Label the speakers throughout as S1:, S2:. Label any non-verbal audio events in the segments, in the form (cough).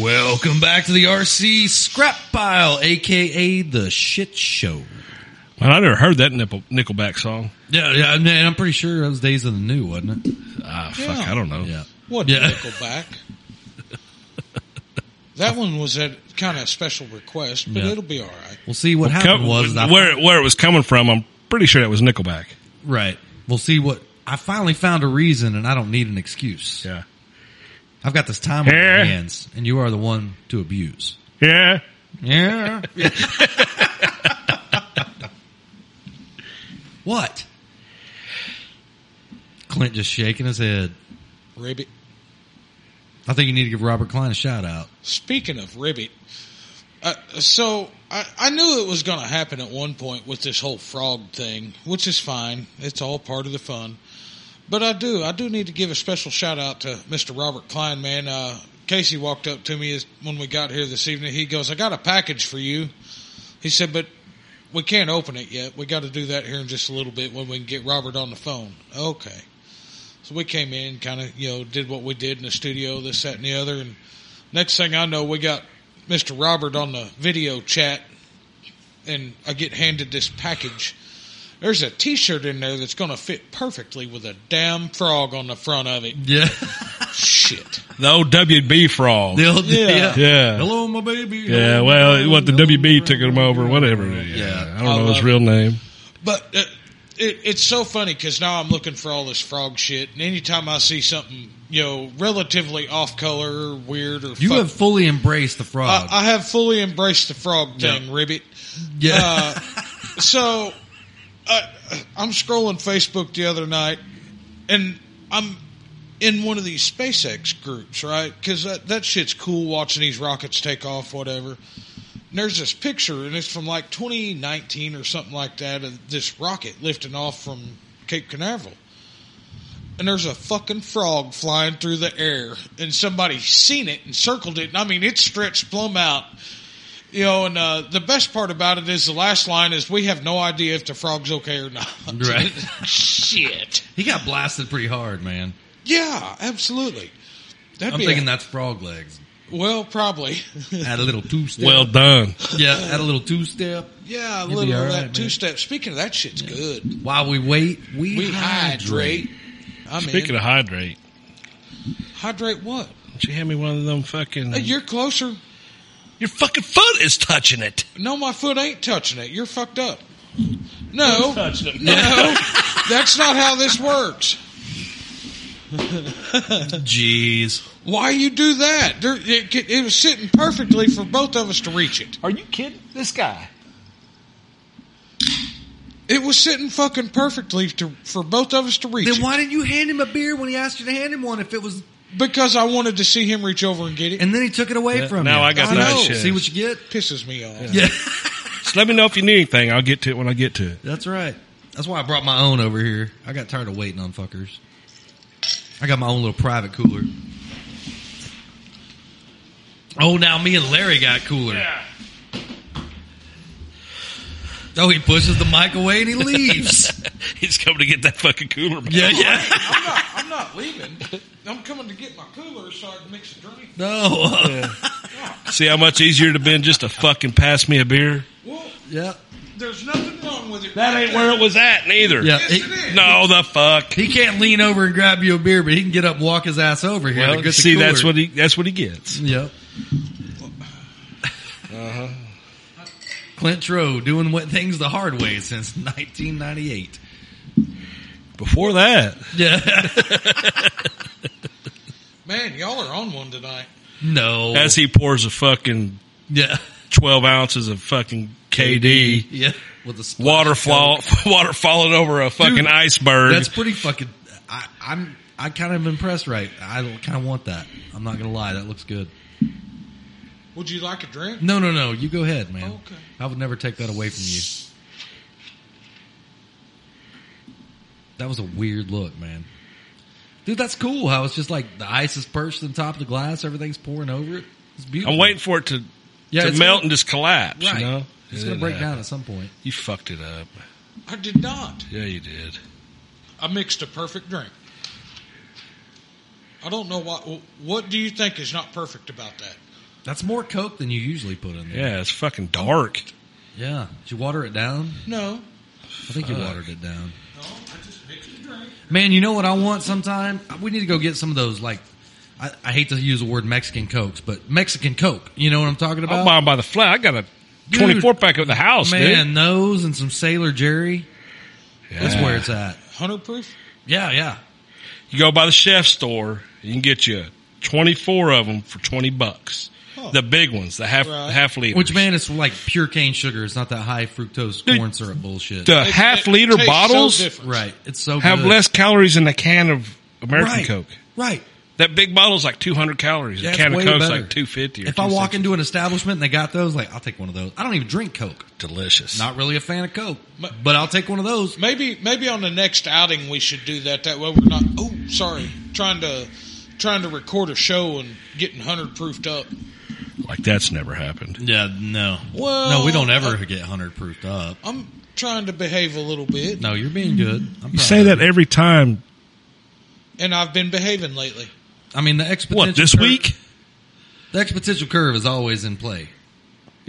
S1: Welcome back to the RC Scrap Pile, aka the Shit Show.
S2: Well, I never heard that Nipple, Nickelback song.
S1: Yeah, yeah, and I'm pretty sure that was Days of the New, wasn't it?
S2: Ah, fuck,
S3: Yeah.
S2: I don't know.
S1: Yeah.
S3: What
S1: Yeah. (laughs)
S3: Nickelback? that one was a kind of special request, but
S1: Yeah.
S3: it'll be all right.
S1: We'll see what
S2: Co-
S1: happened was. I-
S2: where where it was coming from? I'm pretty sure that was Nickelback.
S1: right. We'll see what. I finally found a reason and I don't need an excuse.
S2: Yeah,
S1: I've got this time on my
S2: Yeah.
S1: hands and you are the one to abuse.
S2: yeah.
S1: Yeah. (laughs) what? Clint just shaking his head.
S3: Ribbit.
S1: I think you need to give Robert Klein a shout out.
S3: Speaking of Ribbit, uh, so I, I knew it was going to happen at one point with this whole frog thing, which is fine. It's all part of the fun. But I do, I do need to give a special shout out to Mr. Robert Klein, man. Uh, Casey walked up to me as- when we got here this evening. He goes, I got a package for you. He said, but we can't open it yet. We got to do that here in just a little bit when we can get Robert on the phone. Okay. So we came in, kind of, you know, did what we did in the studio, this, that, and the other. And next thing I know, we got Mr. Robert on the video chat, and I get handed this package. There's a T-shirt in there that's going to fit perfectly with a damn frog on the front of it.
S1: Yeah.
S3: Shit.
S2: The old WB frog.
S1: The old-
S3: Yeah.
S2: Yeah.
S1: Hello, my baby.
S2: Yeah,
S1: Hello, my
S2: well, what the
S1: baby.
S2: WB took him over, whatever. Yeah,
S1: Yeah.
S2: I don't
S3: I
S2: know his
S3: love
S2: real name.
S3: But uh, it, it's so funny because now I'm looking for all this frog shit, and anytime I see something, you know, relatively off color or weird or
S1: You
S3: fuck-
S1: have fully embraced the
S3: I,
S1: frog.
S3: I have fully embraced the frog thing, Ribbit.
S1: yeah.
S3: Uh, so uh, I'm scrolling Facebook the other night, and I'm in one of these SpaceX groups, right? Because that, that shit's cool watching these rockets take off, whatever. And there's this picture, and it's from like 2019 or something like that, of this rocket lifting off from Cape Canaveral. And there's a fucking frog flying through the air, and somebody's seen it and circled it, and I mean, it's stretched plumb out. You know, and uh, the best part about it is the last line is we have no idea if the frog's okay or not.
S1: right.
S3: (laughs) Shit.
S1: (laughs) he got blasted pretty hard, man.
S3: Yeah, absolutely. That'd
S1: I'm
S3: be
S1: thinking
S3: a-
S1: that's frog legs.
S3: Well,
S1: (laughs)
S3: probably.
S1: Add a little two step.
S2: Well done.
S1: yeah, add a little two step.
S3: yeah, a
S1: You'll be
S3: little
S1: all
S3: of
S1: right,
S3: that
S1: man.
S3: two step. Speaking of that, shit's good.
S1: While we wait, we,
S3: We
S1: hydrate.
S3: hydrate. I mean,
S2: Speaking of hydrate,
S3: hydrate what?
S2: don't you hand me one of them fucking.
S3: Hey, you're closer.
S2: your fucking foot is touching it.
S3: No, my foot ain't touching it. You're fucked up.
S1: (laughs)
S3: No,
S2: Touching it.
S3: no, that's not how this works.
S1: Jeez.
S3: Why you do that? There, it, it was sitting perfectly for both of us to reach it.
S2: Are you kidding? This guy.
S3: It was sitting fucking perfectly to, for both of us to reach
S1: Then
S3: it.
S1: why didn't you hand him a beer when he asked you to hand him one if it was
S3: Because I wanted to see him reach over and get it.
S1: and then he took it away
S2: Yeah,
S1: from
S2: now
S1: you.
S2: I got
S1: See-
S3: that
S1: see
S2: shit.
S1: See what you get?
S3: pisses me off.
S1: Yeah. (laughs)
S2: Just let me know if you need anything. I'll get to it when I get to it.
S1: That's right. That's why I brought my own over here. I got tired of waiting on fuckers. I got my own little private cooler. Oh, now me and Larry got cooler. Oh, he pushes the mic away
S2: (laughs)
S1: and he leaves.
S2: (laughs) He's coming to get that fucking cooler. back.
S1: yeah, yeah.
S3: I'm not. I'm not leaving. I'm coming to get my cooler so I can mix a drink.
S1: No. Yeah.
S2: (laughs) See how much easier it'd have been just to fucking pass me a beer?
S3: Well,
S1: Yeah.
S3: there's nothing wrong with it.
S2: it was at, neither.
S3: Yes,
S1: He,
S3: it is.
S2: No, the fuck.
S1: he can't lean over and grab you a beer, but he can get up and walk his ass over here. to
S2: Well,
S1: get
S2: see,
S1: the
S2: that's
S1: cooler.
S2: what he that's what he gets.
S1: Yep. Uh-huh. Clint Trow doing what things the hard way since 1998.
S2: Before that,
S1: Yeah.
S3: Man, y'all are on one tonight.
S1: (laughs) no.
S2: as he pours a fucking
S1: yeah.
S2: twelve ounces of fucking KD
S1: Yeah. With a splash
S2: water
S1: of
S2: fall
S1: Coke.
S2: (laughs) water falling over a fucking
S1: Dude,
S2: iceberg.
S1: That's pretty fucking. I, I'm. I kind of impressed. Right. I kind of want that. I'm not gonna lie. That looks good.
S3: Would you like a drink?
S1: No, no, no. You go ahead, man.
S3: Okay.
S1: I would never take that away from you. That was a weird look, man. Dude, that's cool. How it's just like the ice is perched on top of the glass, everything's pouring over it. It's beautiful.
S2: I'm waiting for it to
S1: Yeah,
S2: to
S1: it's
S2: melt
S1: gonna-
S2: and just collapse.
S1: Right.
S2: You know?
S1: It's gonna
S2: It didn't
S1: break
S2: happen.
S1: down at some point.
S2: You fucked it up.
S3: I did not.
S2: Yeah, you did.
S3: I mixed a perfect drink. I don't know what. What do you think is not perfect about that?
S1: That's more Coke than you usually put in there.
S2: Yeah, it's fucking dark.
S1: Yeah. Did you water it down?
S3: No.
S1: I think you watered it down.
S3: No, I just mixed a drink.
S1: Man, you know what I want sometime? We need to go get some of those, like, I, I hate to use the word Mexican Cokes, but Mexican Coke. You know what I'm talking
S2: I'll
S1: about?
S2: buy 'em by the flat. I got a
S1: Dude.
S2: 24 pack at the house,
S1: Man, those and some Sailor Jerry.
S2: dude.
S1: That's
S2: Yeah.
S1: where it's at.
S3: 100 proof?
S1: Yeah, yeah.
S2: You go by the chef store, you can get you 24 of them for 20 bucks.
S3: Huh.
S2: The big ones, the half
S3: Right.
S2: half liter.
S1: Which, man, it's like pure cane sugar. It's not that high fructose
S2: Dude,
S1: corn syrup bullshit.
S2: The
S3: It-
S2: half
S3: it
S2: liter
S3: tastes so
S2: bottles
S3: different.
S1: Right. It's so
S2: have
S1: good.
S2: less calories than a can of American
S1: right.
S2: Coke.
S1: Right.
S2: That big bottle's like 200 calories.
S1: Yeah,
S2: a
S1: it's
S2: can of
S1: way
S2: Coke's
S1: better.
S2: like 250 or
S1: If I walk
S2: 260.
S1: into an establishment and they got those, like, I'll take one of those. I don't even drink Coke.
S2: delicious.
S1: Not really a fan of Coke,
S3: Ma-
S1: but I'll take one of those.
S3: Maybe maybe on the next outing we should do that. That way we're not. Oh, sorry. Trying to trying to record a show and getting hundred proofed up.
S2: like that's never happened.
S1: Yeah, no.
S3: Well,
S1: no, we don't ever
S3: uh,
S1: get hunter proofed up.
S3: I'm trying to behave a little bit,
S1: No, you're being good. I'm
S2: You say that every time.
S3: and I've been behaving lately.
S1: I mean, the exponential
S2: What this
S1: curve,
S2: week?
S1: The exponential curve is always in
S2: (laughs)
S1: play. (laughs)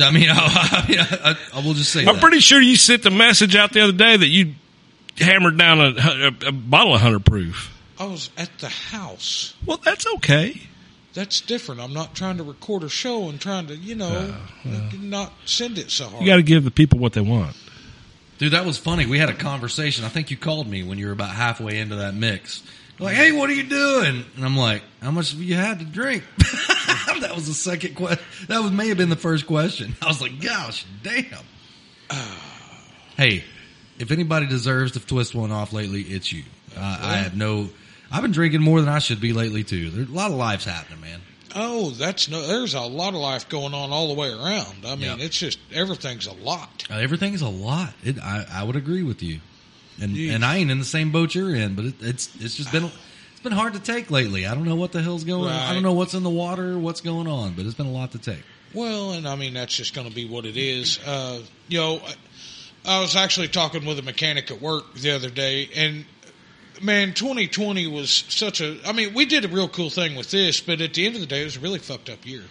S1: I mean, I, I, mean, I, I, I will just say
S2: I'm
S1: that.
S2: pretty sure you sent the message out the other day that you hammered down a, a, a bottle of hundred proof.
S3: I was at the house.
S2: Well, that's okay.
S3: That's different. I'm not trying to record a show and trying to, you know,
S1: Uh,
S3: not send it so hard.
S2: You got to give the people what they want.
S1: Dude, that was funny. We had a conversation. I think you called me when you were about halfway into that mix. You're Like, hey, what are you doing? And I'm like, how much have you had to drink? (laughs) that was the second question. That was may have been the first question. I was like, gosh, damn.
S2: (sighs)
S1: hey, if anybody deserves to twist one off lately, it's you. I I have no. I've been drinking more than I should be lately too. There's a lot of lives happening, man.
S3: oh, that's no. There's a lot of life going on all the way around. I mean,
S1: Yeah.
S3: it's just everything's a lot.
S1: Uh, Everything's a lot. It, I, I would agree with you, and
S3: Jeez.
S1: and I ain't in the same boat you're in, but it, it's it's just been it's been hard to take lately. I don't know what the hell's going. on. I
S3: Right.
S1: don't know what's in the water, what's going on, but it's been a lot to take.
S3: Well, and I mean that's just going to be what it is. Uh, you know, I- I was actually talking with a mechanic at work the other day, and man, 2020 was such a. I mean, we did a real cool thing with this, but at the end of the day, it was a really fucked up year.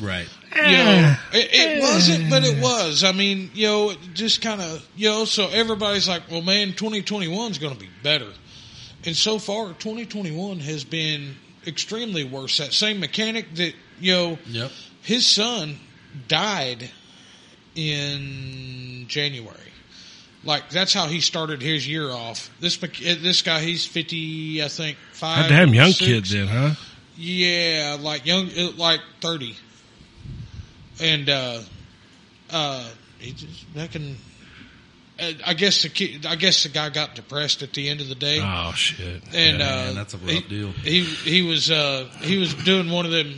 S1: Right.
S3: You know, it, it wasn't, but it was. I mean, you know, it just kind of, you know, so everybody's like, well, man, 2021 is going to be better. And so far, 2021 has been extremely worse. That same mechanic that, you know,
S1: Yep.
S3: his son died in January. Like that's how he started his year off. This mech- this guy, he's fifty, I think, five.
S2: Goddamn young
S3: six.
S2: kid, then, huh?
S3: Yeah, like young, uh, like thirty, and uh, uh, he just fucking. uh, I guess the kid, I guess the guy got depressed at the end of the day,
S2: Oh shit!
S3: and
S1: yeah,
S3: uh,
S1: man, that's a rough
S3: he,
S1: deal.
S3: He he was uh, he was doing one of them,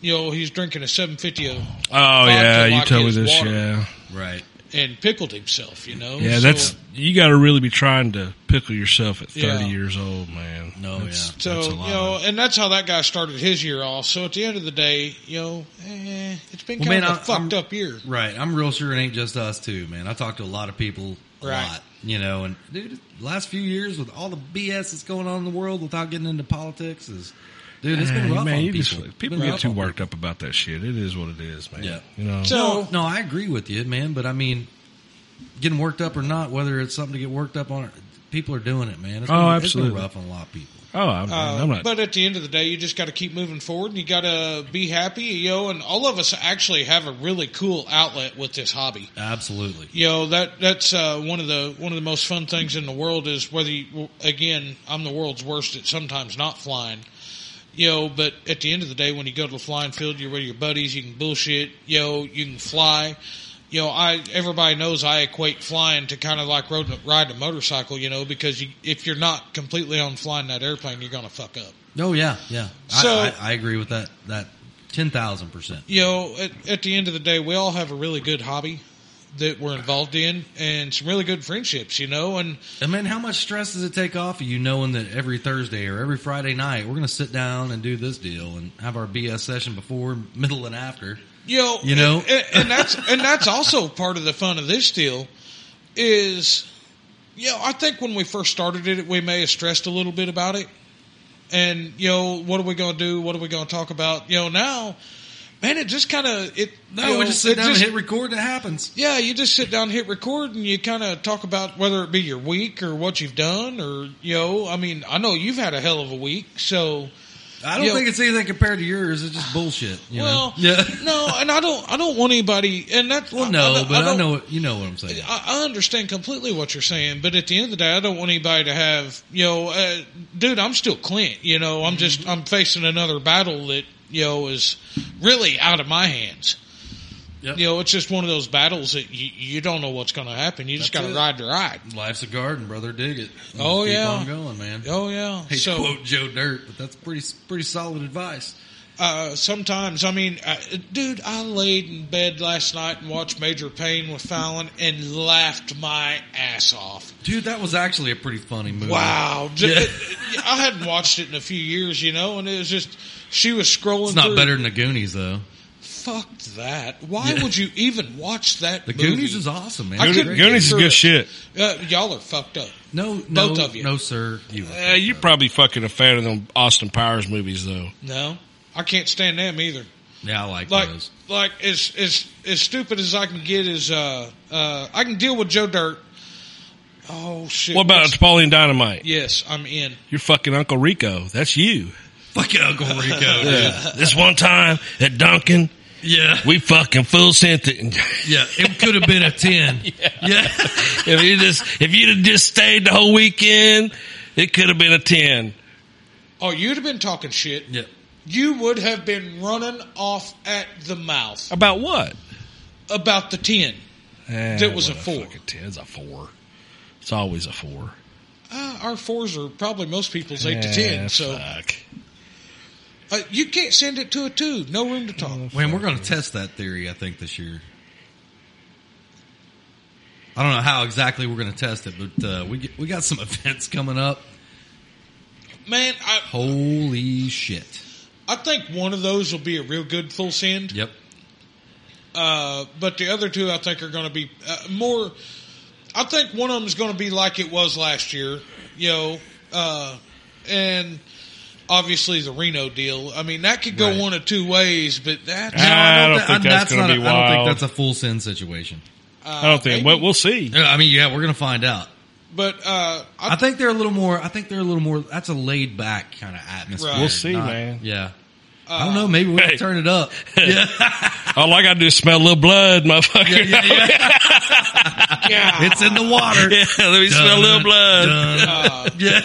S3: you know, he was drinking a seven fifty
S2: Oh yeah, you
S3: like
S2: told me
S3: his
S2: this.
S3: water.
S2: Yeah,
S1: Right.
S3: and pickled himself, you know.
S2: yeah.
S3: So-
S2: That's you got to really be trying to pickle yourself at 30
S3: Yeah.
S2: years old, man.
S1: No,
S2: that's,
S1: yeah.
S3: So
S2: that's a
S3: you
S2: lot.
S3: know, and that's how that guy started his year off. So at the end of the day, you know, eh, it's been
S1: Well,
S3: kind
S1: man,
S3: of a
S1: I-
S3: fucked
S1: I'm-
S3: up year.
S1: Right. I'm real sure it ain't just us too, man. I talk to a lot of people a
S3: Right.
S1: lot, you know, and dude, the last few years with all the BS that's going on in the world without getting into politics is, dude, it's been
S2: Yeah,
S1: rough
S2: man,
S1: on
S2: you
S1: people.
S2: just-
S1: It's
S2: people
S1: been
S2: get
S1: rough
S2: too
S1: on
S2: worked up about that shit. It is what it is, man.
S1: Yeah.
S2: You know.
S3: So-
S1: No, no, I agree with you, man. But I mean, getting worked up or not, whether it's something to get worked up on, people are doing it, man. It's
S2: Oh,
S1: been- It's
S2: absolutely.
S1: been rough on a lot of people.
S2: oh, I'm,
S3: Uh,
S2: I'm not.
S3: But at the end of the day, you just got to keep moving forward, and you got to be happy, you know. And all of us actually have a really cool outlet with this hobby.
S1: Absolutely.
S3: You know that that's uh, one of the one of the most fun things in the world is whether you, again I'm the world's worst at sometimes not flying. You know, but at the end of the day, when you go to the flying field, you're with your buddies. You can bullshit. You know, you can fly. You know, I everybody knows I equate flying to kind of like road, riding a motorcycle. You know, because you, if you're not completely on flying that airplane, you're gonna fuck up.
S1: Oh yeah, yeah.
S3: So-
S1: I, I, I agree with that. That ten thousand percent.
S3: you know, at, at the end of the day, we all have a really good hobby that we're involved in and some really good friendships, you know, and
S1: And man, how much stress does it take off of you knowing that every Thursday or every Friday night we're going to sit down and do this deal and have our BS session before, middle, and after?
S3: you know,
S1: You know?
S3: and, and that's and that's also part of the fun of this deal is you know, I think when we first started it, we may have stressed a little bit about it. and you know what are we going to do? What are we going to talk about? You know now, man, it just kind of it.
S1: No,
S3: you know,
S1: we just sit
S3: it
S1: down and hit record. It happens.
S3: Yeah, you just sit down, hit record, and you kind of talk about whether it be your week or what you've done, or you know, I mean, I know you've had a hell of a week, so
S1: I don't
S3: Yeah.
S1: think it's anything compared to yours. It's just bullshit. You
S3: well,
S1: know? yeah.
S3: no, and I don't, I don't want anybody, and that's
S1: Well, no, but I,
S3: don't-
S1: know you know what I'm saying.
S3: I, I understand completely what you're saying, but at the end of the day, I don't want anybody to have you know, uh, dude. I'm still Clint. You know,
S1: Mm-hmm.
S3: I'm just I'm facing another battle that you know is really out of my hands.
S1: Yep.
S3: You know, it's just one of those battles that you, you don't know what's going to happen. You just
S1: That's
S3: got to
S1: it.
S3: ride the ride.
S1: Life's a garden, brother. Dig it. And
S3: Oh,
S1: just keep
S3: yeah.
S1: on going, man.
S3: Oh yeah.
S1: Hate
S3: so
S1: to quote Joe Dirt, but that's pretty pretty solid advice.
S3: uh, sometimes, I mean, I, dude, I laid in bed last night and watched Major Pain with Fallon and laughed my ass off.
S1: Dude, that was actually a pretty funny movie.
S3: Wow, Ju-
S1: Mm-hmm. Yeah.
S3: I hadn't watched it in a few years, you know, and it was just she was scrolling.
S1: It's not
S3: through.
S1: better than The Goonies, though.
S3: Fuck that! Why
S1: Yeah.
S3: would you even watch that?
S1: The
S3: movie?
S1: Goonies is awesome, man.
S3: I
S1: It's
S3: couldn't
S1: great.
S3: get
S2: Goonies is
S3: through
S2: good
S3: it.
S2: shit.
S3: Uh, y'all are fucked up.
S1: No, no,
S3: Both of you. Eh,
S1: no, sir. You. were.
S2: Uh, you're probably fucking a fan of them Austin Powers movies, though.
S3: No, I can't stand them either.
S1: yeah, I like,
S3: Like,
S1: those.
S3: like as as as stupid as I can get is uh uh I can deal with Joe Dirt. Oh shit!
S2: What about Napoleon Dynamite?
S3: Yes, I'm in.
S2: You're fucking Uncle Rico. That's you. Uh,
S1: Fucking Uncle
S3: (laughs)
S1: Rico. dude.
S2: this one time at Duncan,
S1: Yeah,
S2: we fucking full sent it. (laughs)
S1: yeah. It could have been a
S3: (laughs)
S1: ten. yeah. (laughs)
S2: if you just if you'd have just stayed the whole weekend, it could have been a ten.
S3: Oh, you'd have been talking shit.
S1: yeah.
S3: You would have been running off at the mouth
S2: About what?
S3: about the ten.
S2: Eh,
S3: That was a
S2: what
S3: four.
S2: fucking ten. It's a four. It's always a four.
S3: Uh, our fours are probably most people's eight to
S2: Eh,
S3: ten. So
S2: fuck.
S3: uh, you can't send it to a two. No room to talk.
S1: Man, we're going to test that theory. I think this year. I don't know how exactly we're going to test it, but uh, we get, we got some (laughs) events coming up.
S3: Man, I
S1: Holy shit!
S3: I think one of those will be a real good full send.
S1: Yep.
S3: Uh, but the other two, I think, are going to be uh, more. I think one of them is going to be like it was last year, you know, uh, and obviously the Reno deal. I mean, that could go
S1: Right.
S3: one of two ways, but that's
S2: Ah, I don't
S1: thi-
S2: think that's gonna
S1: not
S2: be
S1: a- I don't
S2: wild.
S1: think that's a full sin situation.
S3: uh,
S2: I don't think.
S3: maybe.
S2: Well, we'll see.
S1: Yeah, I mean, yeah, we're going to find out.
S3: But uh, I,
S1: I think they're a little more. I think they're a little more. That's a laid back kind of atmosphere.
S3: Right. We'll
S2: see, man.
S1: Yeah. I don't know. Maybe we
S2: Uh, Hey.
S1: can turn it
S2: (laughs)
S1: up. (laughs) Yeah,
S2: All I gotta do is smell a little blood, (laughs)
S1: yeah,
S2: motherfucker.
S1: yeah, yeah. It's in the
S2: (laughs)
S1: water.
S2: Yeah, let me smell a little blood.
S1: Dun.
S3: uh,
S1: (laughs) Yeah.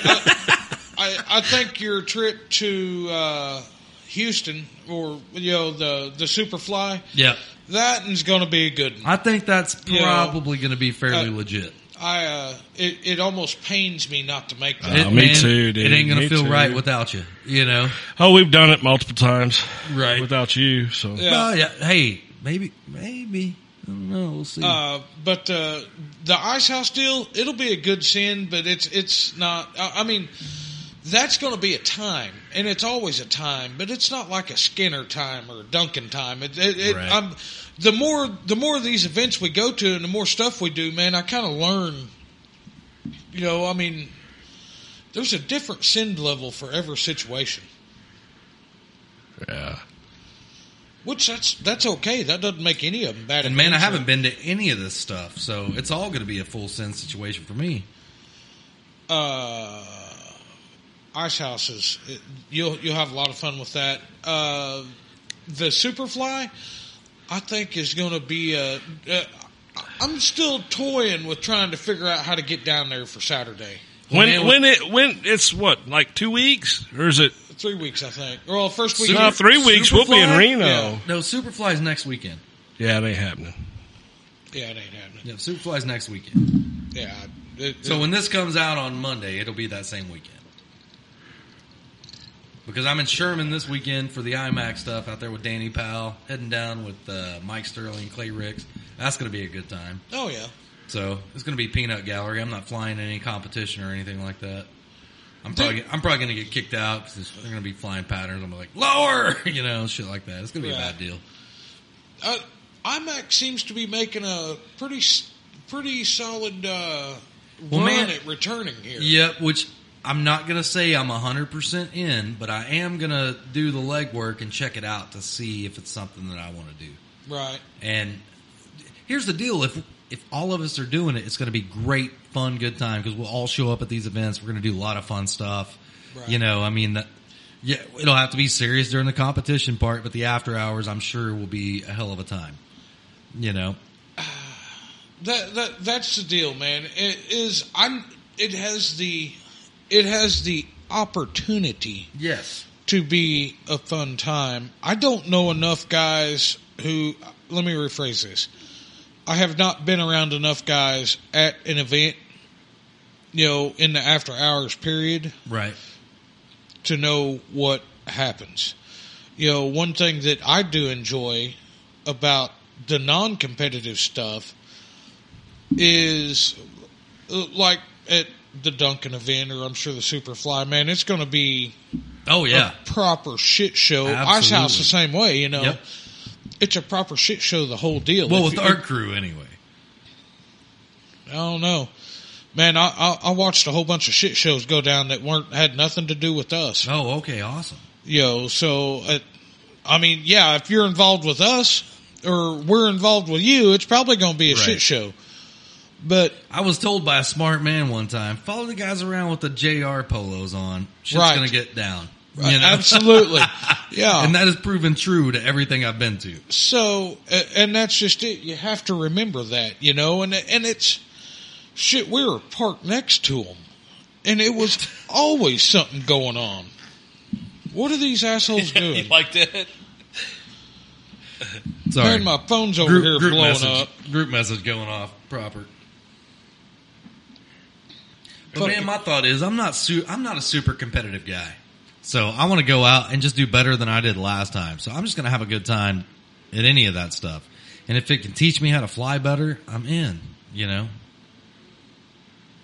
S3: I, I think your trip to uh, Houston or you know the the Superfly
S1: Yeah.
S3: that is going to be a good one.
S1: I think that's
S3: Yeah.
S1: probably going to be fairly
S3: Uh,
S1: legit.
S3: I uh, it, it almost pains me not to make that.
S2: Uh, me too, dude.
S1: It ain't gonna
S2: Me
S1: feel
S2: too.
S1: right without you. You know.
S2: Oh, we've done it multiple times,
S1: Right.
S2: Without you, so
S3: Yeah.
S1: Well, yeah. Hey, maybe, maybe. I don't know. We'll see.
S3: Uh, but uh, the Ice House deal, it'll be a good sin, but it's it's not. I, I mean, that's going to be a time, and it's always a time, but it's not like a Skinner time or a Duncan time. It, it, it,
S1: Right.
S3: I'm, the more the more of these events we go to, and the more stuff we do, man, I kind of learn. You know, I mean, there's a different sin level for every situation.
S2: yeah.
S3: Which that's that's okay. That doesn't make any of them bad.
S1: and man, I
S3: events.
S1: haven't been to any of this stuff, so it's all going to be a full send situation for me.
S3: uh, ice houses. It- You'll you'll have a lot of fun with that. Uh, the Superfly, I think, is going to be. A, uh, I'm still toying with trying to figure out how to get down there for Saturday.
S2: When
S1: Man,
S2: when it when it's what like two weeks or is it
S3: Three weeks, I think. Well, first week.
S2: no, three weeks?
S1: Superfly?
S2: We'll be in Reno.
S3: Yeah.
S2: Yeah,
S1: No, Superfly's next weekend.
S2: it ain't happening.
S3: Yeah, it ain't happening.
S1: Yeah, Superfly's next weekend.
S3: Yeah. it-
S1: So
S3: it-
S1: when this comes out on Monday, it'll be that same weekend. Because I'm in Sherman this weekend for the IMAX stuff out there with Danny Powell, heading down with uh, Mike Sterling, Clay Ricks. That's going to be a good time.
S3: oh yeah.
S1: So it's going to be peanut gallery. I'm not flying in any competition or anything like that. I'm probably I'm probably going to get kicked out because they're going to be flying patterns. I'm like lower, (laughs) you know, shit like that. It's going to be a
S3: Right.
S1: bad deal.
S3: Uh, IMAX seems to be making a pretty s- pretty solid uh,
S1: Well,
S3: run
S1: man-
S3: at returning here.
S1: Yep, which I'm not gonna say I'm hundred percent in, but I am gonna do the legwork and check it out to see if it's something that I want to do.
S3: Right.
S1: And here's the deal: if if all of us are doing it, it's going to be great, fun, good time because we'll all show up at these events. We're going to do a lot of fun stuff.
S3: Right.
S1: You know, I mean, that, yeah, it'll have to be serious during the competition part, but the after hours, I'm sure, will be a hell of a time. You know,
S3: That, that that's the deal, man. It is I'm it has the it has the opportunity
S1: yes,
S3: to be a fun time. I don't know enough guys who let me rephrase this. I have not been around enough guys at an event, you know, in the after hours period
S1: right,
S3: to know what happens. You know, one thing that I do enjoy about the non competitive stuff is uh, like at the Duncan event, or I'm sure the Superfly, man, it's going to be
S1: oh yeah,
S3: a proper shit show. Ice
S1: Absolutely.
S3: House the same way, you know.
S1: Yep.
S3: It's a proper shit show, the whole deal.
S1: well,
S3: Oh. If
S1: with
S3: you-
S1: our crew anyway.
S3: I don't know. Man, I, I I watched a whole bunch of shit shows go down that weren't had nothing to do with us.
S1: Oh, okay, awesome.
S3: you know so uh, i mean yeah if you're involved with us or we're involved with you it's probably going to be a
S1: Right.
S3: shit show but
S1: I was told by a smart man one time, follow the guys around with the JR polos on. Shit's
S3: Right.
S1: gonna get down. You
S3: uh,
S1: know?
S3: (laughs) absolutely yeah
S1: and that has proven true to everything I've been to.
S3: so uh, and that's just it you have to remember that you know and and it's shit we were parked next to them and it was always something going on what are
S1: (laughs)
S3: these
S2: (laughs)
S3: assholes doing
S2: like that?
S1: Sorry,
S3: Man, my phone's over
S1: group,
S3: here
S1: group
S3: blowing
S1: message,
S3: up
S1: Group message going off proper. But
S3: Fuck
S1: man,
S3: it.
S1: my thought is I'm not su- I'm not a super competitive guy, so I want to go out and just do better than I did last time. So I'm just gonna have a good time at any of that stuff, and if it can teach me how to fly better, I'm in. You know,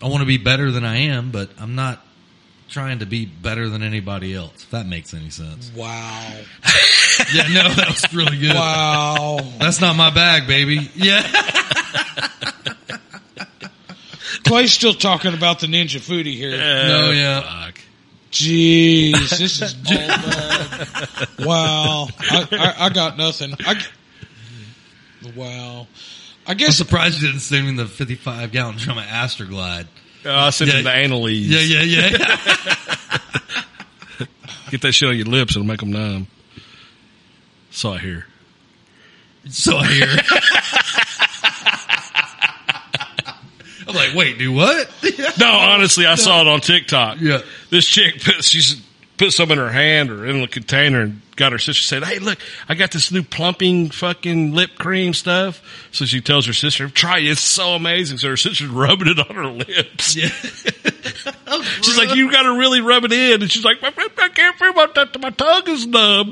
S1: I want to be better than I am, but I'm not trying to be better than anybody else. If that makes any sense.
S3: wow
S1: (laughs) yeah, no, that was really good.
S3: wow
S1: That's not my bag, baby. Yeah.
S3: Clay's still talking about the ninja foodie
S2: Uh,
S3: here.
S1: No, yeah.
S2: Fuck.
S3: Jeez,
S1: (laughs)
S3: this is all bad. Wow, I, I, I got nothing. I, g- wow, I
S1: I'm
S3: guess
S1: surprised you didn't send me the 55 gallon drum of Astroglide.
S2: Oh, I sent
S1: Yeah.
S2: him the analies.
S1: Yeah, yeah, yeah.
S2: Get that shit on your lips and make them numb. Saw it here.
S1: so I hear. I'm like, wait, do what?
S2: No, honestly, I saw it on TikTok.
S1: Yeah.
S2: This chick put she put some in her hand or in a container and got her sister said, "Hey, look, I got this new plumping fucking lip cream stuff." So she tells her sister, "Try it. It's so amazing." So her sister's (laughs) rubbing it on her lips.
S1: yeah.
S2: She's like, "You got to really rub it in," and she's like, "I I can't feel my t- my tongue is numb."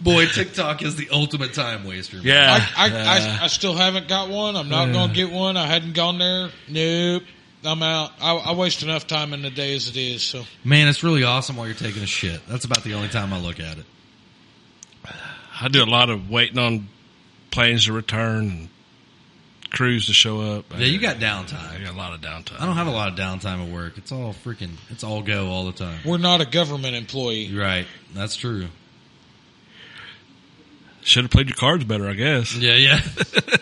S1: Boy, TikTok is the ultimate time waster. man.
S2: (laughs) Yeah.
S3: I, I, I, I still haven't got one. I'm not going to get one. I hadn't gone there. Nope, I'm out. I, I waste enough time in the day as it is. So
S1: Man, it's really awesome while you're taking a shit. That's about the only time I look at it.
S2: I do a lot of waiting on planes to return and crews to show up.
S1: Yeah, you got
S2: I
S1: downtime.
S2: got a lot of downtime.
S1: I don't have a lot of downtime at work. It's all freaking, it's all go all the time.
S3: we're not a government employee.
S1: You're right. That's true.
S2: Should have played your cards better, I guess.
S1: Yeah, yeah.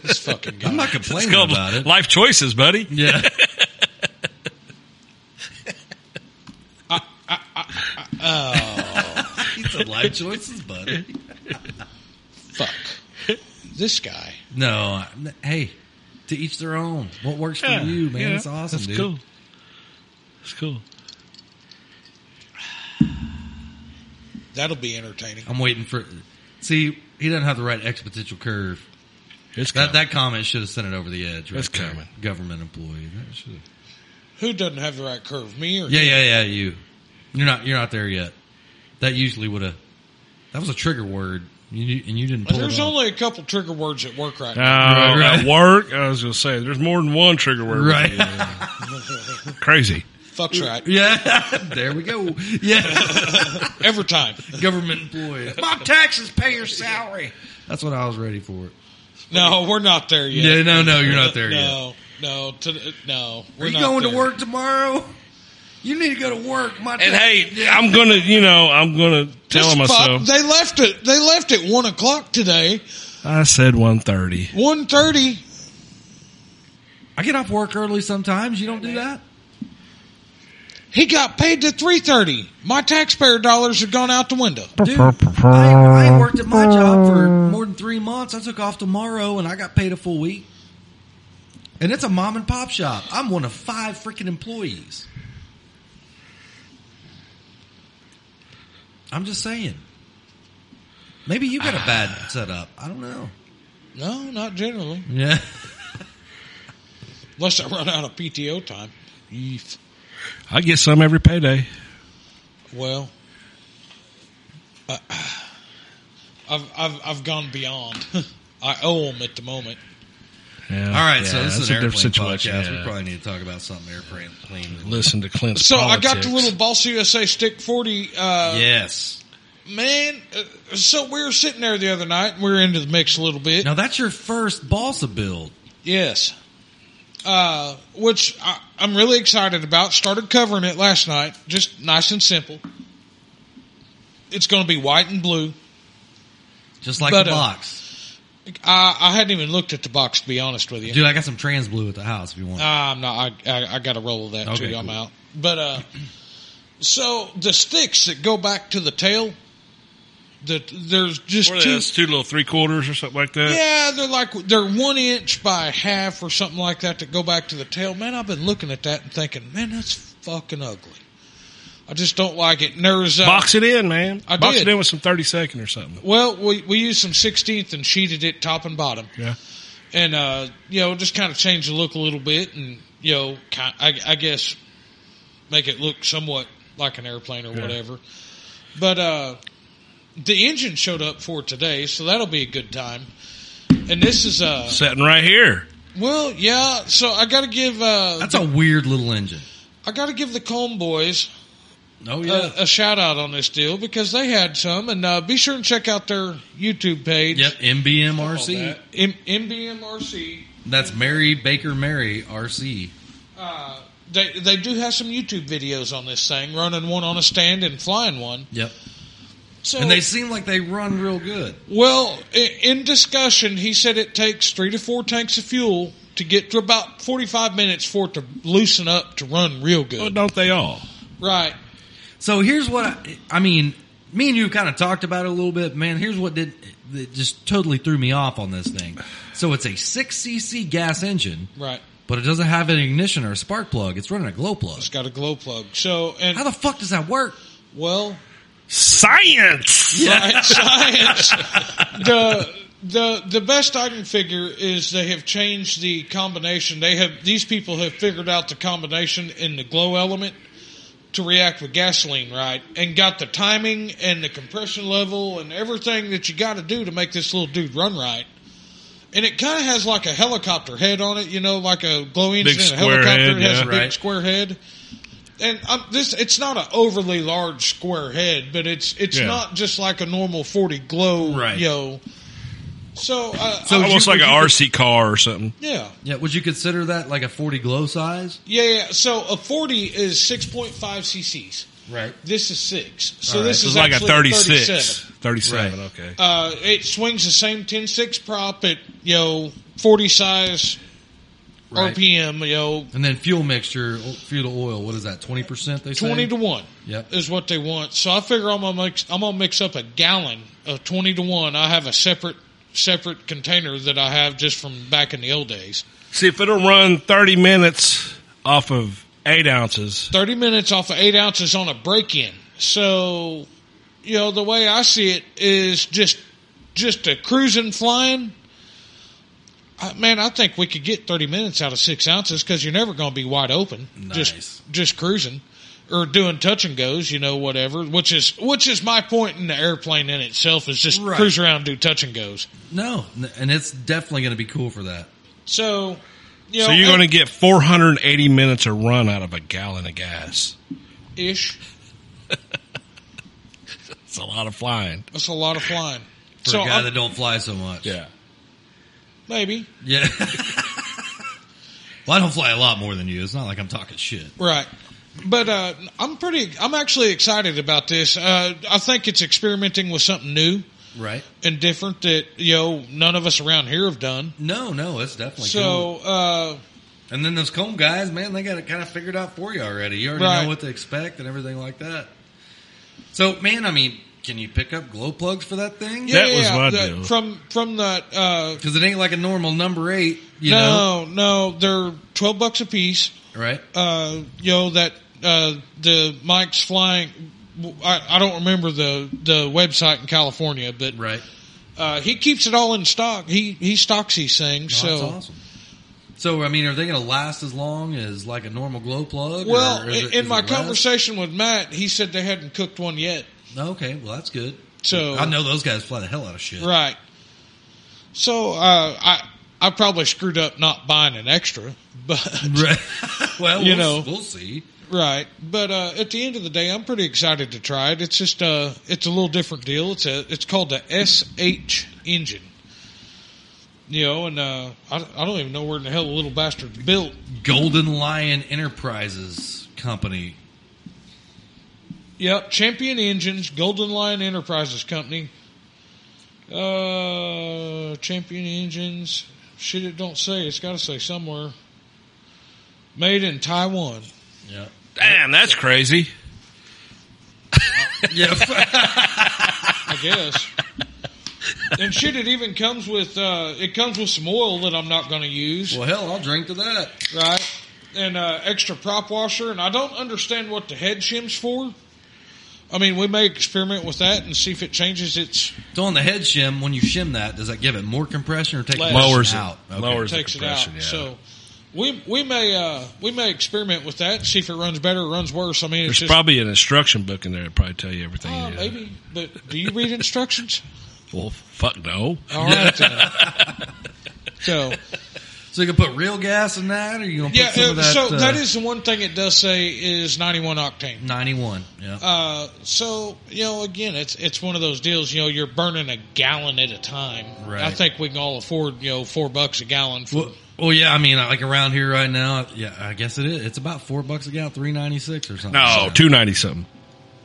S3: This fucking guy.
S1: I'm not
S2: It's
S1: complaining
S2: called
S1: about it.
S2: life choices, buddy.
S1: Yeah. (laughs)
S2: oh,
S1: (laughs) He said life choices, buddy.
S3: Fuck this guy.
S1: No, I- hey, to each their own. What works for you, man?
S2: yeah,
S1: it's awesome,
S2: That's
S1: dude.
S2: cool. That's cool.
S3: That'll be entertaining.
S1: I'm waiting for. See, he doesn't have the right exponential curve.
S2: It's
S1: That
S2: cool.
S1: that comment should have sent it over the edge. Right
S2: It's
S1: there.
S2: coming.
S1: Government employee. That should have-
S3: Who doesn't have the right curve? Me or
S1: Yeah, yeah, yeah. You, you're not you're not there yet. That usually would have. That was a trigger word, you, and you didn't. Pull
S3: There's
S1: it off. (laughs)
S3: only a couple trigger words at work right
S2: Uh,
S3: now.
S1: right.
S2: At work, I was going to say, there's more than one trigger word.
S1: right.
S2: Crazy.
S3: Fuck's right.
S1: yeah. (laughs) there we go. Yeah. (laughs)
S3: Every time.
S1: Government employee.
S3: My taxes pay your salary.
S1: That's what I was ready for.
S3: No, we're not there yet.
S1: Yeah, no, no, you're not there yet.
S3: no. No, to, no.
S1: Are
S3: we're
S1: you
S3: not
S1: going to
S3: there.
S1: work tomorrow? You need to go to work. My
S2: And hey, I'm gonna, you know, I'm gonna tell
S3: This
S2: myself.
S3: pop- they left it. They left at one o'clock today.
S2: I said 1:30.
S3: One thirty.
S1: I get off work early sometimes. You don't do that.
S3: He got paid to three thirty. My taxpayer dollars have gone out the window.
S2: (laughs)
S1: Dude, I, I ain't worked at my job for more than three months. I took off tomorrow and I got paid a full week. And it's a mom and pop shop. I'm one of five freaking employees. I'm just saying. Maybe you got a
S2: (sighs)
S1: bad setup. I don't know.
S3: No, not generally.
S1: Yeah.
S3: Unless I run out of PTO time. Eef.
S2: I get some every payday.
S3: Well, I, I've I've I've gone beyond. (laughs) I owe them at the moment.
S1: (laughs)
S2: Yeah,
S1: All right.
S2: yeah,
S1: so this is
S2: that's
S1: an
S2: a
S1: airplane
S2: different situation.
S1: podcast. We
S2: yeah.
S1: probably need to talk about something airplane. plane.
S2: Listen to Clint's.
S3: So I got
S2: politics.
S3: the little Boss USA Stick Forty. Uh,
S1: Yes.
S3: Man, uh, so we were sitting there the other night, and we were into the mix a little bit.
S1: Now that's your first balsa build.
S3: Yes. Uh, which I, I'm really excited about. Started covering it last night. Just nice and simple. It's going to be white and blue.
S1: Just like
S3: But,
S1: the
S3: uh,
S1: box.
S3: I, I hadn't even looked at the box, to be honest with you. Ah,
S1: Dude, I got some trans blue at the house if you want.
S3: I'm not. I, I, I got a roll of that
S1: Okay,
S3: too. I'm
S1: cool.
S3: out. But uh, so the sticks that go back to the tail, the, there's just
S2: What are
S3: two
S2: those, two little three quarters or something like that.
S3: Yeah, they're like they're one inch by half or something like that that go back to the tail. Man, I've been looking at that and thinking, man, that's fucking ugly. I just don't like it. And there's uh,
S2: Box it in, man.
S3: I
S2: Box
S3: did.
S2: it in with some 30 second or something.
S3: Well, we we used some sixteenth and sheeted it top and bottom,
S2: Yeah.
S3: and uh, you know just kind of change the look a little bit, and you know kind, I, I guess make it look somewhat like an airplane or
S2: Yeah.
S3: whatever. But uh, the engine showed up for today, so that'll be a good time. And this is uh
S2: Sitting right here.
S3: Well, yeah. So I got to give uh,
S1: That's a weird little engine.
S3: I got to give the Comb Boys
S1: Oh
S3: a, a shout out on this deal because they had some, and uh, be sure and check out their YouTube page.
S1: yep.
S3: All
S1: MBMRC.
S3: that. M- MBMRC.
S1: That's Mary Baker Mary RC.
S3: Uh, they they do have some YouTube videos on this thing, running one on a stand and flying one.
S1: Yep.
S3: So
S1: And they seem like they run real good.
S3: well, i- in discussion, he said it takes three to four tanks of fuel to get to about forty five minutes for it to loosen up to run
S1: Oh,
S3: real
S2: Well,
S3: good.
S2: don't they all?
S3: Right.
S1: So here's what I, I mean. Me and you kind of talked about it a little bit, man. Here's what did that just totally threw me off on this thing. So it's a six cc gas engine,
S3: Right.
S1: but it doesn't have an ignition or a spark plug. It's running a glow plug.
S3: It's got a glow plug. So and
S1: How the fuck does that work?
S3: well,
S2: Science. (laughs)
S3: right, science. The the the best I can figure is they have changed the combination. They have these people have figured out the combination in the glow element to react with gasoline, right? And got the timing and the compression level and everything that you got to do to make this little dude run right. And it kind of has like a helicopter head on it, you know, like a glow engine
S2: Big
S3: and a
S2: square
S3: helicopter
S2: head,
S3: it has
S2: yeah.
S3: a big
S1: Right.
S3: square head. And um, this, it's not an overly large square head, but it's it's
S2: Yeah.
S3: not just like a normal forty glow,
S1: Right.
S3: you know. So, uh,
S1: So
S3: I-
S1: you-
S2: Almost like an
S1: would you-
S2: RC car or something.
S3: yeah,
S1: Yeah, would you consider that like a forty glow size?
S3: yeah, yeah. So a forty is six point five cc's.
S1: Right.
S3: This is six. So
S1: All right.
S3: this
S2: It's
S3: is
S2: like a
S3: actually
S2: 36.
S3: 37.
S2: 37,
S1: Right.
S2: okay.
S3: Uh, it swings the same 10-6 prop at you know forty size
S1: Right.
S3: RPM. You know,
S1: And then fuel mixture, fuel to oil. What is that? Twenty percent? They say
S3: twenty to one.
S1: Yep.
S3: is what they want. So I figure I'm gonna mix. I'm gonna mix up a gallon of twenty to one. I have a separate separate container that I have just from back in the old days.
S2: See, if it'll run 30 minutes off of eight ounces,
S3: Thirty minutes off of eight ounces on a break in. So, you know, the way I see it is just just a cruising flying. I, man, I think we could get thirty minutes out of six ounces because you're never gonna be wide open.
S1: Nice.
S3: Just just cruising. Or doing touch and goes, you know, whatever. Which is which is my point in the airplane in itself is just
S1: Right.
S3: cruise around, and do touch and goes.
S1: No, n- and it's definitely going to be cool for that.
S3: So, you know,
S2: so you're going to get 480 minutes of run out of a gallon of gas.
S3: ish.
S2: It's a lot of flying.
S3: That's a lot of flying.
S1: For
S3: so
S1: a guy
S3: I'm-
S1: that don't fly so much.
S2: Yeah.
S3: maybe
S1: Yeah. (laughs) Well, I don't fly a lot more than you. It's not like I'm talking shit.
S3: Right. But uh, I'm pretty. I'm actually excited about this. Uh, I think it's experimenting with something new
S1: Right.
S3: and different that you know none of us around here have done.
S1: No, no, it's definitely cool.
S3: so uh,
S1: And then those comb guys, man, they got it kind of figured out for you already. You already
S3: Right.
S1: know what to expect and everything like that. So, man, I mean, can you pick up glow plugs for that thing?
S3: yeah,
S2: That was
S3: yeah,
S2: my
S3: the-
S2: deal.
S3: from from the uh,
S1: Because it ain't like a normal number eight, you
S3: no no they're twelve bucks a piece.
S1: know, right?
S3: uh, you know that uh, the Mike's flying. I, I don't remember the the website in California, but
S1: Right.
S3: uh, he keeps it all in stock. He he stocks these things.
S1: Oh,
S3: so
S1: that's awesome. So, I mean, are they going to last as long as like a normal glow plug?
S3: well,
S1: or is it-
S3: in
S1: is
S3: my
S1: it less?
S3: conversation with Matt, he said they hadn't cooked one yet.
S1: Okay, well, that's good.
S3: So-
S1: I know those guys fly the hell out of shit.
S3: Right. So uh, I I probably screwed up not buying an extra, (laughs) but
S1: (laughs) Right. well,
S3: You
S1: we'll,
S3: know.
S1: we'll see.
S3: right. But uh, at the end of the day, I'm pretty excited to try it. It's just uh, it's a little different deal. It's a it's called the SH engine. You know, and uh, I, I don't even know where in the hell the little bastard's built.
S1: Golden Lion Enterprises Company.
S3: Yep, Champion Engines, Golden Lion Enterprises Company. Uh, Champion Engines. Shit, it don't say. It's got to say somewhere. Made in Taiwan.
S1: Yeah.
S2: Damn, that's crazy.
S1: Yeah. (laughs)
S3: I guess. and shit, it even comes with uh, it comes with some oil that I'm not going to use,
S1: well, hell, I'll drink to that.
S3: right? And uh, extra prop washer, and I don't understand what the head shim's for. I mean, we may experiment with that and see if it changes its
S1: So on the head shim, when you shim that, does that give it more compression or take
S3: Less.
S2: Lowers
S1: compression
S2: it.
S1: out?
S2: Lowers it.
S3: takes it out.
S2: compression, yeah.
S3: So we we may uh, we may experiment with that, see if it runs better, or runs worse. I mean, it's
S2: There's
S3: just
S2: probably an instruction book in there that probably tell you everything.
S3: uh,
S2: you need.
S3: maybe. But do you
S1: (laughs)
S3: read instructions?
S2: Well, fuck no.
S3: All right. Then. So
S1: So you can put real gas in that, or you gonna put
S3: yeah,
S1: some
S3: uh,
S1: of that?
S3: so
S1: uh, Mm.
S3: that is the one thing it does say is 91 octane.
S1: ninety-one. Yeah.
S3: Uh, so you know, again, it's it's one of those deals. You know, you're burning a gallon at a time.
S1: Right.
S3: I think we can all afford you know four bucks a gallon. For,
S1: well, well, yeah. I mean, uh, like around here right now, yeah. I guess it is. It's about four bucks a gallon, three ninety-six or something.
S2: No,
S1: So-
S2: two ninety something.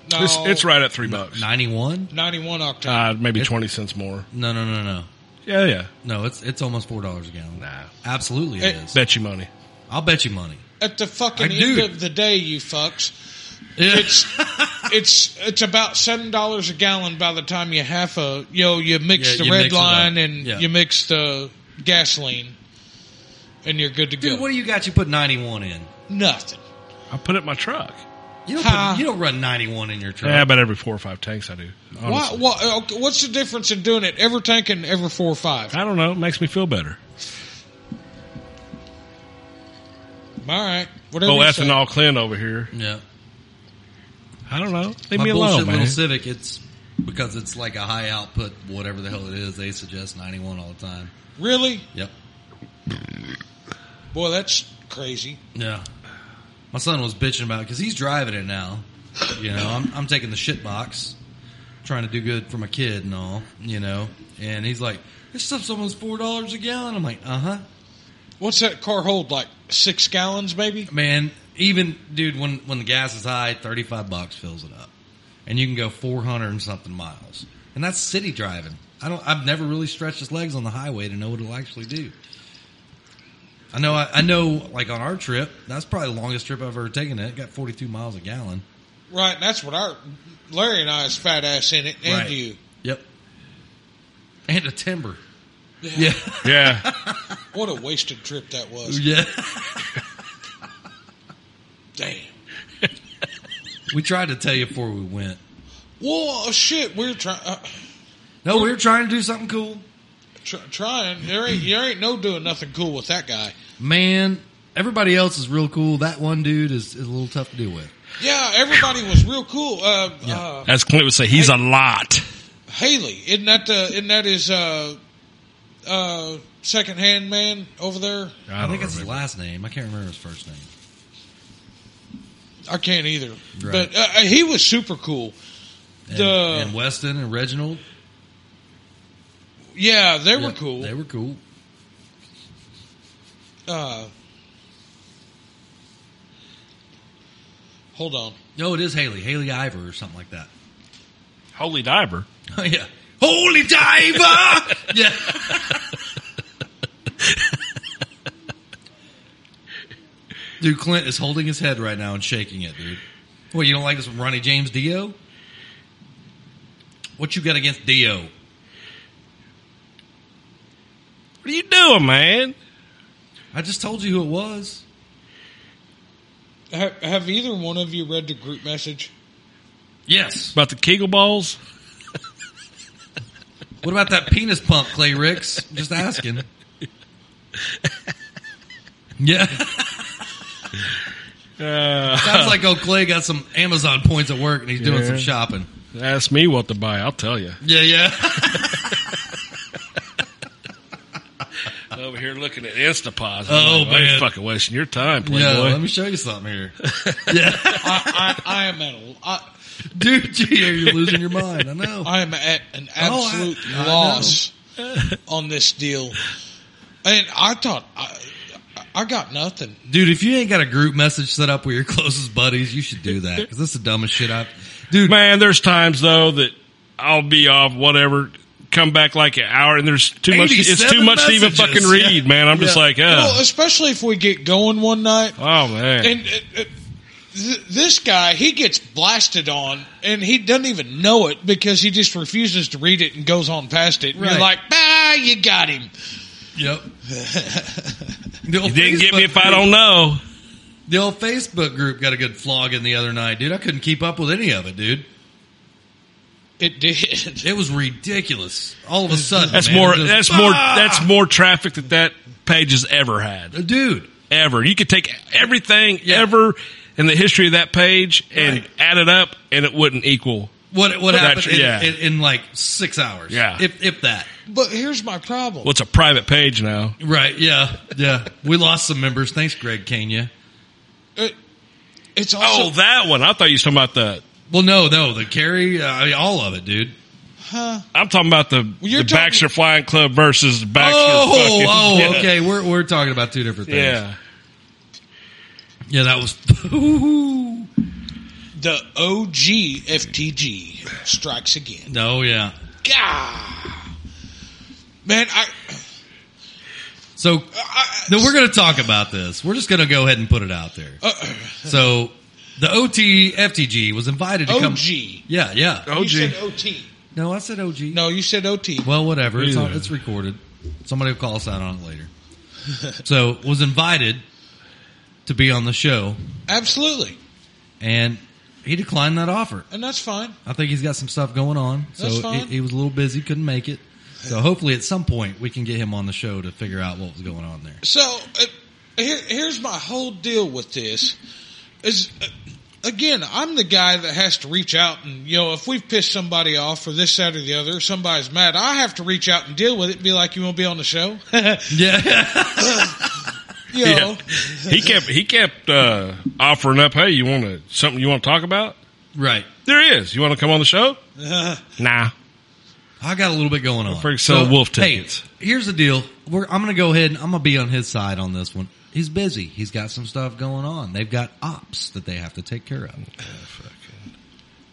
S3: no,
S2: It's, it's right at three bucks.
S1: Ninety-one?
S3: ninety-one octane.
S2: Uh, maybe twenty cents more.
S1: No, no, no, no,
S2: Yeah, yeah.
S1: no. It's it's almost four dollars a gallon.
S2: Nah.
S1: Absolutely, it
S3: It-
S1: is.
S2: Bet you money.
S1: I'll bet you money.
S3: at the fucking
S1: I
S3: end
S1: do.
S3: of the day, you fucks.
S1: It's
S3: It's it's about seven dollars a gallon by the time you have a you know you mix
S1: Yeah,
S3: the
S1: you
S3: red
S1: mix it up.
S3: line and
S1: Yeah.
S3: you mix the gasoline, and you're good
S2: (laughs)
S3: to
S1: dude.
S3: go.
S1: What do you got? You put ninety-one in.
S3: Nothing.
S2: I put it in my truck.
S1: You don't.
S3: Ha.
S1: Put, you don't run ninety-one in your truck.
S2: Yeah, about every four or five tanks I do.
S3: Why,
S2: honestly.
S3: why, okay, what's the difference in doing it every tank and every four or five?
S2: I don't know. It makes me feel better.
S3: All right, whatever.
S2: Oh,
S3: you say.
S2: ethanol Clint over here.
S1: yeah.
S2: I don't know. Leave
S1: My
S2: me
S1: bullshit
S2: alone, man.
S1: little Civic, it's because it's like a high output, whatever the hell it is. They suggest 91 all the time.
S3: Really?
S1: Yep.
S3: Boy, that's crazy.
S1: Yeah. My son was bitching about it because he's driving it now. You know, I'm, I'm taking the shit box, trying to do good for my kid and all, you know. And he's like, this stuff's almost $4 a gallon. I'm like, uh huh.
S3: What's that car hold? Like six gallons, maybe?
S1: Man, even, dude, when, when the gas is high, 35 bucks fills it up. And you can go 400 and something miles. And that's city driving. I don't, I've never really stretched his legs on the highway to know what it'll actually do. I know, I, I know, like on our trip, that's probably the longest trip I've ever taken it. It got 42 miles a gallon.
S3: Right. And that's what our Larry and I is fat ass in it, and
S1: Right.
S3: you.
S1: Yep. And a timber. Yeah. (laughs)
S2: Yeah.
S3: What a wasted trip that was.
S1: Yeah.
S3: Damn.
S1: we tried to tell you before we went.
S3: Well, oh, shit. We're trying. Uh,
S1: No, we were trying to do something cool.
S3: tr- trying. There ain't there ain't no doing nothing cool with that guy.
S1: Man, everybody else is real cool. That one dude is, is a little tough to deal with.
S3: Yeah, everybody was real cool. Uh,
S1: Yeah.
S3: uh,
S2: As Clint would say, he's a lot.
S3: Haley, isn't that the isn't that his uh, uh, second hand man over there?
S1: I, think it's his
S2: remember.
S1: last name. I can't remember his first name.
S3: I can't either.
S1: Right.
S3: But uh, uh, he was super cool.
S1: And,
S3: Duh.
S1: and Weston and Reginald.
S3: Yeah, they
S1: Yeah,
S3: were cool.
S1: They were cool.
S3: uh, Hold on.
S1: No, it is Haley. Haley Ivor or something like that.
S2: Holy diver.
S1: (laughs) Oh yeah. Holy diver. (laughs) yeah. dude, Clint is holding his head right now and shaking it, dude. What, you don't like this from Ronnie James Dio? What you got against Dio?
S2: What are you doing, man?
S1: I just told you who it was.
S3: Have, have either one of you read the group message?
S1: Yes.
S2: About the Kegel balls?
S1: What about that penis pump, Clay Ricks? Just asking. Yeah.
S2: Uh,
S1: Sounds like old Clay got some Amazon points at work and he's doing
S2: Yeah.
S1: some shopping.
S2: ask me what to buy. I'll tell you.
S1: Yeah, yeah.
S2: Over here looking at Instapause.
S1: Oh,
S2: I'm like, "Why you
S1: man.
S2: fucking wasting your time, Playboy.
S1: yeah let me show you something
S2: (laughs)
S1: here. Yeah.
S3: I, I, I am at a, I,
S1: Dude, gee, are you losing your mind? I know.
S3: I am at an
S1: Oh, I-
S3: absolute
S1: I know.
S3: loss on this deal. And I thought I, I got nothing.
S1: Dude, if you ain't got a group message set up with your closest buddies, you should do that because that's the dumbest shit I've. Dude,
S2: Man, there's times though that I'll be off, whatever. Come back like an hour, and there's too much. It's
S1: 87
S2: too much to even
S1: messages.
S2: fucking read,
S1: Yeah.
S2: man. I'm just
S1: Yeah.
S2: like,
S3: Well,
S2: uh,
S3: especially if we get going one night.
S2: oh man.
S3: And uh, uh, th- this guy, he gets blasted on, and he doesn't even know it because he just refuses to read it and goes on past it. And You're
S1: Right.
S3: like, ah, you got him.
S1: yep. The
S2: you
S1: old
S2: didn't get me
S1: Facebook
S2: if I
S1: group-
S2: don't know.
S1: The old Facebook group got a good flogging the other night, dude. I couldn't keep up with any of it, dude.
S3: It did.
S1: It was ridiculous. All of a sudden,
S2: That's
S1: man,
S2: more.
S1: it was
S2: that's
S1: just,
S2: more.
S1: "Ah!"
S2: That's more traffic that that page has ever had.
S1: dude.
S2: Ever. You could take everything
S1: Yeah.
S2: ever in the history of that page and
S1: Right.
S2: add it up, and it wouldn't equal.
S1: What what
S2: That-
S1: happened in,
S2: yeah.
S1: in, in like six hours?
S2: Yeah.
S1: if if that.
S3: But here's my problem.
S2: What's a private page now?
S1: Right? Yeah, yeah. we lost some members. Thanks, Greg Kenya.
S3: It, Uh, it's also.
S2: Oh, that one. I thought you were talking about the.
S1: Well, no, no. The carry, uh, I mean, all of it, dude.
S3: huh?
S2: I'm talking about the,
S3: you're
S2: the
S3: talking-
S2: Baxter Flying Club versus Baxter.
S1: Oh,
S2: fucking,
S1: oh,
S2: (laughs) yeah.
S1: okay. We're we're talking about two different things.
S2: Yeah.
S1: yeah. That was. (laughs) Ooh.
S3: The OG FTG strikes again.
S1: no, yeah.
S3: Gah! Man, I,
S1: So
S3: I
S1: no, we're going to talk about this. We're just going to go ahead and put it out there.
S3: uh,
S1: so the OT FTG was invited to come.
S3: OG.
S1: Yeah, yeah.
S2: OG.
S3: You said OT.
S1: No, I said OG.
S3: No, you said OT.
S1: Well, whatever. It's, on,
S2: Yeah.
S1: it's recorded. Somebody will call us out on it later. (laughs) so was invited to be on the show,
S3: Absolutely,
S1: and he declined that offer.
S3: and that's fine.
S1: I think he's got some stuff going on, so
S3: That's
S1: he,
S3: fine.
S1: he was a little busy, couldn't make it. So hopefully, at some point, we can get him on the show to figure out what was going on (laughs) there.
S3: So uh, here, here's my whole deal with this. Is uh, again, I'm the guy that has to reach out and you know if we've pissed somebody off or this that or the other, somebody's mad. I have to reach out and deal with it. and Be like, you won't be on the show. (laughs)
S1: Yeah, (laughs) Oh,
S3: you
S2: Yeah.
S3: know,
S2: He kept he kept uh, offering up. Hey, you want to something you want to talk about?
S1: right.
S2: There is. You want to come on the show?
S1: Uh-huh.
S2: Nah.
S1: I got a little bit going on.
S2: Freak sell wolf tickets.
S1: Hey, here's the deal. We're, I'm going to go ahead and I'm going to be on his side on this one. He's busy. He's got some stuff going on. They've got ops that they have to take care of.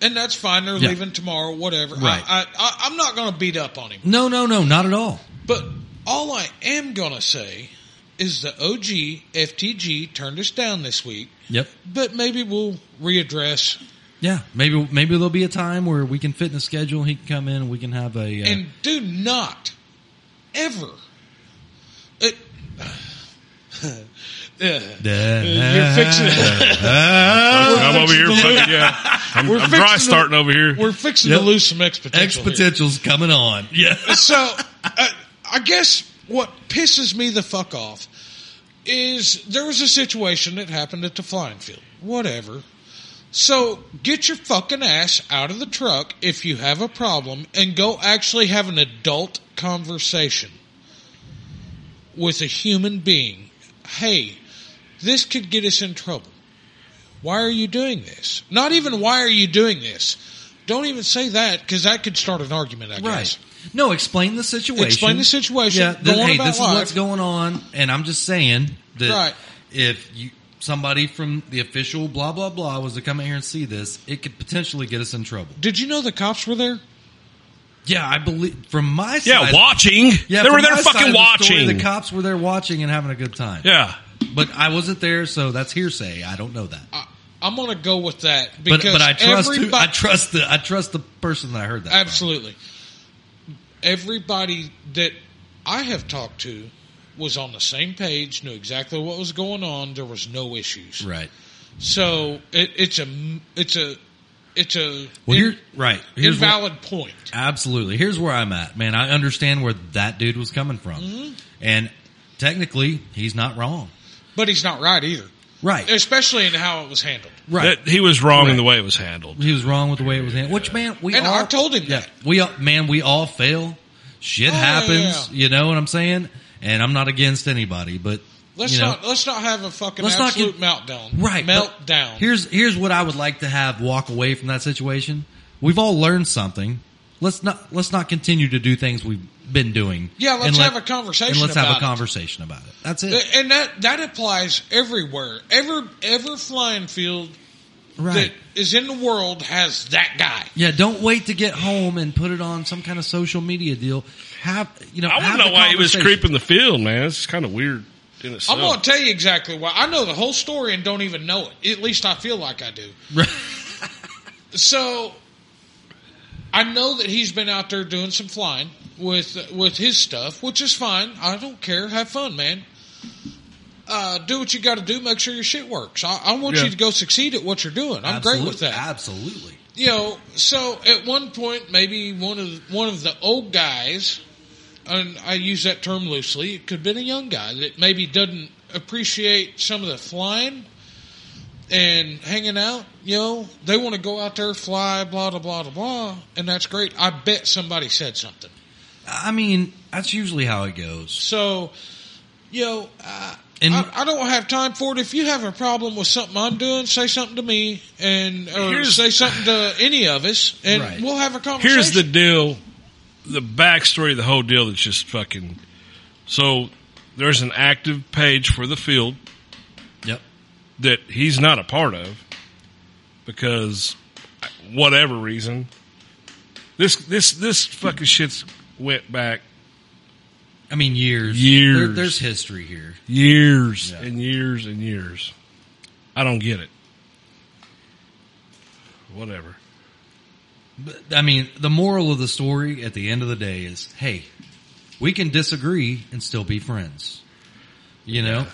S3: and that's fine. They're
S1: Yeah.
S3: leaving tomorrow, whatever.
S1: Right.
S3: I, I, I, I'm not going to beat up on him.
S1: No, no, no, not at all.
S3: But all I am going to say is the OG FTG turned us down this week,
S1: Yep.
S3: but maybe we'll readdress.
S1: Yeah. Maybe maybe there'll be a time where we can fit in a schedule. He can come in. and We can have a. Uh,
S3: And do not ever. It, (laughs) uh, you're fixing
S2: (laughs) I'm over
S1: (laughs)
S2: here. Fucking, yeah. I'm,
S3: We're
S2: I'm dry
S3: fixing to-
S2: starting over here.
S3: We're fixing
S1: Yep.
S3: to lose some exponential. here.
S1: Exponential's coming on.
S2: (laughs)
S1: Yeah.
S3: so uh, I guess what pisses me the fuck off is there was a situation that happened at the flying field. Whatever. So get your fucking ass out of the truck if you have a problem and go actually have an adult conversation with a human being. Hey, this could get us in trouble. Why are you doing this? Not even why are you doing this. Don't even say that because that could start an argument, I guess.
S1: Right. No, explain the situation.
S3: Explain the situation.
S1: Yeah.
S3: Go
S1: then,
S3: on
S1: hey,
S3: about
S1: this is
S3: life.
S1: what's going on, and I'm just saying that
S3: Right.
S1: if you somebody from the official blah blah blah was to come in here and see this, it could potentially get us in trouble.
S3: Did you know the cops were there?
S1: Yeah, I believe from my
S2: Yeah,
S1: side,
S2: watching.
S1: Yeah,
S2: they
S1: from
S2: were there
S1: my side
S2: fucking
S1: of the story,
S2: watching.
S1: the cops were there watching and having a good time.
S2: yeah.
S1: but I wasn't there, so that's hearsay. I don't know that.
S3: I, I'm going to go with that
S1: But
S3: because
S1: but I trust who, I
S3: everybody-
S1: trust the I trust the person that I heard that. from.
S3: Absolutely. Everybody that I have talked to was on the same page, knew exactly what was going on. There was no issues.
S1: Right.
S3: So it, it's a m- it's a it's a
S1: Well,
S3: in-
S1: here right. Here's what-
S3: invalid point.
S1: Absolutely. Here's where I'm at, man. I understand where that dude was coming from,
S3: Mm-hmm.
S1: and technically, he's not wrong.
S3: But he's not right either,
S1: Right.
S3: especially in how it was handled.
S1: right.
S2: That- he was wrong in the way it was handled.
S1: he was wrong with the way it was handled. Which man, we
S3: And
S1: all,
S3: I told him
S1: yeah,
S3: that.
S1: We all, man, we all fail. Shit
S3: Oh, yeah,
S1: happens.
S3: yeah.
S1: You know what I'm saying? And I'm not against anybody, but
S3: Let's
S1: you know,
S3: not let's not have a fucking
S1: Let's not
S3: absolute
S1: get-
S3: meltdown.
S1: right but
S3: meltdown.
S1: Here's here's what I would like to have walk away from that situation. We've all learned something. Let's not let's not continue to do things we've been doing.
S3: Yeah, let's
S1: and
S3: have a conversation
S1: And let's have
S3: about
S1: a
S3: it.
S1: conversation about it. That's it.
S3: and that that applies everywhere. Every every flying field
S1: right.
S3: that is in the world has that guy.
S1: yeah, don't wait to get home and put it on some kind of social media deal. Have you know?
S2: I
S1: have
S2: want to know
S1: the
S2: why he was
S1: conversation.
S2: creeping the field, man. It's kind of weird in itself.
S3: I'm going to tell you exactly why. I know the whole story and don't even know it. At least I feel like I do. So I know that he's been out there doing some flying with with his stuff, which is fine. I don't care. Have fun, man. Uh, do what you got to do. Make sure your shit works. I, I want
S2: Yeah.
S3: you to go succeed at what you're doing. I'm
S1: Absolutely.
S3: great with that.
S1: Absolutely.
S3: you know, so at one point, maybe one of one of the old guys, and I use that term loosely, it could have been a young guy that maybe doesn't appreciate some of the flying and hanging out. You know, they want to go out there, fly, blah blah blah blah blah, and that's great. I bet somebody said something.
S1: I mean, that's usually how it goes.
S3: So, you know, I,
S1: And-
S3: I, I don't have time for it. If you have a problem with something I'm doing, say something to me, and or
S2: Here's-
S3: say something to any of us, and
S1: Right.
S3: we'll have a conversation.
S2: Here's the deal. The backstory of the whole deal that's just fucking. So there's an active page for the field
S1: Yep.
S2: that he's not a part of because whatever reason this this this fucking shit's went back
S1: I mean, years.
S2: Years.
S1: There, there's history here.
S2: years
S1: Yeah.
S2: and years and years. I don't get it. Whatever.
S1: But, I mean, the moral of the story at the end of the day is, hey, we can disagree and still be friends. You know?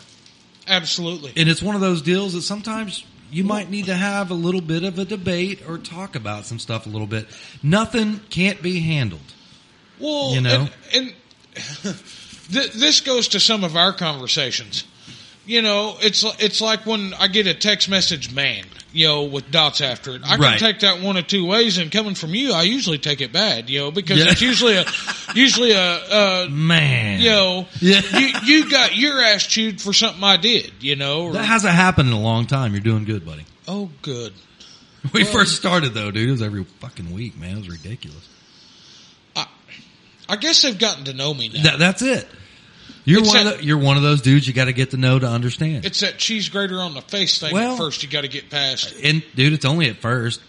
S3: absolutely.
S1: And it's one of those deals that sometimes you might need to have a little bit of a debate or talk about some stuff a little bit. Nothing can't be handled.
S3: Well,
S1: You know?
S3: and, (laughs) and th- this goes to some of our conversations. You know, it's li- it's like when I get a text message, man, you know, with dots after it. I
S1: Right.
S3: can take that one of two ways, and coming from you, I usually take it bad, you know, because
S1: Yeah.
S3: it's usually
S1: (laughs)
S3: a usually a, a
S1: Man.
S3: you know,
S1: (laughs) Yeah.
S3: you you got your ass chewed for something I did, you know. Or,
S1: That hasn't happened in a long time. You're doing good, buddy.
S3: oh, good.
S1: We first started though, dude. It was every fucking week, man. It was ridiculous.
S3: I guess they've gotten to know me now.
S1: That, that's it. You're
S3: It's
S1: one
S3: a-
S1: of the, you're one of those dudes you got to get to know to understand.
S3: it's that cheese grater on the face thing
S1: Well-
S3: at first. You got to get past.
S1: And dude, it's only at first.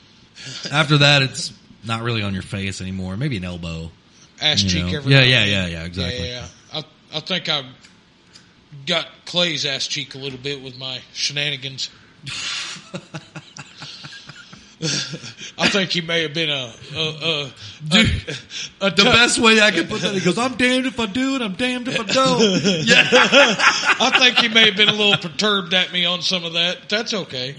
S1: After that, it's not really on your face anymore. Maybe an elbow.
S3: ass
S1: You
S3: cheek
S1: know?
S3: every
S1: Yeah,
S3: now
S1: yeah,
S3: and
S1: yeah,
S3: then.
S1: yeah, exactly.
S3: Yeah, yeah. I I think I got Clay's ass cheek a little bit with my shenanigans. I think he may have been a
S1: (laughs)
S3: a, a, a, a
S1: The
S3: tou-
S1: best way I can put that, he goes, "I'm damned if I do, and I'm damned if I
S3: (laughs)
S1: don't." Yeah,
S3: I think he may have been a little perturbed at me on some of that. That's okay.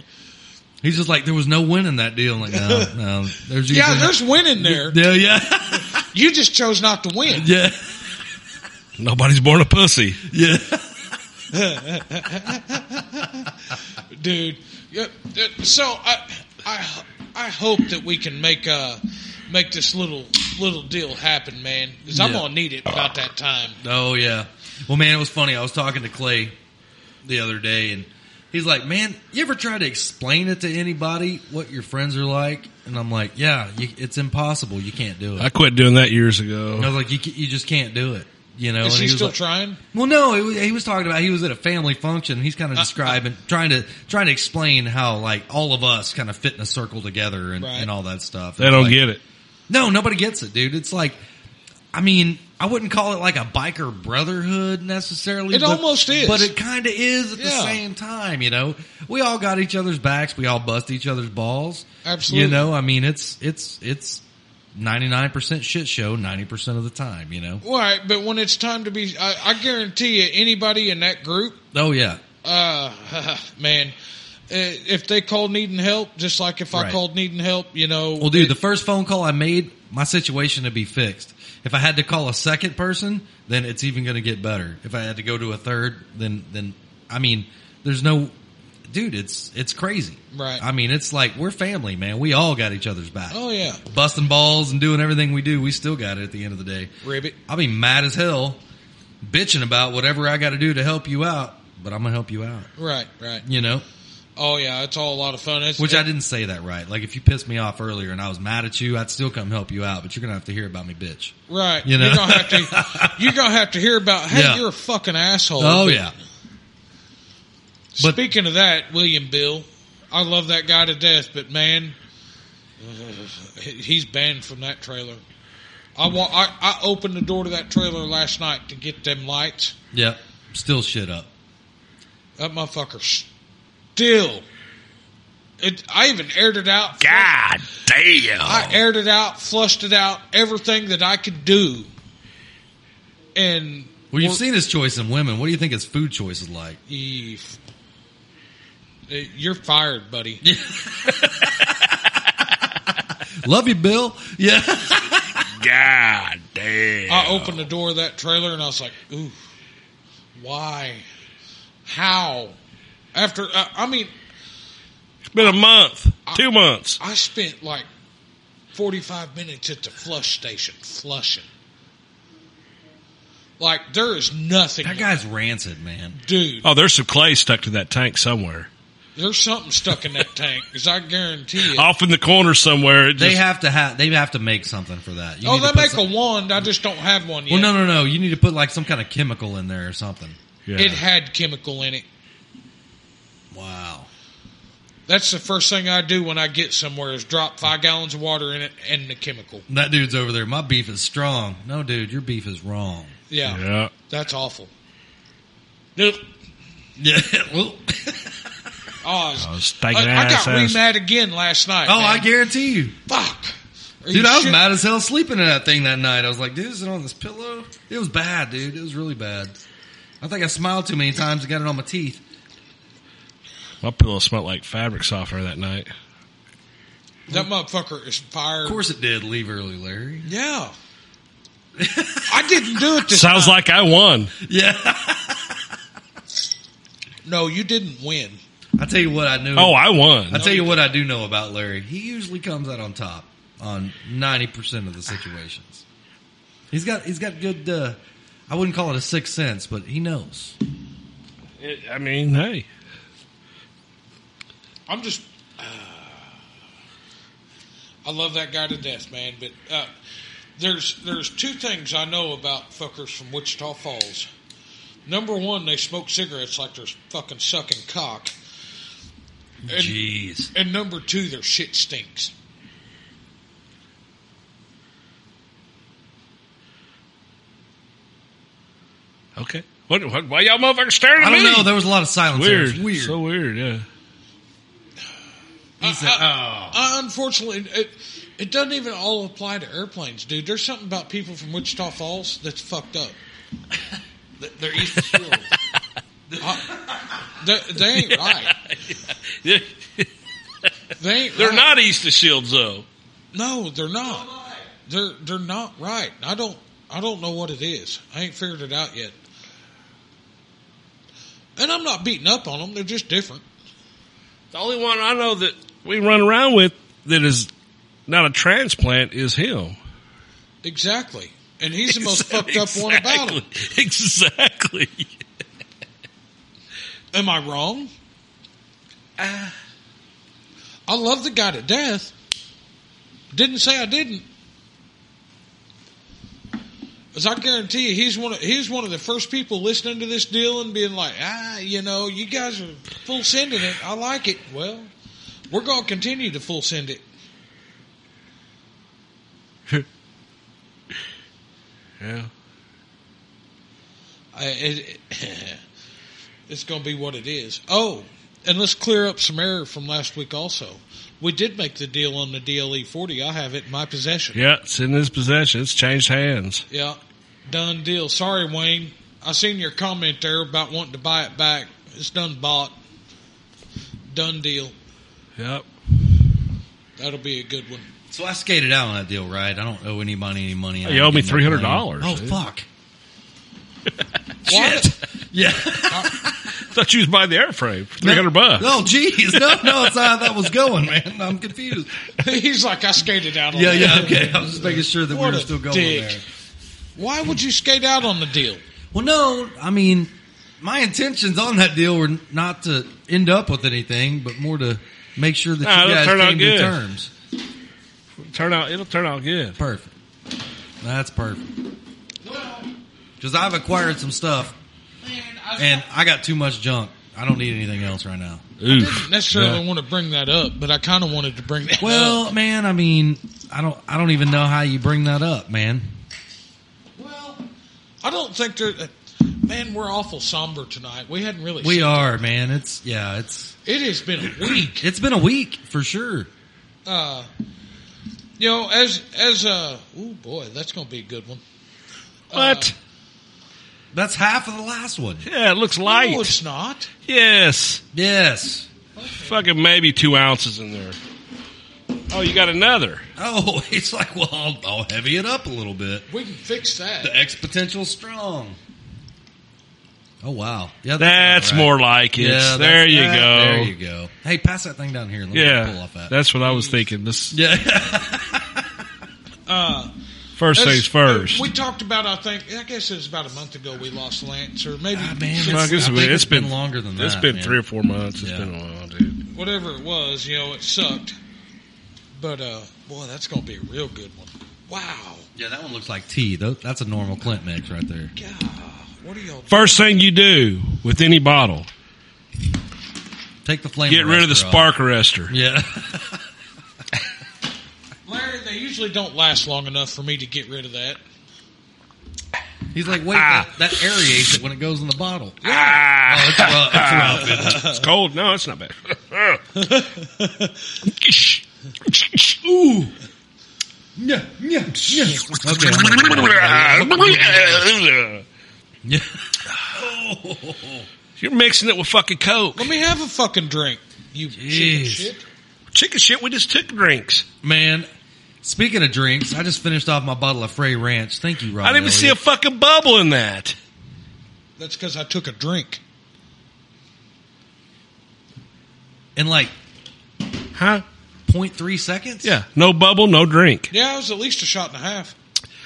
S1: he's just like, there was no winning that deal. I'm like, no, no, there's usually
S3: Yeah, there's winning there.
S1: yeah, yeah,
S3: You just chose not to win.
S1: yeah, (laughs)
S2: Nobody's born a pussy.
S1: yeah.
S3: dude. Yep. yep. So I, I, I hope that we can make uh make this little little deal happen, man. Because I'm
S1: Yeah.
S3: gonna need it about that time.
S1: Oh yeah. Well, man, it was funny. I was talking to Clay the other day, and he's like, "Man, you ever try to explain it to anybody what your friends are like?" And I'm like, "Yeah, you, it's impossible. You can't do it."
S2: I quit doing that years ago.
S1: I was like, "You ca- you just can't do it." you know.
S3: Is
S1: and
S3: he,
S1: was
S3: still
S1: like-
S3: trying?
S1: Well, no, it was, he was talking about he was at a family function. He's
S3: (laughs)
S1: kind of describing, trying to trying to explain how like all of us kind of fit in a circle together and,
S3: Right.
S1: and all that stuff.
S2: They don't
S1: Like,
S2: get it.
S1: no, nobody gets it, dude. It's like, I mean, I wouldn't call it like a biker brotherhood necessarily.
S3: It almost is.
S1: but it kind of is at the
S3: Yeah.
S1: same time. You know, we all got each other's backs. We all bust each other's balls.
S3: Absolutely.
S1: You know, I mean, it's it's it's ninety nine percent shit show ninety percent of the time. You know.
S3: All right, but when it's time to be, I, I guarantee you, anybody in that group,
S1: Oh yeah.
S3: uh, (laughs) man, uh, if they call needing help, just like if I
S1: Right.
S3: called needing help, you know,
S1: Well, dude, the first phone call I made, my situation to be fixed. If I had to call a second person, then it's even going to get better. If I had to go to a third, then then I mean, there's no, dude, it's it's crazy.
S3: Right.
S1: I mean, it's like we're family, man. We all got each other's back.
S3: oh yeah,
S1: Busting balls and doing everything we do, we still got it at the end of the day.
S3: ribbit.
S1: I'll be mad as hell, bitching about whatever I got to do to help you out, but I'm gonna help you out.
S3: Right, right.
S1: You know.
S3: Oh yeah, it's all a lot of fun. It's,
S1: Which I didn't say that right. Like if you pissed me off earlier and I was mad at you, I'd still come help you out, but you're gonna have to hear about me, bitch.
S3: right.
S1: you
S3: You
S1: know.
S3: are gonna have to,
S1: (laughs)
S3: you're gonna have to hear about. Hey,
S1: Yeah.
S3: you're a fucking asshole.
S1: Oh
S3: But
S1: yeah, but-
S3: Speaking of that, William Bill, I love that guy to death, but man, he- he's banned from that trailer. I, wa- I I opened the door to that trailer last night to get them lights.
S1: yeah. Still shit up.
S3: That motherfucker still. It, I even aired it out.
S2: God damn.
S3: I aired it out, flushed it out, everything that I could do. And
S1: Well, you've seen his choice in women. What do you think his food choice is like?
S3: you, Uh, you're fired, buddy.
S1: Love you, Bill. Yeah,
S2: God damn.
S3: I opened the door of that trailer and I was like, ooh, why? How? After, uh, I mean,
S2: It's been a month, two months.
S3: I spent like 45 minutes at the flush station flushing. Like, there is
S1: (laughs)
S3: nothing.
S1: that guy's rancid, man.
S3: Dude,
S2: Oh, there's some clay stuck to that tank somewhere.
S3: there's something stuck in that tank because I guarantee
S1: (laughs)
S3: you.
S2: Off in the corner somewhere. It
S1: They
S2: just-
S1: have to have. They have to make something for that. You
S3: Oh,
S1: need to
S3: they
S1: put
S3: make
S1: some-
S3: a wand. I just don't have one yet.
S1: Well, no, no, no. You need to put like some kind of chemical in there or something.
S2: yeah.
S3: It had chemical in it.
S1: Wow.
S3: That's the first thing I do when I get somewhere is drop five gallons of water in it and the chemical.
S1: That dude's over there. My beef is strong. No, dude, your beef is wrong.
S3: Yeah,
S2: yeah.
S3: that's awful. Ugh.
S1: Yeah. (laughs) well-
S3: Oh, it's-
S2: I was
S3: I,
S2: thinking
S3: I got
S2: ass, ass.
S3: re mad again last night.
S1: oh, (laughs) I
S3: man.
S1: guarantee you.
S3: fuck, Are
S1: Dude,
S3: you
S1: I was
S3: shit-
S1: mad as hell sleeping in that thing that night. I was like, dude, is it on this pillow? It was bad, dude. It was really bad. I think I smiled too many times and got it on my teeth.
S2: My pillow smelled like fabric softener that night.
S3: That motherfucker is fired.
S1: Of course it did. Leave early, Larry. (laughs)
S3: Yeah, I didn't do it. This
S2: Sounds like I won.
S1: Mm. Yeah. (laughs)
S3: no, you didn't win.
S1: I tell you what I knew.
S2: Oh, I
S1: I
S2: won.
S1: tell you what I do know about Larry. He usually comes out on top on 90% of the situations. He's got, he's got good, uh, I wouldn't call it a sixth sense, but he knows.
S2: I mean, hey.
S3: I'm just. uh, I love that guy to death, man. But uh, there's there's two things I know about fuckers from Wichita Falls. Number one, they smoke cigarettes like they're fucking sucking cock, and,
S1: Jeez.
S3: and number two, their shit stinks.
S2: Okay. What, what, why y'all motherfuckers staring at
S1: I don't
S2: me?
S1: know. There was a lot of silence. there. It
S2: weird.
S1: was Weird.
S2: So weird, yeah.
S1: he said, oh.
S3: I, unfortunately, it, it doesn't even all apply to airplanes, dude. There's something about people from Wichita Falls that's fucked up. (laughs) Th- They're Eastern Shore. (laughs) I- Uh, they, they ain't right.
S2: They're
S3: They ain't right.
S2: not Easter Shields, though.
S3: No, they're not. They're they're not right. I don't I don't know what it is. I ain't figured it out yet. And I'm not beating up on them. They're just different.
S2: The only one I know that we run around with that is not a transplant is him.
S3: Exactly. And he's the most fucked up one about (laughs) them.
S2: Exactly.
S3: Am I wrong? Uh, I love the guy to death. Didn't say I didn't. Because I guarantee you, he's one. Of, he's one of the first people listening to this deal and being like, ah, you know, you guys are full sending it. I like it. Well, we're going to continue to full send it.
S2: Yeah.
S3: I, it (laughs) it's going to be what it is. Oh, and let's clear up some error from last week. Also, we did make the deal on the DLE forty. I have it in my possession.
S2: Yeah, it's in his possession. It's changed hands.
S3: Yeah, done deal. Sorry, Wayne. I seen your comment there about wanting to buy it back. It's done bought. Done deal.
S2: Yep.
S3: That'll be a good one.
S1: So I skated out on that deal, right? I don't owe anybody any money. I
S2: You
S1: don't
S2: owe me
S1: get no blame.
S2: $300,
S1: Oh
S2: dude.
S1: fuck! (laughs)
S3: Shit.
S1: Yeah,
S2: Thought you was buying the airframe for three hundred bucks.
S1: Oh jeez, no, no, it's not how that was going, man. I'm confused.
S3: (laughs)
S1: Oh,
S3: He's like, I skated out on
S1: Yeah,
S3: that.
S1: yeah, okay. I was just making sure that
S3: What
S1: we
S3: a
S1: were still going
S3: dick.
S1: there.
S3: Why would you skate out on the deal?
S1: Well, no, I mean, my intentions on that deal were not to end up with anything, but more to make sure that
S2: Nah,
S1: you
S2: it'll
S1: guys
S2: turn out
S1: came to
S2: good.
S1: terms.
S2: Turn out, it'll turn out good.
S1: Perfect. That's perfect. Because I've acquired some stuff, and I got too much junk. I don't need anything else right now.
S2: Oof.
S3: Didn't necessarily
S2: Yeah.
S3: want to bring that up, but I kind of wanted to bring that up.
S1: Well, man, I mean, I don't, I don't even know how you bring that up, man.
S3: Well, I don't think there. uh, Man, we're awful somber tonight. We hadn't really.
S1: We are, man. It's yeah, it's
S3: It has been a week.
S1: it's been a week for sure.
S3: Uh, you know, as as uh, oh boy, that's going to be a good one.
S2: What?
S1: That's half of the last one.
S2: yeah, it looks light.
S3: No, it's not.
S2: yes,
S1: Yes.
S2: fucking maybe two ounces in there. Oh, you got another.
S1: Oh, (laughs) it's like, well, I'll, I'll heavy it up a little bit.
S3: We can fix that.
S1: The X potential strong. Oh wow, yeah,
S2: That's
S1: about right.
S2: more like it.
S1: Yeah,
S2: there
S1: that's-
S2: you
S1: that-
S2: go.
S1: There you go. Hey, pass that thing down here. Let me pull
S2: Yeah,
S1: off that.
S2: that's what I was thinking.
S1: (laughs)
S2: This
S1: yeah,
S2: first
S3: That's-
S2: things first.
S3: uh, We talked about. I think. I guess it was about a month ago. We lost Lance, or maybe
S1: Ah, man,
S3: since-
S1: it's-
S2: Fuck, it's
S1: I think
S2: been-
S1: it's
S2: it's
S1: been
S2: been-
S1: longer than
S2: It's
S1: that,
S2: been
S1: man.
S2: three or four months. It's
S1: Yeah.
S2: been a while, dude.
S3: whatever it was. You know, it sucked. But uh, boy, that's going to be a real good one. Wow.
S1: Yeah, that one looks like tea. Tho- That's a normal Clint mix right there.
S3: God, what are y'all?
S2: First thing you do with any bottle,
S1: Take the flame.
S2: get rid of the
S1: arrestor off.
S2: spark arrestor.
S1: Yeah, (laughs)
S3: Larry, they usually don't last long enough for me to get rid of that.
S1: he's like, wait,
S2: (laughs) Ah.
S1: that, that aerates it when it goes in the
S2: (laughs)
S1: bottle.
S2: Ah,
S1: It's rough. (laughs) It's rough. isn't it?
S2: (laughs) it's cold. No, it's not bad. Ooh.
S1: Yeah, yeah, yeah. Okay. I'm gonna- Yeah.
S2: You're mixing it with fucking Coke.
S3: Let me have a fucking drink. You chicken
S1: Jeez.
S3: shit.
S2: Chicken shit, we just took drinks.
S1: (laughs) Man, speaking of drinks, I just finished off my bottle of Frey Ranch. Thank you, Rob.
S2: I didn't even see a
S1: Elliott.
S2: fucking bubble in that.
S3: That's because I took a drink.
S1: in like
S2: Huh?
S1: 0.3 seconds.
S2: Yeah. No bubble, no drink.
S3: Yeah, it was at least a shot and a half.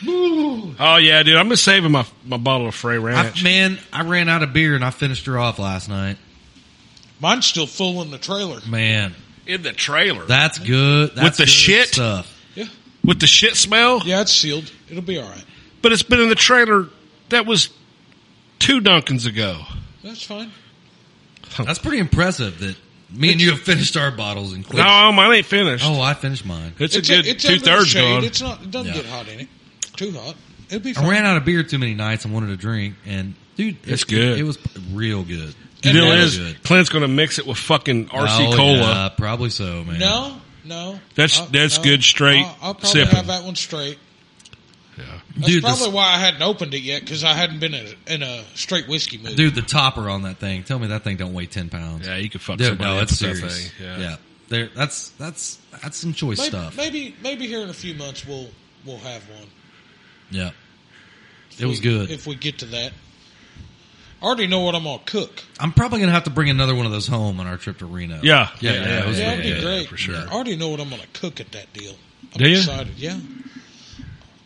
S2: Oh, yeah, dude. I'm just saving my, my bottle of Frey
S1: I,
S2: Ranch.
S1: man, I ran out of beer and I finished her off last night.
S3: Mine's still full in the trailer.
S1: Man,
S2: in the trailer.
S1: that's good. That's
S2: With the
S1: good
S2: shit?
S1: stuff.
S3: Yeah,
S2: with the shit smell?
S3: yeah, it's sealed. It'll be all right.
S2: But it's been in the trailer that was two Dunkins ago.
S3: That's fine.
S1: That's pretty impressive that me and you have finished our bottles and clips.
S2: No, mine ain't finished.
S1: Oh, I finished mine.
S2: It's,
S3: It's
S2: a good
S3: it's
S2: two
S3: under the
S2: thirds
S3: shade.
S2: gone.
S3: It's not. It doesn't
S1: Yeah.
S3: get hot in it. Too hot. It'll be
S1: I
S3: fine.
S1: ran out of beer too many nights and wanted a drink, and dude, it-
S2: It's good.
S1: It, was real good.
S2: The deal
S1: Real
S2: is,
S1: good.
S2: Clint's going to mix it with fucking RC
S1: Oh,
S2: Cola.
S1: yeah, probably so, man.
S3: No, no.
S2: That's-
S3: I'll-
S2: that's good straight
S3: I'll, I'll probably
S2: sipping.
S3: have that one straight.
S2: Yeah.
S3: That's
S1: Dude, this-
S3: probably why I hadn't opened it yet because I hadn't been in a, in a straight whiskey mood.
S1: Dude, the topper on that thing. Tell me that thing don't weigh ten pounds.
S2: Yeah, you could fuck
S1: Dude,
S2: somebody
S1: no,
S2: up
S1: it's
S2: with that
S1: serious.
S2: thing. Yeah.
S1: Yeah, There, that's that's that's some choice
S3: maybe,
S1: stuff.
S3: Maybe maybe here in a few months we'll we'll have one.
S1: Yeah,
S3: If
S1: it was
S3: we-
S1: good.
S3: If we get to that, I already know what I'm gonna cook.
S1: I'm probably gonna have to bring another one of those home on our trip to Reno.
S2: Yeah.
S1: yeah, yeah. it was
S3: Yeah,
S1: really
S3: that'd be
S1: good.
S3: great
S2: for sure.
S3: I already know what I'm gonna cook at that deal. I'm
S2: Do you?
S3: excited. Yeah, I'm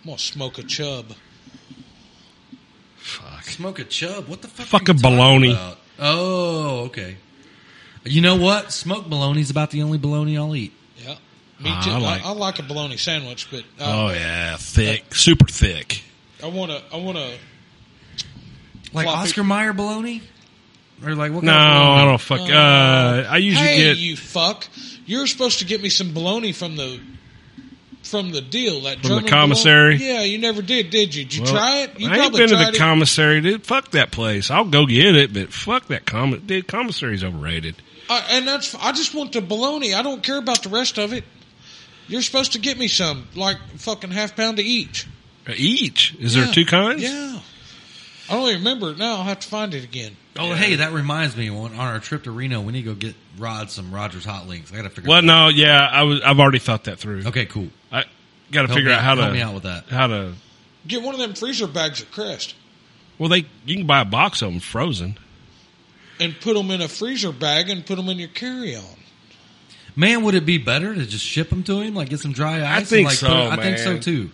S3: gonna smoke a chub.
S2: Fuck.
S1: Smoke a chub. What the fuck? are
S2: Fucking
S1: you talking
S2: baloney.
S1: about? Oh, okay. You know what? Smoked bologna's about the only bologna I'll eat.
S3: Yeah, me
S2: Ah,
S3: too.
S2: I
S3: I
S2: like-
S3: I, like a bologna sandwich, but uh,
S2: Oh yeah, thick, super thick.
S3: I want to. I want to.
S1: Like
S3: Floppy.
S1: Oscar Mayer bologna? Or like what
S2: No,
S1: kind of
S2: I
S1: bologna?
S2: don't fuck. Uh, I usually
S3: hey,
S2: get
S3: you fuck! You're supposed to get me some bologna from the from the deal that
S2: From the
S3: German
S2: commissary?
S3: bologna. Yeah, you never did, did you? Did you
S2: Well,
S3: try it? You
S2: I ain't
S3: probably
S2: been to the
S3: tried it.
S2: commissary, dude. Fuck that place. I'll go get it, but fuck that commis. Dude, commissary's overrated.
S3: I, and that's I just want the bologna. I don't care about the rest of it. You're supposed to get me some, like fucking half pound of each.
S2: Uh, Each is
S3: Yeah.
S2: there two kinds?
S3: Yeah. I don't even remember it now. I'll have to find it again.
S1: Oh, hey, that reminds me. On on our trip to Reno, we need to go get Rod some Rogers hot links. I got to figure.
S2: Well,
S1: it
S2: no, yeah, I was. I've already thought that through.
S1: out. Okay, cool.
S2: I got to
S1: Help
S2: figure
S1: me-
S2: out how
S1: help
S2: to
S1: me out with that.
S2: How to?
S3: Get one of them freezer bags of Crest
S2: Well, they you can buy a box of them frozen.
S3: and put them in a freezer bag and put them in your carry on.
S1: Man, would it be better to just ship them to him, like get some dry ice? and,
S2: think
S1: like,
S2: so,
S1: put it- I think so
S2: man.
S1: too.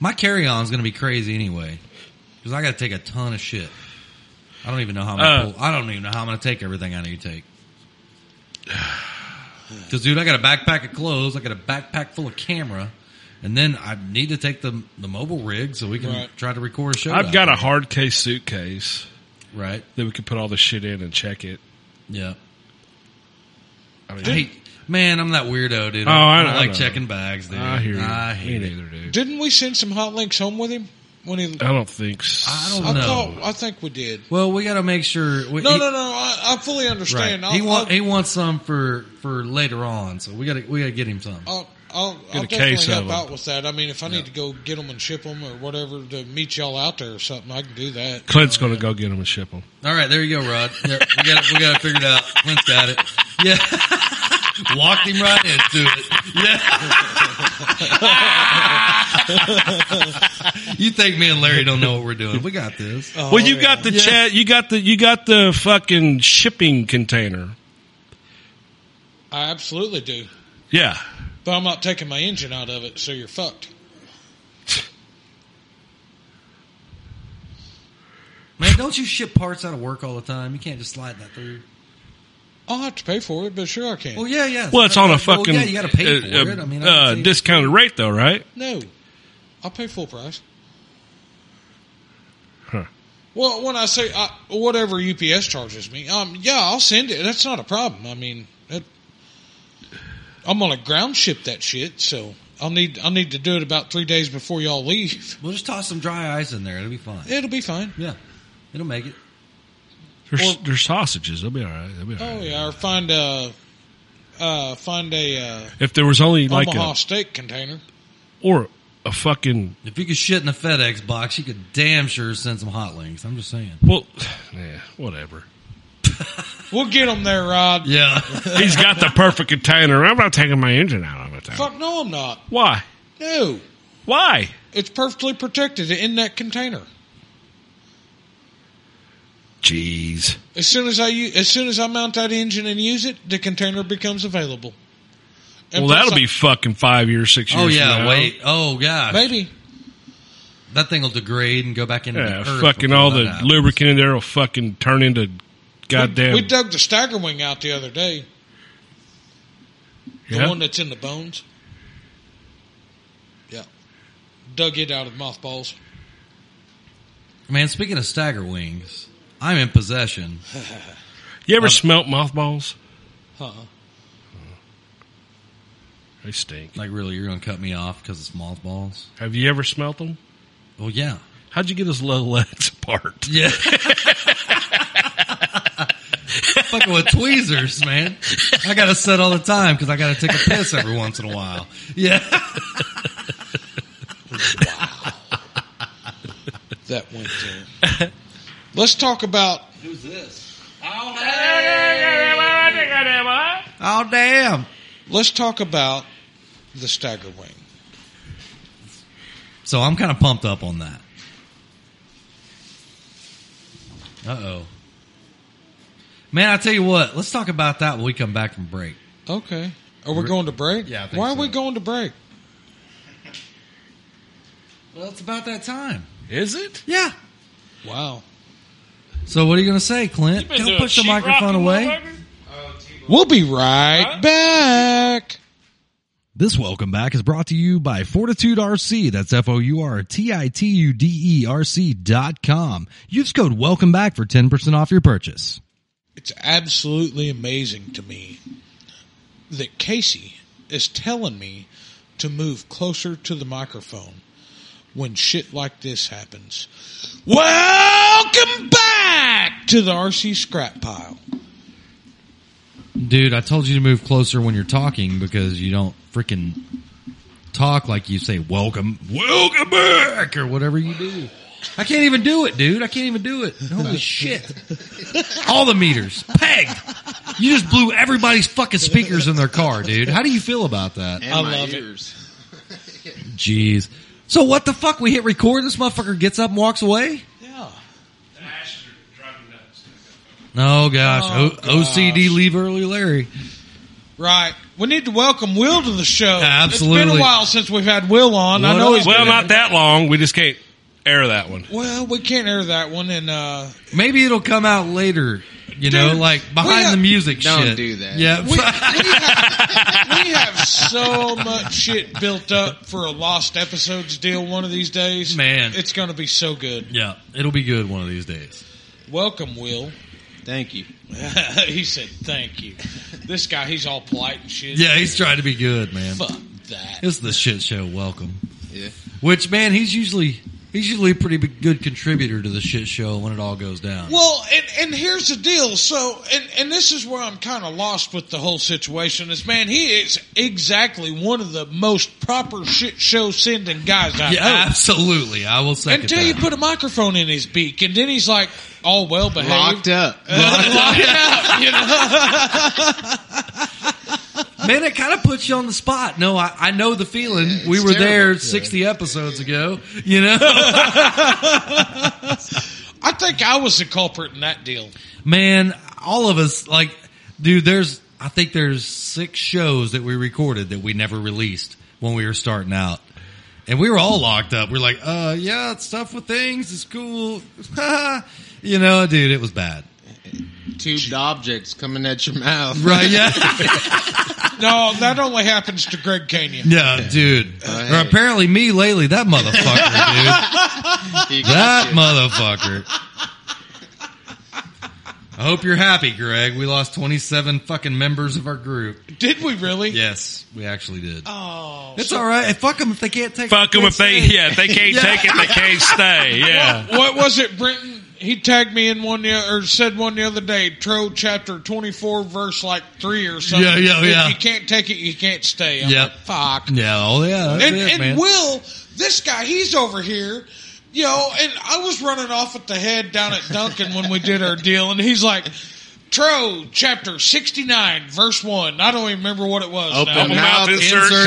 S1: My carry on is going to be crazy anyway, because I got to take a ton of shit. I don't even know how I'm gonna
S2: Uh,
S1: pull, I don't even know how I'm going to take everything I need to take. (sighs) Because dude, I got a backpack of clothes, I got a backpack full of camera, and then I need to take the the mobile rig so we can
S3: Right.
S1: try to record a show.
S2: I've
S1: out
S2: got a
S1: there.
S2: hard case suitcase
S1: right.
S2: that we could put all the shit in and check it.
S1: Yeah.
S2: I mean,
S1: I hate, man, I'm that weirdo, dude.
S2: Oh,
S1: I,
S2: I
S1: don't
S2: know,
S1: like
S2: I know.
S1: checking bags, dude.
S2: I hear you.
S1: I hate
S2: Me
S1: it.
S2: neither, dude.
S3: Didn't we send some hot links home with him when he?
S2: I don't think. So.
S1: I don't
S3: I
S1: know.
S3: thought I think we did.
S1: Well, we got to make sure. We,
S3: No,
S1: he,
S3: no, no. I, I fully understand.
S1: Right. He,
S3: I'll,
S1: want,
S3: I'll,
S1: he wants some for for later on, so we got to we got to get him some.
S3: I'll, I'll,
S2: a
S3: I'll
S2: case
S3: definitely
S2: of
S3: help
S2: 'em.
S3: out with that. I mean, if I need to go get them and ship them or whatever to meet y'all out there or something, I can do that.
S2: Clint's going to go get them and ship them.
S1: All right, there you go, Rod. Yeah, we got we got to figure it out. Clint's got it. Yeah, (laughs) walked him right into it. Yeah. (laughs) you think me and Larry don't know what we're doing? We got this.
S3: Oh,
S2: Well, you
S3: yeah.
S2: got the
S1: Yeah.
S2: chat. You got the you got the fucking shipping container.
S3: I absolutely do,
S2: Yeah,
S3: but I'm not taking my engine out of it, so you're fucked.
S1: Man, don't you ship parts out of work all the time? You can't just slide that through.
S3: I'll have to pay for it, but sure I can.
S1: Well, yeah, yeah.
S2: well, it's on a
S1: Well,
S2: fucking
S1: yeah, you got to pay for
S2: uh,
S1: it. I mean, I
S2: uh,
S1: can see-
S2: discounted rate though, right?
S3: No, I'll pay full price.
S2: Huh.
S3: Well, when I say I, whatever UPS charges me, um, yeah, I'll send it. That's not a problem. I mean, it, I'm gonna ground ship that shit, so I'll need I'll need to do it about three days before y'all leave. (laughs)
S1: we'll just toss some dry ice in there. It'll be fine.
S3: It'll be fine.
S1: Yeah, it'll make it.
S2: There's, there's sausages. They'll be all right. They'll be all
S3: Oh
S2: right.
S3: yeah, or find a uh, find a uh,
S2: If there was only like
S3: Omaha
S2: a
S3: steak container.
S2: or a fucking
S1: If you could shit in a FedEx box, you could damn sure send some hot links. I'm just saying.
S2: well, (sighs) yeah, whatever.
S3: We'll get them there,
S1: (laughs)
S3: Rod.
S1: Yeah.
S2: He's got the perfect container. I'm not taking my engine out of it. Though.
S3: Fuck no, I'm not.
S2: Why?
S3: No,
S2: Why?
S3: it's perfectly protected in that container.
S2: Jeez.
S3: As soon as I u- as soon as I mount that engine and use it, the container becomes available. And
S2: Well,
S3: plus uh,
S2: that'll
S3: I-
S2: be fucking five years, six years.
S1: oh
S2: from
S1: yeah.
S2: now.
S1: Wait. Oh gosh.
S3: maybe.
S1: That thing will degrade and go back into
S2: Yeah,
S1: the earth.
S2: fucking
S1: before
S2: all
S1: that
S2: the
S1: happens.
S2: lubricant in there will fucking turn into goddamn.
S3: We dug the stagger wing out the other day. The
S2: Yeah.
S3: one that's in the bones. Yeah. Dug it out of mothballs.
S1: Man, speaking of stagger wings, I'm in possession.
S2: you ever smelt mothballs?
S3: Huh.
S2: They stink.
S1: Like, really, you're gonna cut me off because it's mothballs?
S2: Have you ever smelt them?
S1: Well, yeah.
S2: How'd you get his little legs apart?
S1: Yeah. (laughs) Fucking with tweezers, man. I gotta set all the time because I gotta take a piss every once in a while. Yeah.
S3: That went there.
S2: (laughs)
S3: Let's talk about
S1: Who's this? Oh, oh damn.
S3: let's talk about the stagger wing.
S1: So I'm kind of pumped up on that. Uh oh. Man, I tell you what, let's talk about that when we come back from break.
S3: Okay. Are we going to break?
S1: Yeah, I think
S3: Why are
S1: so.
S3: we going to break?
S1: Well, it's about that time.
S2: Is it?
S1: Yeah.
S3: Wow.
S1: So what are you going to say, Clint? Don't push the microphone away.
S3: We'll be right back.
S4: This welcome back is brought to you by Fortitude RC. That's F O U R T I T U D E R C dot com. Use code welcome back for 10% off your purchase.
S3: It's absolutely amazing to me that Casey is telling me to move closer to the microphone when shit like this happens. Welcome back to the RC scrap pile.
S1: Dude, I told you to move closer when you're talking because you don't freaking talk like you say welcome, welcome back or whatever you do. I can't even do it, dude. I can't even do it. Holy shit. All the meters pegged. You just blew everybody's fucking speakers in their car, dude. How do you feel about that?
S3: I love it.
S1: Jeez. So what the fuck? We hit record. This motherfucker gets up and walks away.
S3: Yeah.
S1: Oh gosh.
S3: Oh,
S1: O- OCD leave early, Larry.
S3: Right. We need to welcome Will to the show. It's been
S1: Absolutely.
S3: a while since we've had Will on. I
S1: What
S3: know
S1: up?
S3: he's
S2: Well,
S3: been-
S2: not that long. We just can't air that one.
S3: Well, we can't air that one, and uh,
S1: Maybe it'll come out later. You know,
S3: Dude,
S1: like
S3: we
S1: behind
S3: have-
S1: the music.
S5: Don't
S1: shit.
S5: do that.
S1: Yeah.
S3: we, we, have, we have so much shit built up for a lost episodes deal one of these days.
S1: Man.
S3: it's going to be so good.
S1: (laughs) yeah. It'll be good one of these days.
S3: Welcome, Will. (laughs)
S5: Thank you.
S3: he said, "Thank you." This guy, he's all polite and shit.
S1: Yeah, he's trying to be good, man.
S3: Fuck that.
S1: It's the shit show. Welcome.
S5: Yeah.
S1: Which man, he's usually he's usually a pretty big- good contributor to the shit show when it all goes down.
S3: Well, and, and here's the deal. So, and, and this is where I'm kind of lost with the whole situation. Is man, he is exactly one of the most proper shit show sending guys I
S1: yeah,
S3: know.
S1: absolutely. I will second
S3: Until
S1: that.
S3: you put a microphone in his beak, and then he's like, all well behaved. (laughs)
S5: Locked up.
S1: (laughs) Man, it kind of puts you on the spot. No, I, I know the feeling.
S5: Yeah, it's
S1: we were there
S5: terrible.
S1: 60 episodes ago, you know? (laughs)
S3: I think I was the culprit in that deal.
S1: Man, all of us, like, dude, there's, I think there's six shows that we recorded that we never released when we were starting out. And we were all locked up. We are like, uh, yeah, it's stuff with things. It's cool. (laughs) you know, dude, it was bad.
S5: Tubed objects coming at your mouth.
S1: Right. Yeah.
S3: No, that only happens to Greg Canyon.
S1: Yeah, dude.
S5: Uh,
S1: Or
S5: hey.
S1: apparently me lately. That motherfucker, dude.
S5: He got
S1: That
S5: you.
S1: motherfucker. I hope you're happy, Greg. We lost 27 fucking members of our group.
S3: Did we really?
S1: Yes, we actually did.
S3: Oh,
S1: It's all right. Fuck them if they can't take.
S2: Fuck them if they
S1: can't stay.
S2: yeah if they can't take it they can't stay yeah.
S3: what was it, Brenton? He tagged me in one the or said one the other day, Tro chapter twenty four, verse like three or something.
S1: Yeah, yeah,
S3: If
S1: yeah.
S3: you can't take it, you can't stay. I'm
S1: Yep.
S3: like, fuck.
S1: Yeah. Oh yeah. That's
S3: and
S1: it,
S3: and
S1: man.
S3: Will, this guy, he's over here, you know, and I was running off at the head down at Duncan when we did our deal, and he's like, Tro chapter sixty nine, verse one. I don't even remember what it was.
S5: Open
S3: now.
S2: Mouth
S5: mouth.
S1: insert,
S2: insert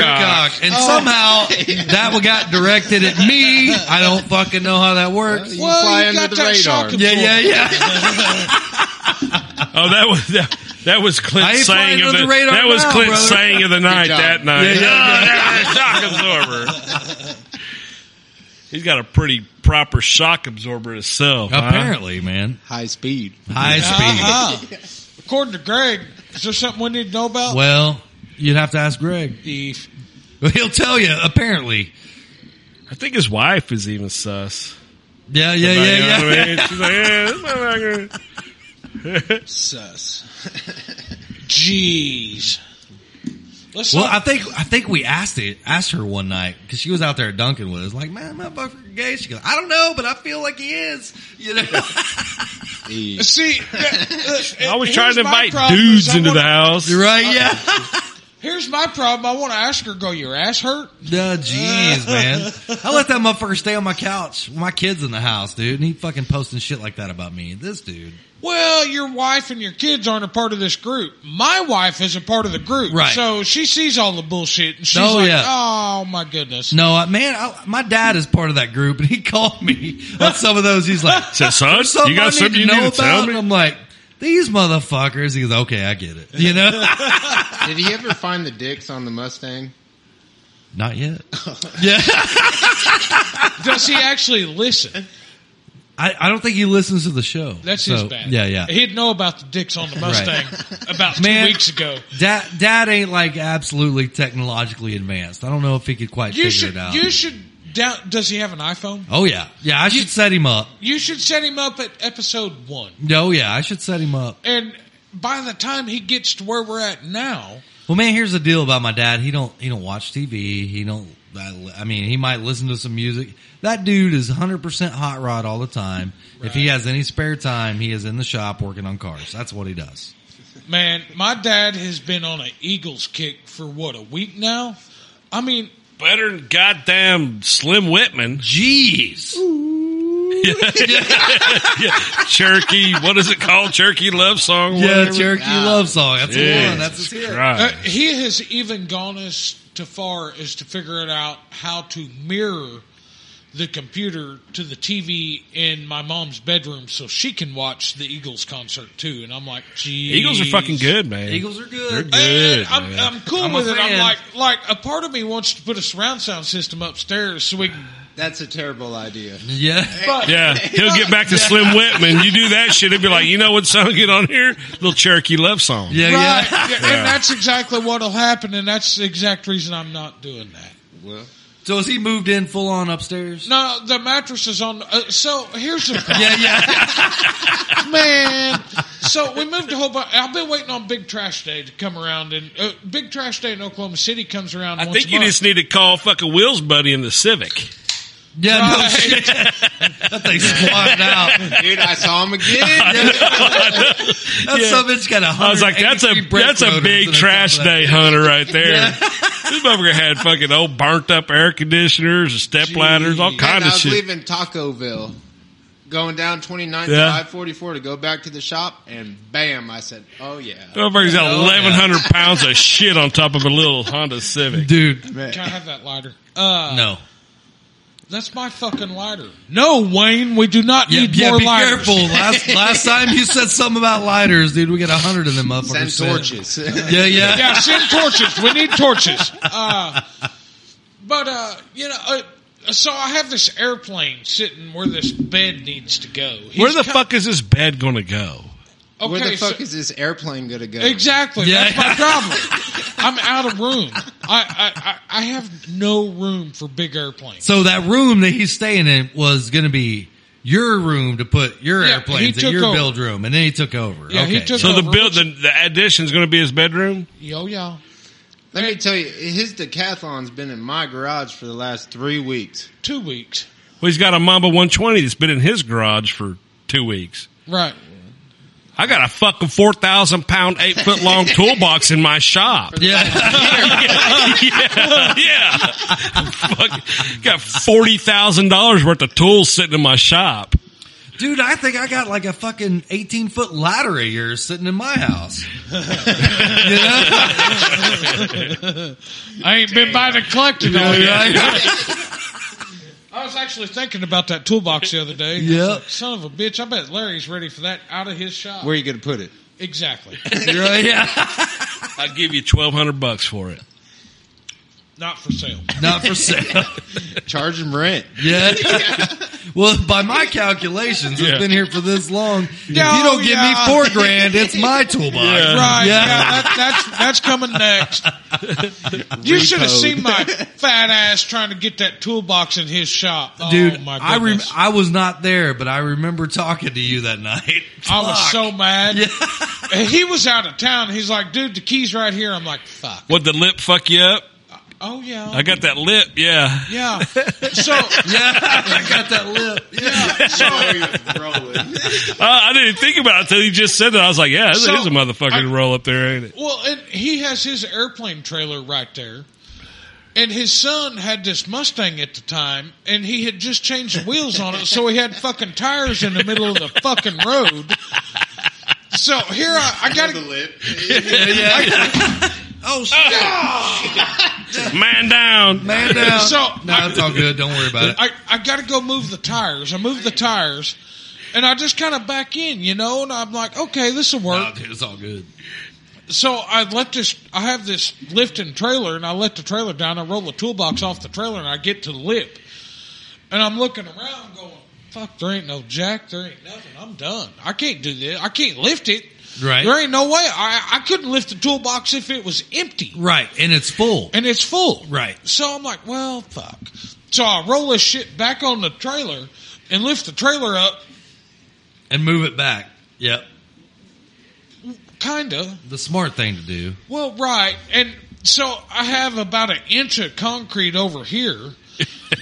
S1: cock.
S2: cock.
S1: And
S3: Oh.
S1: somehow
S3: (laughs)
S1: that one got directed at me. I don't fucking know how that works.
S5: (laughs) You
S3: Well,
S5: fly
S3: Oh, you
S5: under
S3: got
S5: the
S3: that
S5: radar.
S3: shock
S1: Yeah, yeah, yeah.
S2: Oh, that was that, that was
S1: I
S2: Clint
S1: ain't
S2: saying
S1: flying
S2: of
S1: under
S2: the,
S1: the radar
S2: that was
S1: now,
S2: Clint
S1: brother.
S2: saying of the night
S5: job.
S2: that night.
S1: Yeah, yeah,
S2: Oh, yeah, shock absorber. He's got a pretty proper shock absorber himself. huh?
S1: Apparently, man.
S5: High speed.
S1: High speed.
S3: Uh-huh. According to Greg, is there something we need to know about?
S1: Well, you'd have to ask Greg.
S3: The f-
S1: He'll tell you. Apparently.
S2: I think his wife is even sus.
S1: Yeah, yeah, yeah,
S2: You know
S1: yeah.
S2: what I mean? She's like, yeah, this motherfucker.
S5: Sus.
S3: Jeez. Let's
S1: Well,
S3: not-
S1: I think I think we asked it asked her one night because she was out there at Duncan with us. Like, man, my motherfucker gay. She goes, I don't know, but I feel like he is. You know,
S5: E.
S3: see. uh, uh,
S2: I was
S3: here's
S2: trying to
S3: my
S2: invite
S3: problem is
S2: dudes
S3: I
S2: into the
S3: wanna-
S1: (laughs)
S2: house.
S1: You're right? (laughs) Yeah.
S3: Here's my problem. I want to ask her. Go, your ass hurt?
S1: No, jeez, man. I let that motherfucker stay on my couch. with My kids in the house, dude, and he fucking posting shit like that about me. This dude,
S3: Well, your wife and your kids aren't a part of this group. My wife is a part of the group,
S1: Right.
S3: So she sees all the bullshit, and she's
S1: Oh,
S3: like,
S1: yeah.
S3: "Oh my goodness."
S1: no, I, man. I, my dad is part of that group, and he (laughs) called me on some of those. He's like,
S2: Said, son,
S1: something
S2: you got
S1: I need
S2: something
S1: to
S2: you
S1: know
S2: need to tell
S1: about?
S2: me?
S1: And I'm like, these motherfuckers. He goes, okay, I get it. You know. (laughs)
S5: Did he ever find the dicks on the Mustang?
S1: Not yet. yeah.
S3: Does he actually listen?
S1: I, I don't think he listens to the show.
S3: That's
S1: so,
S3: his bad.
S1: Yeah, yeah.
S3: He'd know about the dicks on the Mustang about two
S1: Man.
S3: weeks ago.
S1: Dad, dad ain't like absolutely technologically advanced. I don't know if he could quite
S3: You
S1: figure
S3: should.
S1: it out.
S3: You should. Doubt, does he have an iPhone?
S1: oh yeah, yeah. I should set him up.
S3: You should set him up at episode one.
S1: Oh yeah, I should set him up.
S3: And by the time he gets to where we're at now,
S1: Well, man, here's the deal about my dad. He don't he don't watch TV. He don't. I, I mean, he might listen to some music. That dude is 100 percent hot rod all the time. If he has any spare time, he is in the shop working on cars. That's what he does.
S3: man, my dad has been on an Eagles kick for what a week now. I mean,
S2: Better than goddamn Slim Whitman. (laughs)
S1: Jeez.
S2: Cherokee, what is it called? Cherokee Love Song?
S1: Yeah,
S2: whatever.
S1: Cherokee
S5: God.
S1: Love Song. That's the
S2: Jesus
S1: one. That's his hit.
S3: uh,
S2: Christ.
S3: he has even gone as to far as to figure it out how to mirror the computer to the TV in my mom's bedroom so she can watch the Eagles concert too. And I'm like, geez,
S2: Eagles are fucking good, man.
S1: Eagles are good.
S2: They're Good,
S3: And I'm,
S2: man.
S3: I'm cool
S1: I'm a
S3: with it. I'm
S1: fan.
S3: like, like a part of me wants to put a surround sound system upstairs so we can.
S5: That's a terrible idea.
S1: Yeah.
S3: But
S2: Yeah, he'll get back to Slim Whitman. You do that shit, he'll be like, you know what song get on here? Little Cherokee Love Song.
S1: Yeah,
S3: Right.
S1: yeah.
S3: Yeah, And that's exactly what'll happen, and that's the exact reason I'm not doing that.
S5: Well,
S1: (laughs) So has he moved in full on upstairs?
S3: No, the mattress is on. Uh, so
S2: (laughs)
S3: here's the problem,
S1: Yeah, (laughs) yeah.
S3: man. So we moved a whole bunch. I've been waiting on Big Trash Day to come around, and uh, Big Trash Day in Oklahoma City comes around.
S2: I
S3: once
S2: think
S3: a
S2: you
S3: month.
S2: just need to call fucking Will's buddy in the Civic.
S1: Yeah, no
S3: Right.
S1: shit. That (laughs) thing squatted out.
S5: dude, I saw him again.
S1: Yeah. That
S2: Yeah.
S1: some bitch got a
S2: I was like, that's a that's a big trash day hunter right there. This motherfucker had fucking old burnt up air conditioners, and step ladders, all
S5: Man,
S2: kind
S5: I
S2: of
S5: was
S2: shit.
S5: leaving Tacoville, going down 29th
S2: Yeah.
S5: 544 to go back to the shop, and bam, I said, oh yeah.
S2: Motherfucker's got
S1: Oh, yeah.
S2: eleven hundred pounds of shit on top of a little Honda Civic.
S1: Dude,
S5: Man.
S3: Can I have that lighter? Uh,
S1: no.
S3: that's my fucking lighter. No, Wayne, we do not
S1: Yeah,
S3: need
S1: yeah
S3: more
S1: be
S3: lighters. (laughs)
S1: careful. Last last time you said something about lighters, dude. We got a hundred of them
S5: Send
S1: motherfuckers. sent. (laughs)
S5: torches.
S1: Yeah, yeah.
S3: (laughs) yeah, send torches. We need torches. Uh, but uh, you know, uh, so I have this airplane sitting where this bed needs to go. He's
S2: Where the
S3: co-
S2: fuck is this bed going to go?
S3: Okay,
S5: (laughs) Where the
S3: so-
S5: fuck is this airplane going to go?
S3: exactly?
S1: Yeah.
S3: That's my problem. I'm out of room. I, I I I have no room for big airplanes.
S1: So that room that he's staying in was going to be your room to put your
S3: Yeah, he
S1: airplanes
S3: took
S1: in your
S3: over.
S1: build room, and then he took over.
S3: Yeah,
S1: okay.
S3: he took-
S2: So the
S3: Over.
S2: build the, the addition's going to be his bedroom.
S3: Yo yo.
S5: Let me tell you, his decathlon's been in my garage for the last three weeks.
S3: Two weeks.
S2: Well, he's got a Mamba 120 that's been in his garage for two weeks.
S3: Right.
S2: I got a fucking 4,000 pound, eight foot long toolbox in my shop.
S3: (laughs)
S1: yeah,
S2: yeah.
S1: Oh,
S2: yeah, (laughs) Fuck, got $40,000 worth of tools sitting in my shop.
S1: dude, I think I got like a fucking eighteen foot ladder of yours sitting in my house. you know?
S3: I ain't been by the collector. all yet.
S2: (laughs)
S1: Right?
S3: I was actually thinking about that toolbox the other day.
S1: Yeah.
S3: I was like, Son of a bitch! I bet Larry's ready for that out of his shop.
S5: Where are you going to put it?
S3: exactly. (laughs)
S1: Right, yeah.
S2: I'd give you 1200 bucks for it.
S3: Not for
S1: (laughs)
S3: sale.
S1: Not for
S3: (laughs)
S1: sale.
S5: Charge him rent.
S1: Yeah. Well, by my calculations,
S2: Yeah.
S1: it's been here for this long. If you
S3: Yeah,
S1: don't
S3: oh,
S1: give
S3: yeah.
S1: me four grand, it's my toolbox.
S2: Yeah.
S3: (laughs) Right.
S1: Yeah.
S3: Yeah, that, that's that's
S1: (laughs)
S3: coming next. you should have seen my fat ass trying to get that toolbox in his shop. Oh,
S1: Dude,
S3: my
S1: I rem-
S3: goodness.
S1: I was not there, but I remember talking to you that night.
S3: I was
S1: Fuck.
S3: so mad.
S1: Yeah.
S3: And He was out of town. He's like, dude, the key's right here. I'm like, fuck.
S2: What, the lip fuck you up?
S3: Oh yeah.
S2: I got that lip, yeah.
S3: yeah. So
S1: Yeah, I got that lip. Yeah.
S5: (laughs)
S2: Uh, I didn't think about it until you just said that. I was like, yeah, this
S3: So,
S2: is a motherfucker
S3: I-
S2: to roll up there, ain't it?
S3: well, and he has his airplane trailer right there. And his son had this Mustang at the time, and he had just changed the wheels on it, so he had fucking tires in the middle of the fucking road. So here I, I gotta
S1: Yeah, yeah, yeah. (laughs) Oh, shit.
S2: Man down.
S1: man down.
S3: So,
S1: no,
S3: I-
S1: it's all good. Don't worry about it.
S3: I, I got to go move the tires. I move the tires, and I just kind of back in, you know. And I'm like, okay, this will
S1: No,
S3: work.
S1: dude, it's all good.
S3: So I let this. I have this lift and trailer, and I let the trailer down. I roll the toolbox off the trailer, and I get to the lip, and I'm looking around, going, fuck, there ain't no jack, there ain't nothing. I'm done. I can't do this. I can't lift it.
S1: Right.
S3: There ain't no way. I I couldn't lift the toolbox if it was empty
S1: Right, and it's full.
S3: and it's full.
S1: Right.
S3: So I'm like, well, fuck. So I roll this shit back on the trailer and lift the trailer up,
S1: And move it back. Yep.
S3: kinda.
S1: The smart thing to do.
S3: Well, right. And so I have about an inch of concrete over here.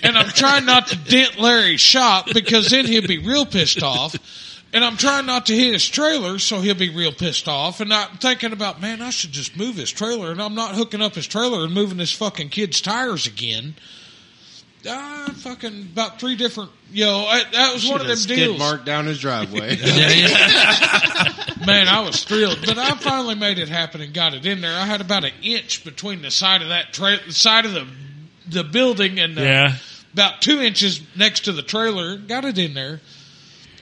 S3: and I'm trying not to dent Larry's shop because then he'll be real pissed off. And I'm trying not to hit his trailer, so he'll be real pissed off. And I'm thinking about, man, I should just move his trailer. And I'm not hooking up his trailer and moving this fucking kid's tires again. Ah, fucking about three different, yo. I, that was one of them
S5: Skid
S3: deals.
S5: mark down
S3: (laughs)
S5: his driveway.
S1: Yeah, yeah.
S3: Man, I was thrilled, but I finally made it happen and got it in there. I had about an inch between the side of that tra- the side of the the building and the,
S2: Yeah.
S3: about two inches next to the trailer. Got it in there.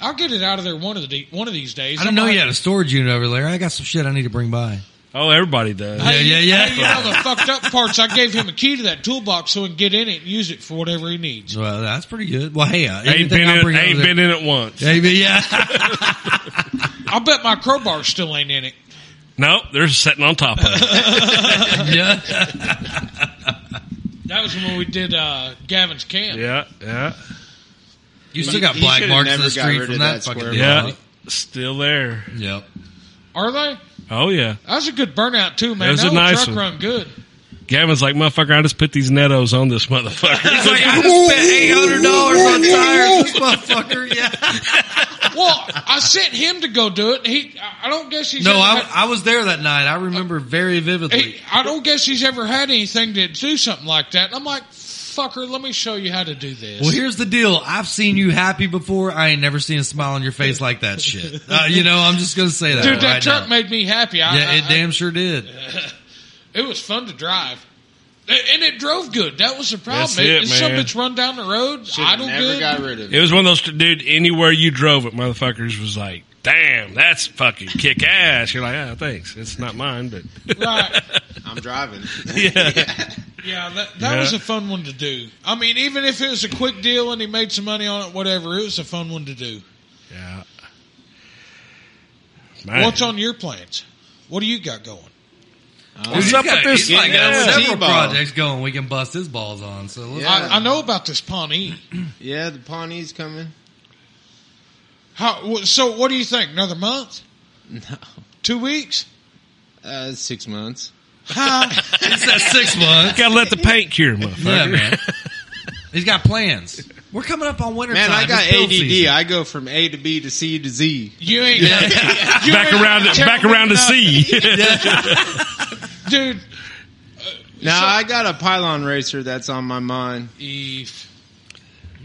S3: I'll get it out of there one of the de- one of these
S1: (laughs)
S3: days.
S1: I didn't know
S3: might-
S1: you had a storage unit over there. I got some shit I need to bring by.
S2: Oh, everybody does.
S1: Yeah, yeah, yeah.
S3: You know the fucked up parts. I gave him a key to that toolbox so he can get in it and use it for whatever he needs.
S1: Well, that's pretty good. Well, hey, uh,
S2: ain't
S1: anything
S2: been
S1: I
S2: in,
S1: bring
S2: ain't
S1: over
S2: been in it once.
S1: there- Hey, but yeah. (laughs)
S3: I bet my crowbar still ain't in it.
S2: No, they're sitting on top of
S1: (laughs)
S2: it.
S1: yeah.
S3: That was when we did uh, Gavin's camp.
S2: yeah, yeah,
S1: You still got
S5: He- he
S1: black
S5: should've
S1: marks in the
S5: never got
S1: street
S5: rid
S1: from
S5: of
S1: that,
S5: that
S1: fucking
S5: square
S1: deal.
S2: yeah.
S1: huh?
S2: Still there.
S1: Yep.
S3: Are they?
S2: Oh yeah.
S3: That was a good burnout too, man.
S2: That was a
S3: old
S2: nice one.
S3: truck run good.
S2: Gavin's like, motherfucker, I just put these nettos on this motherfucker.
S1: I (laughs) just spent eight hundred dollars on tires, this motherfucker. Yeah.
S3: Well, I sent him to go do it. He, I don't guess he's
S1: No,
S3: ever
S1: I,
S3: had-
S1: I was there that night. I remember very vividly.
S3: Hey, I don't guess he's ever had anything to do something like that. And I'm like, fucker, let me show you how to do this.
S1: Well, here's the deal. I've seen you happy before. I ain't never seen a smile on your face like that shit. Uh, you know, I'm just gonna say that.
S3: Dude, that
S1: right
S3: truck
S1: now.
S3: made me happy. I,
S1: Yeah,
S3: I-
S1: it damn sure did.
S3: I- it was fun to drive. A- And it drove good. That was the problem.
S2: That's it,
S3: it's
S2: man.
S3: some bitch run down the road,
S5: Should've
S3: idle
S5: never
S3: good.
S5: got rid
S2: (laughs)
S5: of
S2: it
S5: it.
S2: was one of those dude. Anywhere you drove it, motherfuckers was like, damn, that's fucking kick ass. You're like, ah, thanks. It's not mine, but
S5: (laughs)
S3: Right.
S5: I'm driving.
S3: Yeah, that, that
S2: Yeah.
S3: was a fun one to do. I mean, even if it was a quick deal and he made some money on it, whatever, it was a fun one to do.
S2: yeah. Man.
S3: What's on your plans? What do you got going?
S2: What's
S1: Dude,
S2: up
S1: you
S2: with
S1: got-
S2: this?
S1: He's like got
S5: Yeah.
S1: several
S5: T-ball.
S1: projects going. We can bust his balls on. So let's,
S5: Yeah.
S3: I, I know about this Pawnee.
S5: yeah, the Pawnee's coming.
S3: How? wh- So, what do you think? Another month?
S5: No,
S3: Two weeks?
S5: uh, six months.
S1: it's that six (laughs) months.
S2: Gotta let the paint cure, motherfucker.
S1: Yeah, man. He's got plans. We're coming up on winter
S5: Man,
S1: time.
S5: I got
S1: It's pill
S5: ADD.
S1: season.
S5: I go from A to B to C to Z.
S3: You ain't
S5: (laughs)
S3: you
S2: Back
S3: ain't
S2: around,
S3: gonna
S2: to,
S3: tell
S2: back
S3: me
S2: around to
S3: nothing.
S2: sea.
S3: dude.
S5: Now I got a pylon racer that's on my mind.
S3: Eve,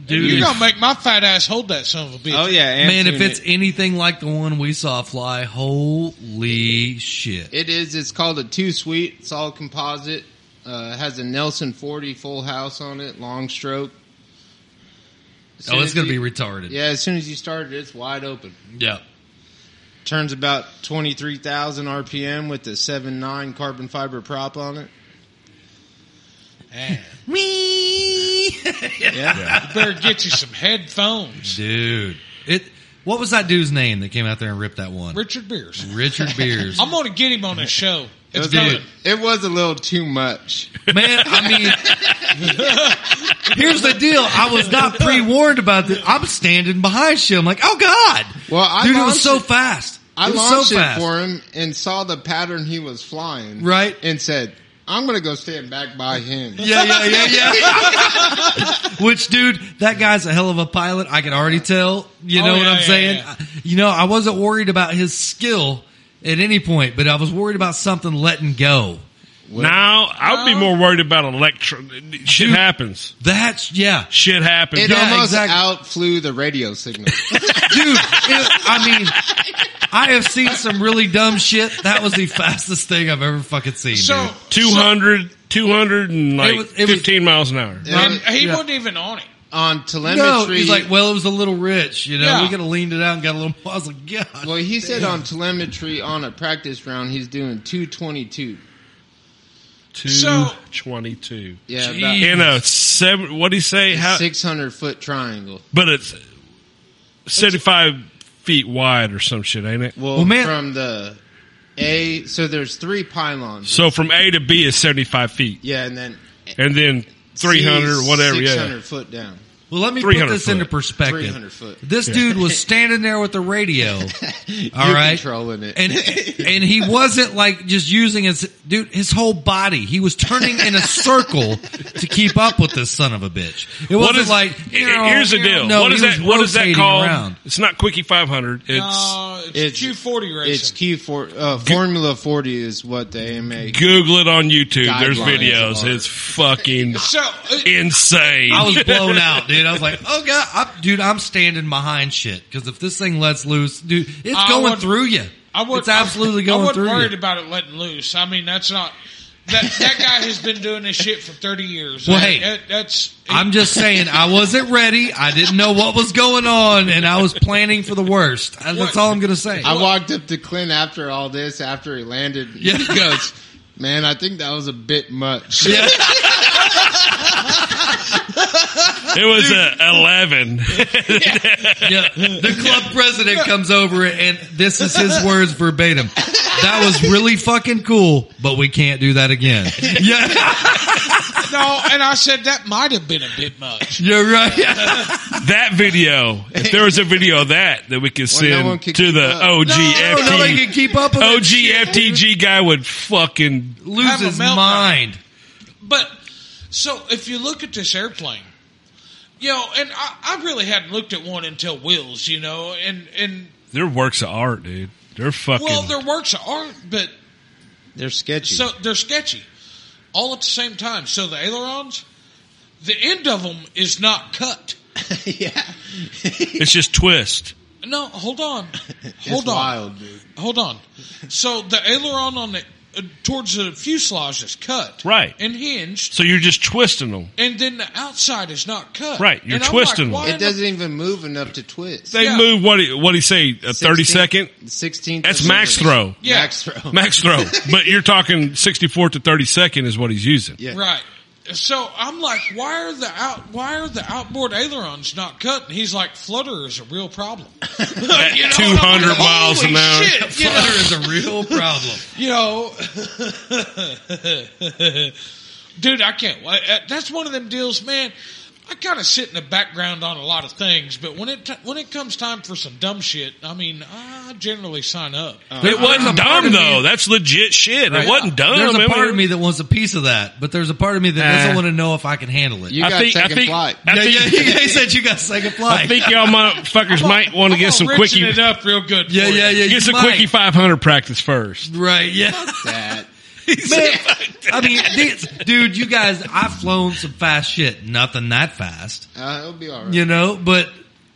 S1: Dude,
S3: you're gonna make my fat ass hold that son of a bitch.
S5: Oh yeah, and
S1: man, if
S5: tune
S1: it's
S5: it.
S1: anything like the one we saw fly, holy shit!
S5: it is, it's called a two suite. It's all composite. Uh, has a Nelson forty full house on it, long stroke. As
S1: oh,
S5: soon
S1: it's
S5: as
S1: gonna
S5: you-
S1: be retarded.
S5: Yeah, as soon as you start it, it's wide open.
S1: Yep.
S5: Turns about twenty three thousand RPM with the seven nine carbon fiber prop on it.
S3: Man,
S5: (laughs) Yeah.
S3: you better get you some
S5: (laughs)
S3: headphones,
S1: dude. It. What was that dude's name that came out there and ripped that one?
S3: Richard Beers.
S1: Richard Beers.
S5: (laughs)
S3: I'm gonna get him on the show.
S5: It
S3: It's
S5: was, a,
S3: coming.
S5: it was a little too much.
S1: Man, I mean,
S5: (laughs)
S1: here's the deal. I was not pre warned about this. I'm standing behind shit. I'm like, oh god.
S5: Well, I
S1: dude, it was
S5: launched
S1: so
S5: it-
S1: fast.
S5: I
S1: it was
S5: launched
S1: so fast.
S5: it for him and saw the pattern he was flying.
S1: Right.
S5: And said, I'm going to go stand back by him.
S1: Yeah, yeah, yeah, yeah. (laughs) Which, dude, that guy's a hell of a pilot. I can already tell. You
S3: Oh,
S1: know what
S3: yeah,
S1: I'm
S3: yeah,
S1: saying?
S3: yeah.
S1: You know, I wasn't worried about his skill at any point, but I was worried about something letting go.
S2: (laughs) now I would be more worried about electro. Shit
S1: Dude.
S2: happens.
S1: That's yeah,
S2: Shit happens.
S5: It
S1: Yeah,
S5: almost
S1: exactly.
S5: outflew the
S1: (laughs)
S5: radio signal.
S1: dude. it- I mean, I have seen some really dumb shit. That was the fastest thing I've ever fucking seen.
S3: So
S1: dude.
S2: 200, 200 and like
S1: It was- it was-
S2: 15 miles an hour.
S3: so- and he
S1: Yeah.
S3: wasn't even on it.
S5: On
S1: No,
S5: telemetry.
S1: he's like, well, it was a little rich, you know.
S3: Yeah.
S1: We could have leaned it out and got a little. I was like, God,
S5: well, he said on telemetry on a practice round, he's doing 222.
S3: So-
S2: 222.
S5: Yeah,
S1: Jeez.
S5: about
S2: In a seven, what do you say? How,
S5: 600 foot triangle.
S2: but it's 75 feet wide or some shit, ain't it?
S5: Well,
S1: Well, man-
S5: from the A, so there's three pylons.
S2: So from A to B is 75 feet.
S5: yeah, and then
S2: And then 300 or whatever,
S5: Six
S2: yeah.
S5: hundred foot down.
S1: Well, let me put
S2: 300
S1: this
S2: foot.
S1: into perspective.
S5: 300 foot.
S1: This dude was
S2: (laughs)
S1: standing there with the radio. all right,
S5: You're controlling it.
S2: (laughs)
S1: and and he wasn't like just using his dude his whole body. He was turning in a circle to keep up with this son of a bitch. It wasn't
S2: What is
S1: like
S2: Here's the deal.
S1: No,
S2: what is
S1: he
S2: that
S1: was
S2: what is that
S1: rotating
S2: called?
S1: around.
S2: It's not Quickie 500. It's
S3: Uh, it's,
S5: It's-
S3: Q40 racing.
S5: It's Q four uh, Formula Forty is what the AMA.
S2: Google it on YouTube. There's
S5: Guidelines
S2: videos.
S5: are-
S1: (laughs)
S2: It's fucking
S3: so, uh,
S2: insane.
S1: I
S2: (laughs)
S1: was blown out, dude. I was like, "Oh god, I'm, dude, I'm standing behind shit because if this thing lets loose, dude, it's
S3: I
S1: going
S3: wouldn't-
S1: through you.
S3: I would,
S1: it's absolutely
S3: I
S1: going
S3: wasn't
S1: through
S3: worried
S1: you."
S3: about it letting loose. I mean, that's not that that guy has been doing this shit for thirty years.
S1: Well,
S3: That-
S1: hey,
S3: that- that's
S1: I'm just saying, I wasn't ready. I didn't know what was going on, and I was planning for the worst. Uh, That's all I'm gonna say.
S5: I walked up to Clint after all this, after he landed.
S1: Yeah.
S5: He goes, Man, I think that was a bit much.
S1: Yeah.
S2: It was
S1: (laughs)
S2: a 11.
S1: Yeah, the club president comes over and this is his words verbatim. That was really fucking cool, but we can't do that again.
S2: (laughs)
S1: Yeah,
S3: (laughs) no, and I said that might have been a bit much.
S1: you're right. (laughs)
S2: that video, if there was a video of that that we could
S5: Well, no
S2: send
S5: one
S2: to
S5: could keep
S2: the
S5: up.
S1: No, no, they
S2: OGFT,
S1: can keep up with it.
S2: OGFTG guy would fucking
S1: Lose
S3: Have a
S1: his
S3: meltdown.
S1: mind.
S3: But so if you look at this airplane, you know, and I, I really hadn't looked at one until Will's, you know, and and
S2: They're works of art, dude. They're fucking.
S3: well, their works of art, but
S5: They're sketchy.
S3: So they're sketchy, all at the same time. So the ailerons, the end of them is not cut.
S5: yeah.
S2: it's just twist.
S3: No,
S1: (laughs)
S3: hold on, hold
S5: It's
S3: on,
S5: wild, dude.
S3: hold on. So the aileron on the uh, towards the fuselage is cut,
S2: Right.
S3: and hinged,
S2: So you're just twisting them.
S3: and then the outside is not cut,
S2: Right, you're
S3: And I'm
S2: twisting
S3: why
S5: It
S3: in the-
S5: doesn't even move enough to twist.
S2: They
S3: Yeah.
S2: move what? He, what he say? A thirty second?
S5: 16
S2: That's max throw.
S3: Yeah.
S5: Max
S1: Oh.
S2: (laughs)
S5: throw.
S2: Max throw. but you're talking sixty four to thirty second is what he's using.
S5: Yeah.
S3: Right. So I'm like, why are the out? Why are the outboard ailerons not cut? And he's like, flutter is a
S2: (laughs)
S3: real problem. You know, and I'm like,
S2: 200 miles
S3: "Holy
S2: an hour."
S3: shit, you know?
S1: Flutter is a (laughs) real problem.
S3: you know, (laughs) dude, I can't. wa- uh, That's one of them deals, man. I kind of sit in the background on a lot of things, but when it t- when it comes time for some dumb shit, I mean, I generally sign up.
S2: It wasn't
S1: There's a part
S2: dumb
S1: of
S2: though.
S1: me-
S2: That's legit shit. It wasn't dumb.
S1: There's
S2: I
S1: a
S2: mean,
S1: part of me that wants a piece of that, but there's a part of me that doesn't
S2: Uh,
S1: want to know if I can handle it.
S5: You
S2: I
S5: got
S2: think. I
S5: second
S2: think.
S5: flight.
S2: I
S1: yeah,
S2: think.
S1: yeah, (laughs) he said you got second flight.
S2: I think y'all motherfuckers might want to
S3: I'm
S2: get some
S3: gonna
S2: quickie.
S3: richen it up real good.
S1: yeah,
S3: for
S1: yeah,
S3: you.
S1: yeah. you
S2: Get some
S1: might.
S2: quickie five hundred practice first.
S1: Right, yeah. (laughs)
S5: That.
S1: Man, I mean, these- dude, you guys, I've flown some fast shit. Nothing that fast,
S5: Uh, it'll be all right.
S1: you know, but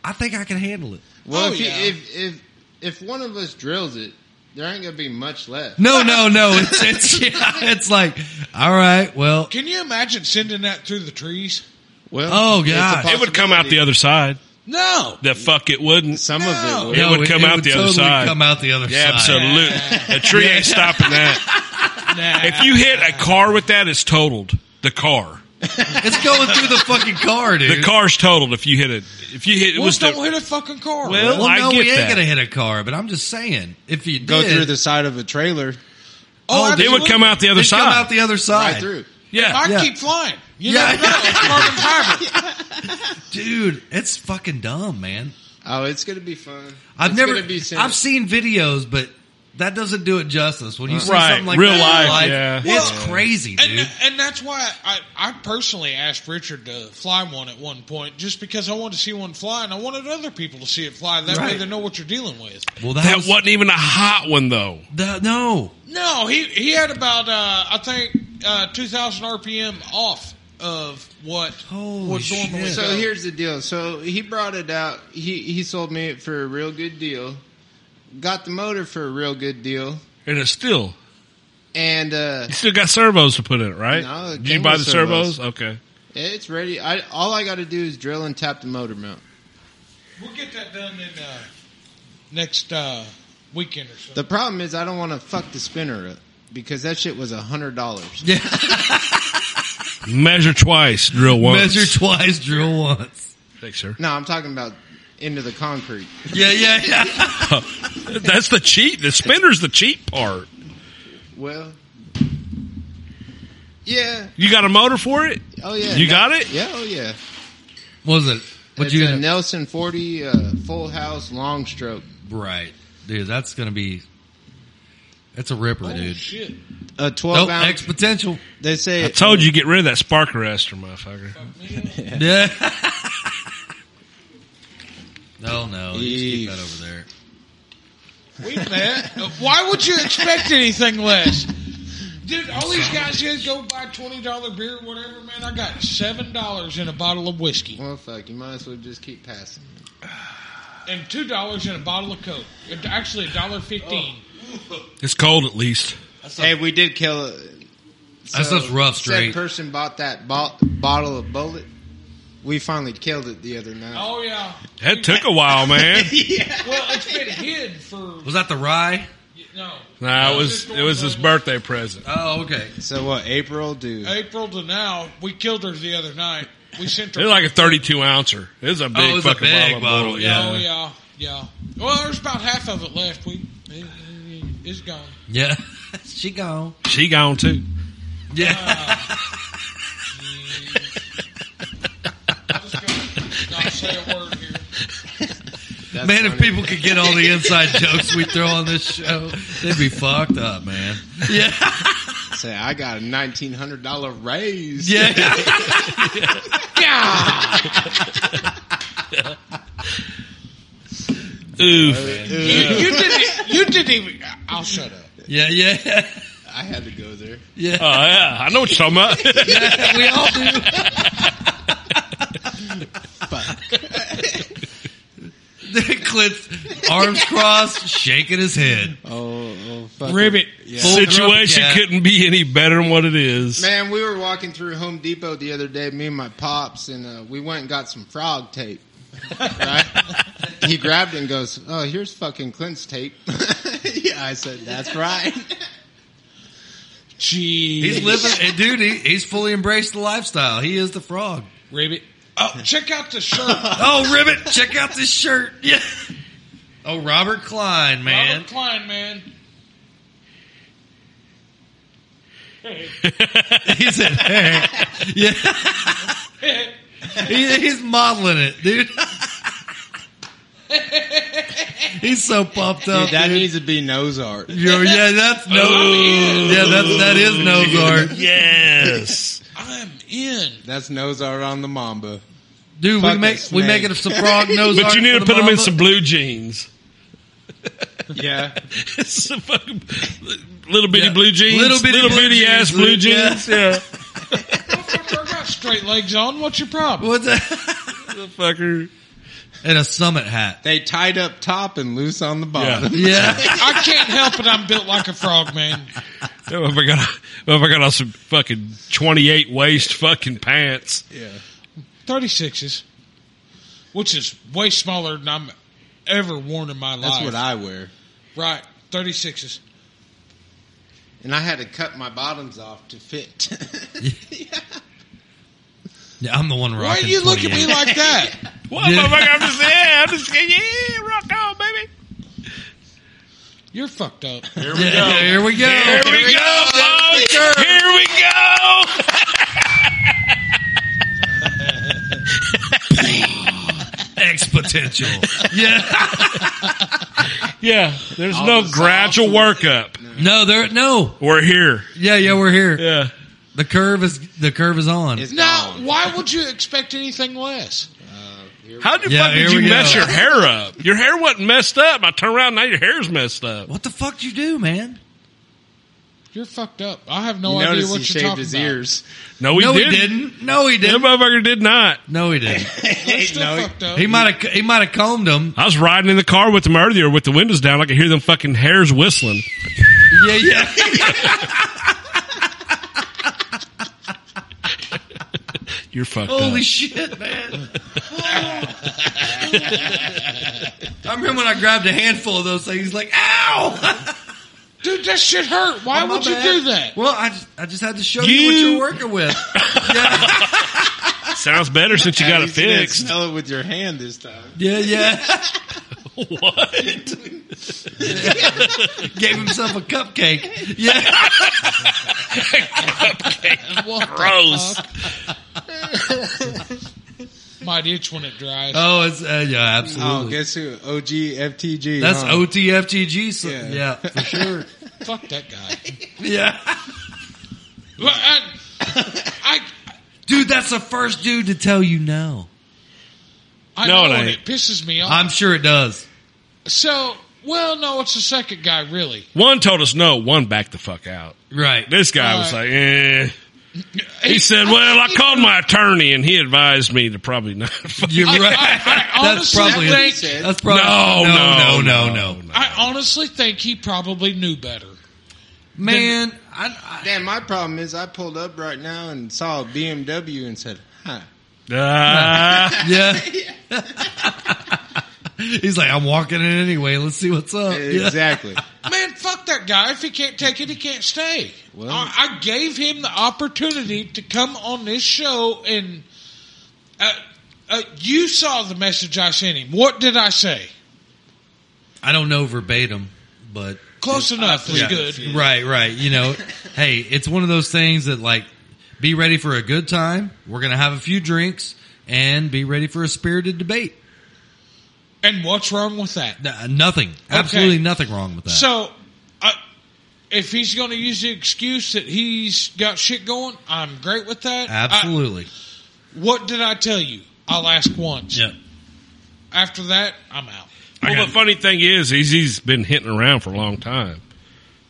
S1: I think I can handle it.
S5: Well,
S3: Oh,
S5: if, you-
S3: yeah.
S5: if, if, if one of us drills it, there ain't going to be much left.
S1: No, no, no. It's, it's, (laughs) yeah, it's like, all right, well,
S3: Can you imagine sending that through the trees?
S5: Well,
S1: Oh,
S5: it's a
S1: God.
S2: It would come out the other side.
S3: No.
S2: The fuck it wouldn't.
S5: Some
S3: No.
S5: of it would.
S2: It
S1: no,
S2: would come out the
S1: totally
S2: other side.
S1: Come out the other
S2: Yeah,
S1: side.
S2: absolutely. A tree ain't stopping that.
S3: Nah.
S2: (laughs) If you hit a car with that, it's totaled. The car.
S1: It's going through the fucking car, dude.
S2: The car's totaled if you hit it. If you hit it
S3: well,
S2: was the,
S3: don't hit a fucking car.
S2: Well-
S1: Well,
S2: I
S1: no,
S2: get
S1: we ain't
S2: that.
S1: gonna hit a car, but I'm just saying, if you
S5: Go
S1: did,
S5: through the side of a trailer.
S3: oh,
S2: they would come out the other
S1: it'd come
S2: side.
S1: out the other side,
S5: Right through.
S2: yeah.
S3: I
S1: Yeah.
S3: keep flying. You
S1: Yeah.
S3: never know. It's carbon fiber.
S1: dude. It's fucking dumb, man.
S5: Oh, it's going to be fun.
S1: I've
S5: It's
S1: never,
S5: gonna be safe.
S1: I've seen videos, but that doesn't do it justice. When you see
S2: Right,
S1: something like
S2: real
S1: that in
S2: life, yeah.
S1: it's
S3: Well,
S1: crazy, dude.
S3: And, and that's why I, I personally asked Richard to fly one at one point, just because I wanted to see one fly, and I wanted other people to see it fly. That way,
S1: Right.
S3: they know what you're dealing with.
S1: well, that,
S2: That
S1: was,
S2: wasn't even a hot one though.
S1: that- no,
S3: No, he he had about uh, I think uh, 2,000 RPM off of what
S1: Holy
S3: what normally.
S1: shit.
S5: So
S3: goes.
S5: here's the deal. So he brought it out. He he sold me it for a real good deal. Got the motor for a real good deal.
S2: And it's still
S5: And uh,
S2: you still got servos to put in it, right?
S5: No, it
S2: Did you
S5: came
S2: buy the
S5: with
S2: servos?
S5: servos.
S2: Okay.
S5: it's ready. I all I got to do is drill and tap the motor mount.
S3: we'll get that done in uh, next uh, weekend or something.
S5: The problem is I don't want to fuck the spinner up because that shit was a hundred dollars.
S2: Measure twice, drill once.
S1: measure twice, drill once.
S2: Thanks, sir.
S5: No, I'm talking about into the concrete.
S1: Yeah, yeah, yeah. (laughs)
S2: That's the cheat. The spinner's the cheat part.
S5: Well, yeah.
S2: You got a motor for it?
S5: Oh yeah.
S2: You got it?
S5: Yeah. Oh yeah.
S1: What was it? What
S5: it's
S1: you
S5: a
S1: gonna?
S5: Nelson forty uh, full house long stroke.
S1: Right, dude. That's gonna be. That's a ripper,
S3: Oh,
S1: dude.
S3: shit.
S5: A twelve
S1: Nope,
S5: ounce.
S1: X potential.
S5: they say
S2: I told you, get rid of that spark arrestor, motherfucker.
S1: Yeah. (laughs) no, no. You just keep that over there.
S3: Wait a minute. Why would you expect anything less? Dude, all these guys here go buy twenty dollar beer, whatever. Man, I got seven dollars in a bottle of whiskey
S5: Well, fuck. You might as well just keep passing.
S3: and two dollars in a bottle of coke. And Actually, a dollar fifteen.
S2: It's cold at least.
S5: Hey, we did kill. A,
S1: That stuff's rough,
S5: That
S1: straight.
S5: person bought that bo- bottle of bullet. We finally killed it the other (laughs) night.
S3: Oh yeah.
S2: That took a while, (laughs) man.
S3: Well, it's been hid for
S1: Was that the rye?
S3: no
S2: Nah, it was it was his birthday present.
S1: Oh, okay.
S5: So what? April, dude.
S3: April to now. We killed her the other night. We sent
S2: It
S3: her.
S2: was like a 32 ouncer. It was Oh, a big
S1: it was a
S2: fucking
S1: big
S2: bottle. of
S1: bottle,
S2: bull,
S1: yeah.
S3: Oh yeah, yeah. Well, there's about half of it left. We it, it- it's gone.
S1: Yeah. (laughs) she gone.
S2: She gone too.
S1: Yeah.
S3: I'm just gonna not say a word here.
S5: That's
S1: man, if
S5: funny.
S1: people could get all the inside jokes we throw on this show, they'd be fucked up, man. Yeah.
S5: say I got a nineteen hundred dollar raise.
S1: Yeah.
S2: Oof.
S3: You, you didn't. e, You didn't even. I'll shut up.
S1: Yeah, yeah.
S5: I had to go there.
S1: Yeah.
S2: Oh yeah, I know what you're talking about.
S1: we all do. (laughs) Clint's arms crossed, shaking his head.
S5: Oh, oh fuck.
S3: Ribbit.
S1: Full
S2: (laughs) Situation
S1: drum cat.
S2: couldn't be any better than what it is.
S5: Man, we were walking through Home Depot the other day, me and my pops, and uh, we went and got some frog
S1: (laughs)
S5: tape. Right? he grabbed it and goes, "Oh, here's fucking Clint's tape." (laughs) yeah, I said, "That's right."
S3: Jeez.
S1: He's living, and dude, he, he's fully embraced the lifestyle. He is the frog.
S3: Ribbit.
S1: (laughs)
S3: Oh, check out the shirt.
S1: Oh, Ribbit, check out this shirt. Yeah. Oh, Robert Klein, man.
S3: Robert Klein, man.
S1: He said, hey. Yeah. He- he's modeling it, dude. he's so pumped up.
S5: that
S1: dude.
S5: needs to be nose art.
S1: Yo, yeah, that's no. Yeah, that's that is nose art,
S2: Oh. Yes.
S3: I'm in.
S5: That's nose art on the Mamba.
S1: dude. we
S5: Fucking
S1: make we
S5: snake.
S1: make it a some frog
S2: (laughs)
S1: nose
S2: But
S1: art
S2: you need
S1: for
S2: to
S1: the
S2: put them in
S1: mama.
S2: some blue jeans.
S5: Yeah,
S2: It's a fucking little bitty
S1: Yeah.
S2: blue jeans.
S1: Little bitty blue
S2: bitty
S1: jeans,
S2: ass blue
S1: Luke, yeah.
S2: jeans. Yeah.
S3: Motherfucker, I got straight legs on. What's your problem?
S1: What's that?
S2: The fucker.
S1: and a summit hat.
S5: (laughs) they tied up top and loose on the
S3: (laughs)
S5: bottom.
S1: Yeah,
S3: I can't help it. I'm built like a frog, man.
S2: That motherfucker got, motherfucker got on some fucking 28 waist fucking pants.
S3: Thirty sixes, which is way smaller than I'm ever worn in my life.
S5: That's what I wear.
S3: Right. Thirty sixes.
S5: And I had to cut my bottoms off to fit. (laughs)
S1: yeah. I'm the one rocking.
S3: Why you look at me
S1: 28.
S3: like that?
S2: What,
S1: Yeah.
S2: motherfucker? I'm just, yeah, I'm just, yeah, rock on, baby.
S3: You're fucked
S5: (laughs)
S3: up.
S1: Yeah, yeah, here we go.
S2: Here we go, dog. Here we go.
S1: X potential. Yeah.
S2: Yeah, there's no gradual workup.
S1: No, there. No.
S2: We're here.
S1: Yeah, yeah. We're here.
S2: Yeah.
S1: The curve is the curve is on.
S5: (laughs) It's
S3: Now,
S5: gone.
S3: why would you expect anything less?
S5: Uh, here
S2: How the
S1: Yeah,
S2: fuck did
S1: here
S2: you
S1: we
S2: mess
S1: go.
S2: your hair up? Your hair wasn't messed up. I turn around, now your hair's messed up.
S1: what the fuck did you do, man?
S3: You're fucked up. I have
S5: you
S3: no idea
S5: notice
S3: what
S5: he
S3: you're
S5: shaved
S3: talking
S5: his
S3: about.
S5: ears.
S2: No, we
S1: no,
S2: didn't.
S1: he didn't. No, he
S2: That
S1: didn't.
S2: motherfucker did not.
S1: No, he didn't.
S3: You're still
S5: No, he-
S3: fucked up.
S1: He might have. He might have combed him.
S2: I was riding in the car with them earlier with the windows down. I could hear them fucking hairs whistling.
S1: Yeah, yeah. (laughs)
S2: You're fucked
S1: Holy
S2: up.
S1: shit, man. I remember when I grabbed a handful of those things, like, (laughs) ow! Oh,
S3: Dude, that shit hurt.
S5: Oh,
S3: Why
S1: My
S3: would you
S1: bad.
S3: do that?
S1: Well, I just, I just had to show you, (laughs)
S2: You-
S1: what you're working with. Yeah.
S2: Sounds better since you
S5: At
S2: got it
S5: least you didn't
S2: fixed.
S5: Smell it with your hand this time.
S1: Yeah, yeah.
S2: What?
S1: (laughs) Gave himself a cupcake. Yeah.
S3: (laughs)
S2: Gross.
S3: (laughs) Might itch when it dries.
S1: Oh, it's uh, yeah,
S5: Oh,
S1: absolutely.
S5: guess who? OG FTG.
S1: That's
S5: huh?
S1: OTFTG. So, yeah.
S5: Yeah.
S1: for (laughs) sure.
S3: Fuck that guy.
S1: Yeah,
S3: Well, I, I,
S1: dude, that's the first dude to tell you no.
S3: I
S2: No,
S3: know,
S2: it
S3: and
S2: ain't.
S3: it pisses me off.
S1: I'm sure it does.
S3: so, well, no, it's the second guy, really.
S2: One told us no. One backed the fuck out.
S1: Right.
S2: This guy was
S3: All
S2: like, eh. He said, "Well, I called my attorney, and he advised me to probably not." (laughs) fuck."
S1: (laughs) You're right.
S3: I- I
S1: that's
S3: honestly
S1: probably.
S3: think-
S1: that's probably.
S2: No,
S1: no,
S2: no,
S1: no, no,
S2: no,
S1: no.
S3: I honestly think he probably knew better.
S1: Man, I,
S5: Damn, my problem is I pulled up right now and saw a BMW and said,
S3: (laughs)
S5: huh.
S2: (laughs) Ah.
S1: I (laughs) yeah. He's like, I'm walking in anyway. Let's see what's up. Yeah.
S5: Exactly.
S3: Man, fuck that guy. If he can't take it, he can't stay.
S5: Well-
S3: I, I gave him the opportunity to come on this show, and uh, uh, you saw the message I sent him. What did I say?
S1: I don't know verbatim, but
S3: Close enough is
S1: Yeah.
S3: good.
S1: Right, right. You know, (laughs) hey, it's one of those things that like be ready for a good time. We're gonna have a few drinks and be ready for a spirited debate.
S3: And what's wrong with that?
S1: N- nothing, absolutely nothing wrong with that.
S3: So, uh, if he's going to use the excuse that he's got shit going, I'm great with that. I-
S1: absolutely,
S3: what did I tell you? I'll ask once.
S1: yeah.
S3: After that, I'm out.
S2: well, the funny thing is, he's, he's been hitting around for a long time.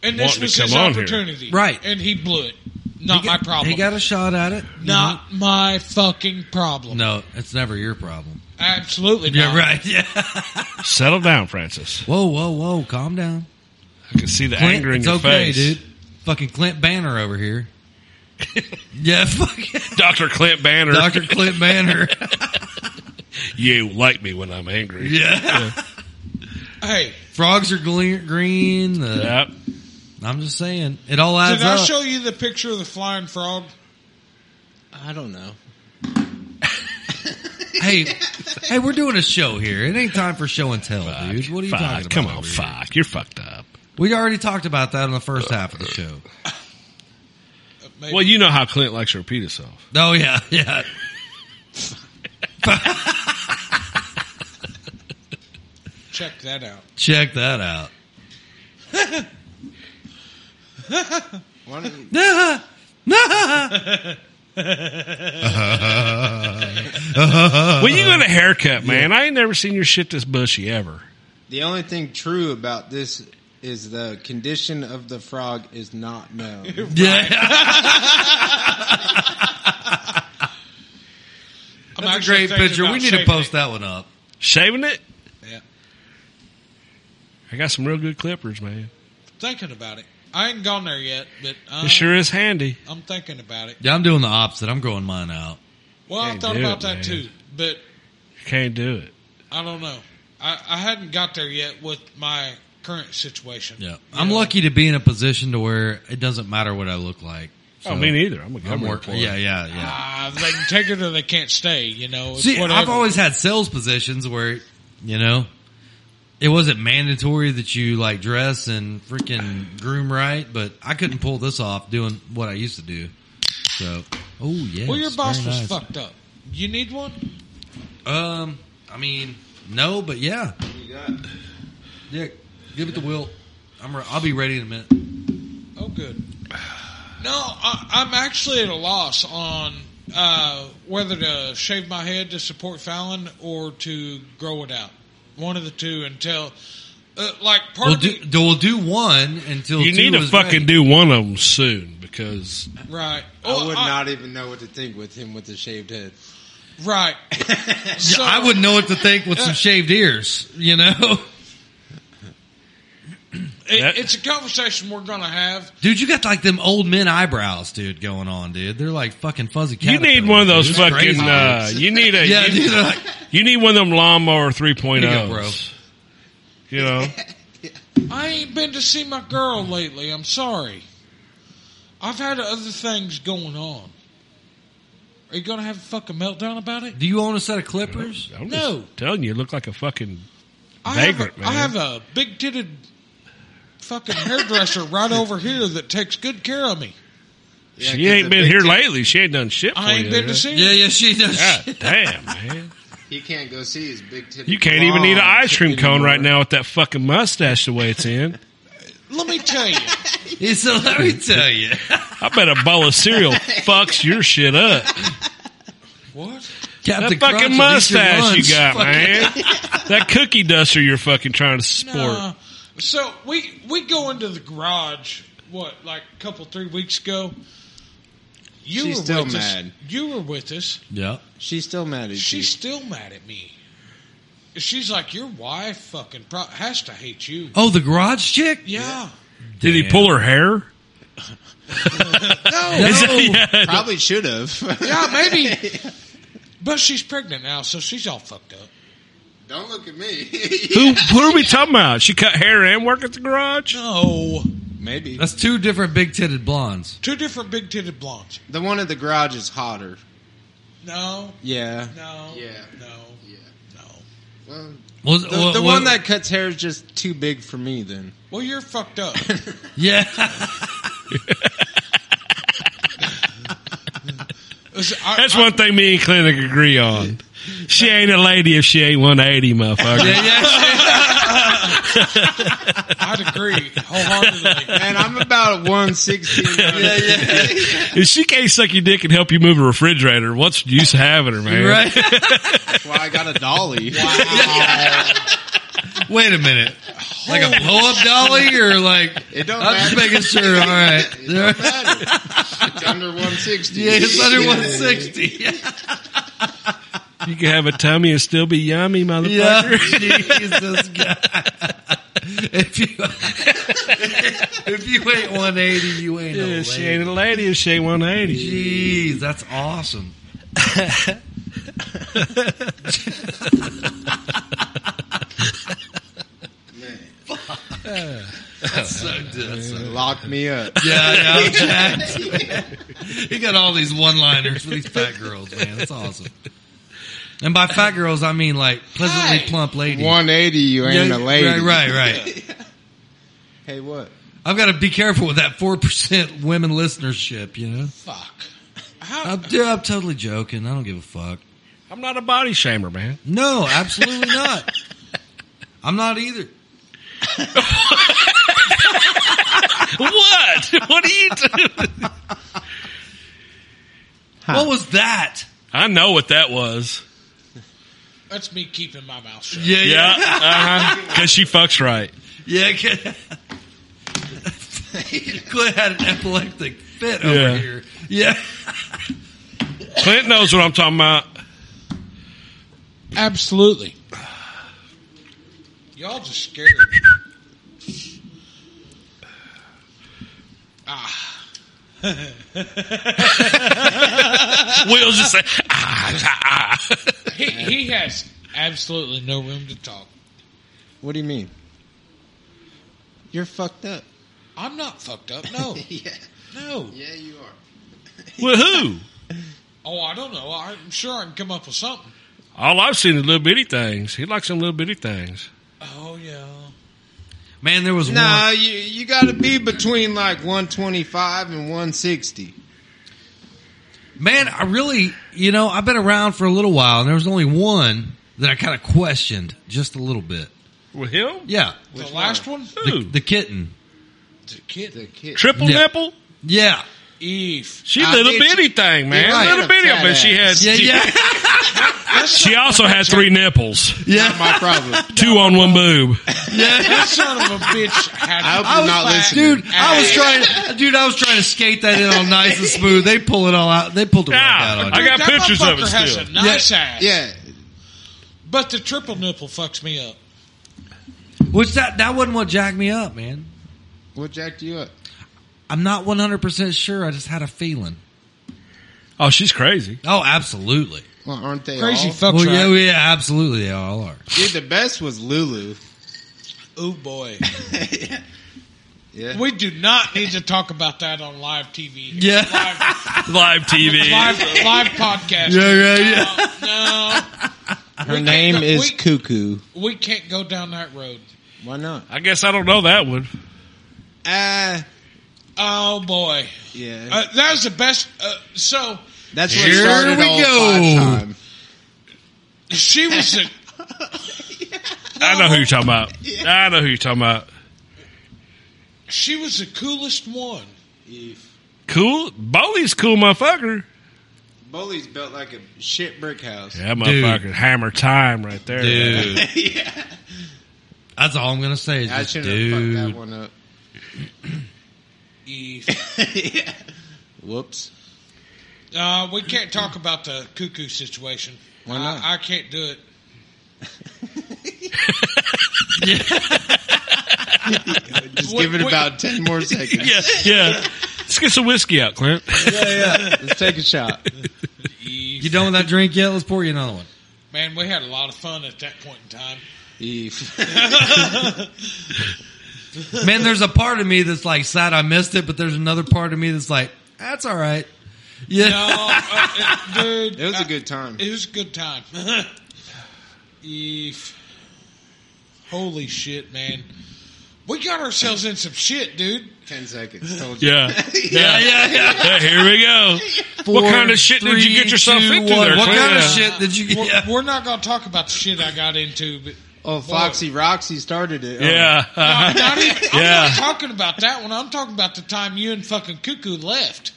S3: And this
S2: Wanting to
S3: was
S2: come
S3: his
S2: on here.
S3: opportunity,
S1: Right.
S3: And he blew it. Not
S1: He
S3: my
S1: got-
S3: problem.
S1: He got a shot at it. you know?
S3: Not my fucking problem.
S1: No, it's never your problem.
S3: Absolutely not.
S1: Yeah, right. Yeah.
S2: Settle down, Francis.
S1: (laughs) Whoa, whoa, whoa! Calm down.
S2: I can see the
S1: Clint,
S2: anger in
S1: it's
S2: your
S1: okay,
S2: face,
S1: dude. Fucking Clint Banner over here. yeah, fuck
S2: Doctor Clint
S1: (laughs)
S2: Banner.
S1: Doctor Clint Banner.
S2: you like me when I'm angry.
S1: yeah.
S3: Hey,
S1: Frogs are gle- green. Uh,
S2: Yep.
S1: I'm just saying, it all adds
S3: did I
S1: up.
S3: show you the picture of the flying frog?
S5: I don't know.
S1: hey, hey, we're doing a show here. It ain't time for show and tell, dude. What are you
S2: Fuck.
S1: talking about?
S2: Come
S1: over
S2: on,
S1: here?
S2: fuck. You're fucked up.
S1: We already talked about that in the first half of the show.
S3: Uh, maybe.
S2: Well, you know how Clint likes to repeat himself.
S1: Oh yeah, (laughs) yeah.
S3: check that out.
S1: Check that out.
S5: Why don't you-
S1: Uh,
S2: When you got a haircut, man, I ain't never seen your shit this bushy ever.
S5: the only thing true about this is the condition of the frog is not (laughs) known.
S1: (laughs) Yeah,
S3: I'm
S1: that's a
S3: actually
S1: great
S3: thinking
S1: picture. We
S3: about
S1: need to
S3: saving
S1: post
S3: it.
S1: that one up.
S2: Shaving it?
S3: Yeah.
S2: I got some real good clippers, man.
S3: Thinking about it. I ain't gone there yet, but um,
S2: It sure is handy.
S3: I'm thinking about it.
S1: Yeah, I'm doing the opposite. I'm growing mine out.
S3: Well, I
S2: Can't
S3: thought
S2: do
S3: about
S2: it,
S3: that
S2: man.
S3: too, but
S2: Can't do it.
S3: I don't know. I, I hadn't got there yet with my current situation.
S1: Yeah,
S3: You
S1: I'm
S3: know,
S1: lucky to be in a position to where it doesn't matter what I look like.
S2: oh, me neither. I'm a
S1: I'm
S2: government
S1: working.
S2: employee.
S1: Yeah, yeah, yeah.
S3: Ah, they can take it or they can't stay. You know, it's
S1: See,
S3: whatever.
S1: I've always had sales positions where, you know, it wasn't mandatory that you like dress and freaking groom right, but I couldn't pull this off doing what I used to do. So, oh yeah.
S3: well, your boss was fucked up. You need one?
S1: Um, I mean, no, but yeah,
S5: You got it.
S1: yeah. Give it the will. I'm. Re- I'll be ready in a minute.
S3: Oh, good. (sighs) No, I, I'm actually at a loss on uh, whether to shave my head to support Fallon or to grow it out. One of the two until, uh, like, part
S1: We'll
S3: of
S1: do.
S3: me-
S1: We'll do one until
S2: You
S1: two
S2: need to
S1: is
S2: fucking
S1: ready.
S2: do one of them soon because
S3: right.
S5: I
S3: Oh,
S5: would not even know what to think with him with the shaved head.
S2: (laughs)
S3: Right. so,
S1: I wouldn't know what to think with some shaved ears. You know, (laughs)
S3: It,
S2: That-
S3: it's a conversation we're gonna have.
S1: dude, you got like them old men eyebrows, dude, going on, dude. They're like fucking fuzzy.
S2: you need
S1: caterpillars,
S2: one of those
S1: dude. It's
S2: fucking.
S1: crazy. (laughs)
S2: Uh, you need a. (laughs)
S1: Yeah,
S2: you,
S1: dude. they're Like,
S2: you need one of them lawnmower 3.0s.
S1: Here you go, bro.
S2: You know,
S1: (laughs)
S3: I ain't been to see my girl lately. I'm sorry. I've had other things going on. Are you going to have a fucking meltdown about it?
S1: Do you own a set of clippers?
S2: I'm
S3: No.
S2: just telling you, you look like a fucking
S3: I have
S2: Vagrant,
S3: a,
S2: man.
S3: I have a big titted fucking hairdresser right over here that takes good care of me.
S5: Yeah,
S2: she
S5: get
S2: ain't
S5: the
S2: been
S5: big
S2: here
S5: t-
S2: lately. She ain't done shit. For
S3: I ain't
S2: you,
S3: been
S2: huh?
S3: to see her.
S1: Yeah, yeah, she does.
S2: God damn, man!
S5: He can't go see his big titty.
S2: You can't even eat an ice cream cone right now with that fucking mustache the way it's in.
S3: Let me tell you. (laughs)
S1: Yeah, (laughs) so let me tell you.
S2: (laughs) I bet a bowl of cereal fucks your shit up.
S3: What?
S2: That
S1: Captain Crunch will eat
S2: fucking
S1: your
S2: mustache
S1: lunch.
S2: you got,
S1: Fucking-
S2: man. that cookie duster you're fucking trying to sport.
S3: Nah. So we we go into the garage. What like a couple three weeks ago? You
S5: She's
S3: were
S5: still
S3: with
S5: mad.
S3: Us. You were with us.
S1: Yeah.
S5: She's still mad at
S3: She's
S5: you.
S3: still mad at me. She's like, your wife fucking pro- has to hate you.
S1: Oh, the garage chick?
S3: Yeah.
S2: Did he pull her hair?
S1: No.
S2: Is that- (laughs) yeah.
S5: (laughs) Probably should have. (laughs)
S3: Yeah, maybe. but she's pregnant now, so she's all fucked up.
S5: Don't look at me. (laughs)
S2: Who, who are we talking about? She cut hair and work at the garage?
S3: No.
S5: Maybe
S1: That's two different big titted blondes.
S3: Two different big titted blondes.
S5: the one at the garage is hotter.
S3: No.
S5: Yeah.
S3: No.
S5: Yeah.
S3: No.
S5: Yeah.
S3: No.
S5: Well,
S1: Was,
S5: the, the one that cuts hair is just too big for me. Then
S3: Well, you're fucked up.
S1: Yeah. (laughs)
S3: I-
S2: That's
S3: I-
S2: one thing me and Clinic agree on. She ain't a lady if she ain't 180, motherfucker.
S1: yeah, yeah.
S3: I'd agree
S5: (laughs)
S3: wholeheartedly.
S5: man, I'm
S2: (laughs)
S5: about one sixteen.
S1: yeah, yeah.
S2: If she can't suck your dick and help you move a refrigerator, what's the use of having her, man?
S1: Right?
S5: That's why I got a dolly. (laughs)
S1: Wait a minute. Like a blow up dolly or like.
S5: It don't
S1: I'm just
S5: matter.
S1: making sure. All right. (laughs)
S5: It don't matter. It's under one sixty.
S1: Yeah, it's under (laughs) 160. Yeah.
S2: You can have a tummy and still be yummy, motherfucker.
S1: Jesus God. If you, (laughs) if you ain't 180, you ain't
S2: Yeah,
S1: a
S2: (laughs) she
S1: lady.
S2: ain't a lady if she ain't 180.
S1: Jeez, that's (laughs) awesome. That's so good.
S5: Lock me up.
S1: Yeah, yeah, I'm jacked. he got all these one-liners for these fat girls, man. That's awesome. And by fat girls, I mean like pleasantly
S3: Hi.
S1: plump ladies.
S5: One eighty, you ain't
S1: Yeah,
S5: a lady.
S1: Right, right, right.
S5: Hey, what?
S1: I've got to be careful with that four percent women listenership. You know,
S3: Fuck. How,
S1: I'm, dude, I'm totally joking. I don't give a fuck.
S2: I'm not a body shamer, man.
S1: No, absolutely not. I'm not either.
S2: (laughs) What? (laughs) What are you doing?
S1: What was that?
S2: I know what that was.
S3: that's me keeping my mouth shut.
S1: Yeah,
S2: Yeah, uh-huh. Because she fucks right.
S1: (laughs) yeah. yeah (laughs) Clint had an epileptic fit
S2: Yeah.
S1: over here. Yeah,
S2: Clint knows what I'm talking about.
S3: Absolutely. Y'all just scared. me.
S2: Will's just like, (laughs) ah, ah, ah.
S3: He, he has absolutely no room to talk.
S5: What do you mean? You're fucked up.
S3: I'm not fucked up. (laughs) No.
S5: (laughs) Yeah,
S3: No.
S5: yeah, you are.
S2: Woohoo.
S3: Oh, I don't know. I'm sure I can come up with something.
S2: All I've seen is little bitty things. He likes them little bitty things.
S3: Oh, yeah.
S1: man, there was
S5: No,
S1: one.
S5: you you got to be between like one twenty five and one sixty.
S1: Man, I really, you know, I've been around for a little while, and there was only one that I kind of questioned just a little bit.
S2: With him?
S1: Yeah,
S3: the last one?
S1: the,
S2: Who?
S1: the kitten.
S3: The kid.
S5: The kid.
S2: Triple
S1: Yeah.
S2: nipple?
S1: Yeah,
S3: Eve.
S2: She
S5: I
S2: little
S5: bet
S2: bitty
S5: you-
S2: thing, man.
S5: You're right.
S2: Little bitty,
S5: Fat
S2: but she had.
S1: yeah,
S2: she,
S5: (laughs)
S1: yeah,
S2: she also had three nipples,
S5: Not my problem. (laughs)
S2: two on one boob.
S1: yeah.
S3: That son of a bitch had
S5: I hope
S1: I
S5: you're
S1: was
S5: not
S1: like-
S5: listening.
S1: dude. I was trying, dude. I was trying to skate that in all nice and smooth. They pull it all out. They pulled it
S2: Yeah,
S1: right out on
S2: I
S1: you.
S2: got
S3: That
S2: pictures of it
S3: motherfucker has
S2: still.
S3: a nice ass.
S5: Yeah,
S3: But the triple nipple fucks me up.
S1: Which that that wasn't what jacked me up, man.
S5: what jacked you up?
S1: I'm not 100 percent sure. I just had a feeling.
S2: Oh, she's crazy.
S1: Oh, absolutely.
S5: Well, aren't they
S3: Crazy
S5: all?
S3: fuck
S1: well,
S3: right?
S1: yeah, yeah, absolutely. They all are.
S5: Dude, the best was Lulu.
S3: Oh boy.
S5: (laughs)
S3: (laughs)
S5: Yeah.
S3: We do not need to talk about that on live TV.
S1: Yeah.
S3: Live,
S2: Live TV.
S3: live, live podcast.
S1: yeah, yeah.
S3: No,
S5: Her name
S3: go-
S5: is
S3: we-
S5: Cuckoo.
S3: no, we can't go down that road.
S5: Why not?
S2: I guess I don't know that one.
S5: Ah,
S3: Oh boy,
S5: yeah.
S3: uh, that was the best. Uh, so
S5: That's what
S1: here
S5: started
S1: we
S5: all
S1: go.
S5: five time.
S3: she was the
S2: I know who you're talking about. I know who you're talking about.
S3: she was the coolest one.
S2: Cool. Bowley's cool motherfucker.
S5: Bowley's built like a shit brick house.
S2: Yeah, that motherfucker. Hammer time right there. (laughs)
S1: Dude. That's all I'm gonna say is
S5: I
S1: just,
S5: should have fucked that
S1: dude.
S5: one up. (laughs)
S3: Eve.
S5: Whoops.
S3: Uh, we can't talk about the cuckoo situation.
S5: Why not?
S3: I, I can't do it.
S5: Just
S3: Wait,
S5: give it
S3: wait.
S5: about ten more seconds.
S2: Yeah, yeah. Let's get some whiskey out,
S1: (laughs)
S2: Clint.
S5: Let's take a shot.
S1: You done with that drink yet? Let's pour you another one.
S2: (laughs)
S3: Man, we had a lot of fun at that point in time.
S5: Eve.
S1: Man, there's a part of me that's like sad I missed it, but there's another part of me that's like, that's all right. Yeah.
S3: No, uh, it- dude,
S5: It was
S3: I-
S5: a good time.
S3: It was a good time. (laughs) Eve. Holy shit, man. We got ourselves in some shit, dude.
S5: (laughs) Ten seconds. Told you.
S2: Yeah.
S1: Yeah, yeah, yeah.
S2: Yeah, here we go. what
S1: Four,
S2: kind of shit did you
S1: three,
S2: get yourself
S1: two,
S2: into
S1: one.
S2: there?
S1: What
S2: Clint?
S1: kind of
S2: Yeah.
S1: shit did you
S3: We're,
S1: get? Yeah.
S3: we're not going to talk about the shit I got into,
S1: (laughs)
S3: but.
S5: (laughs) Oh, Foxy Roxy started it. Oh,
S2: Yeah. Uh-huh.
S3: I'm not even, I'm
S2: Yeah.
S3: not talking about that one. I'm talking about the time you and fucking Cuckoo left.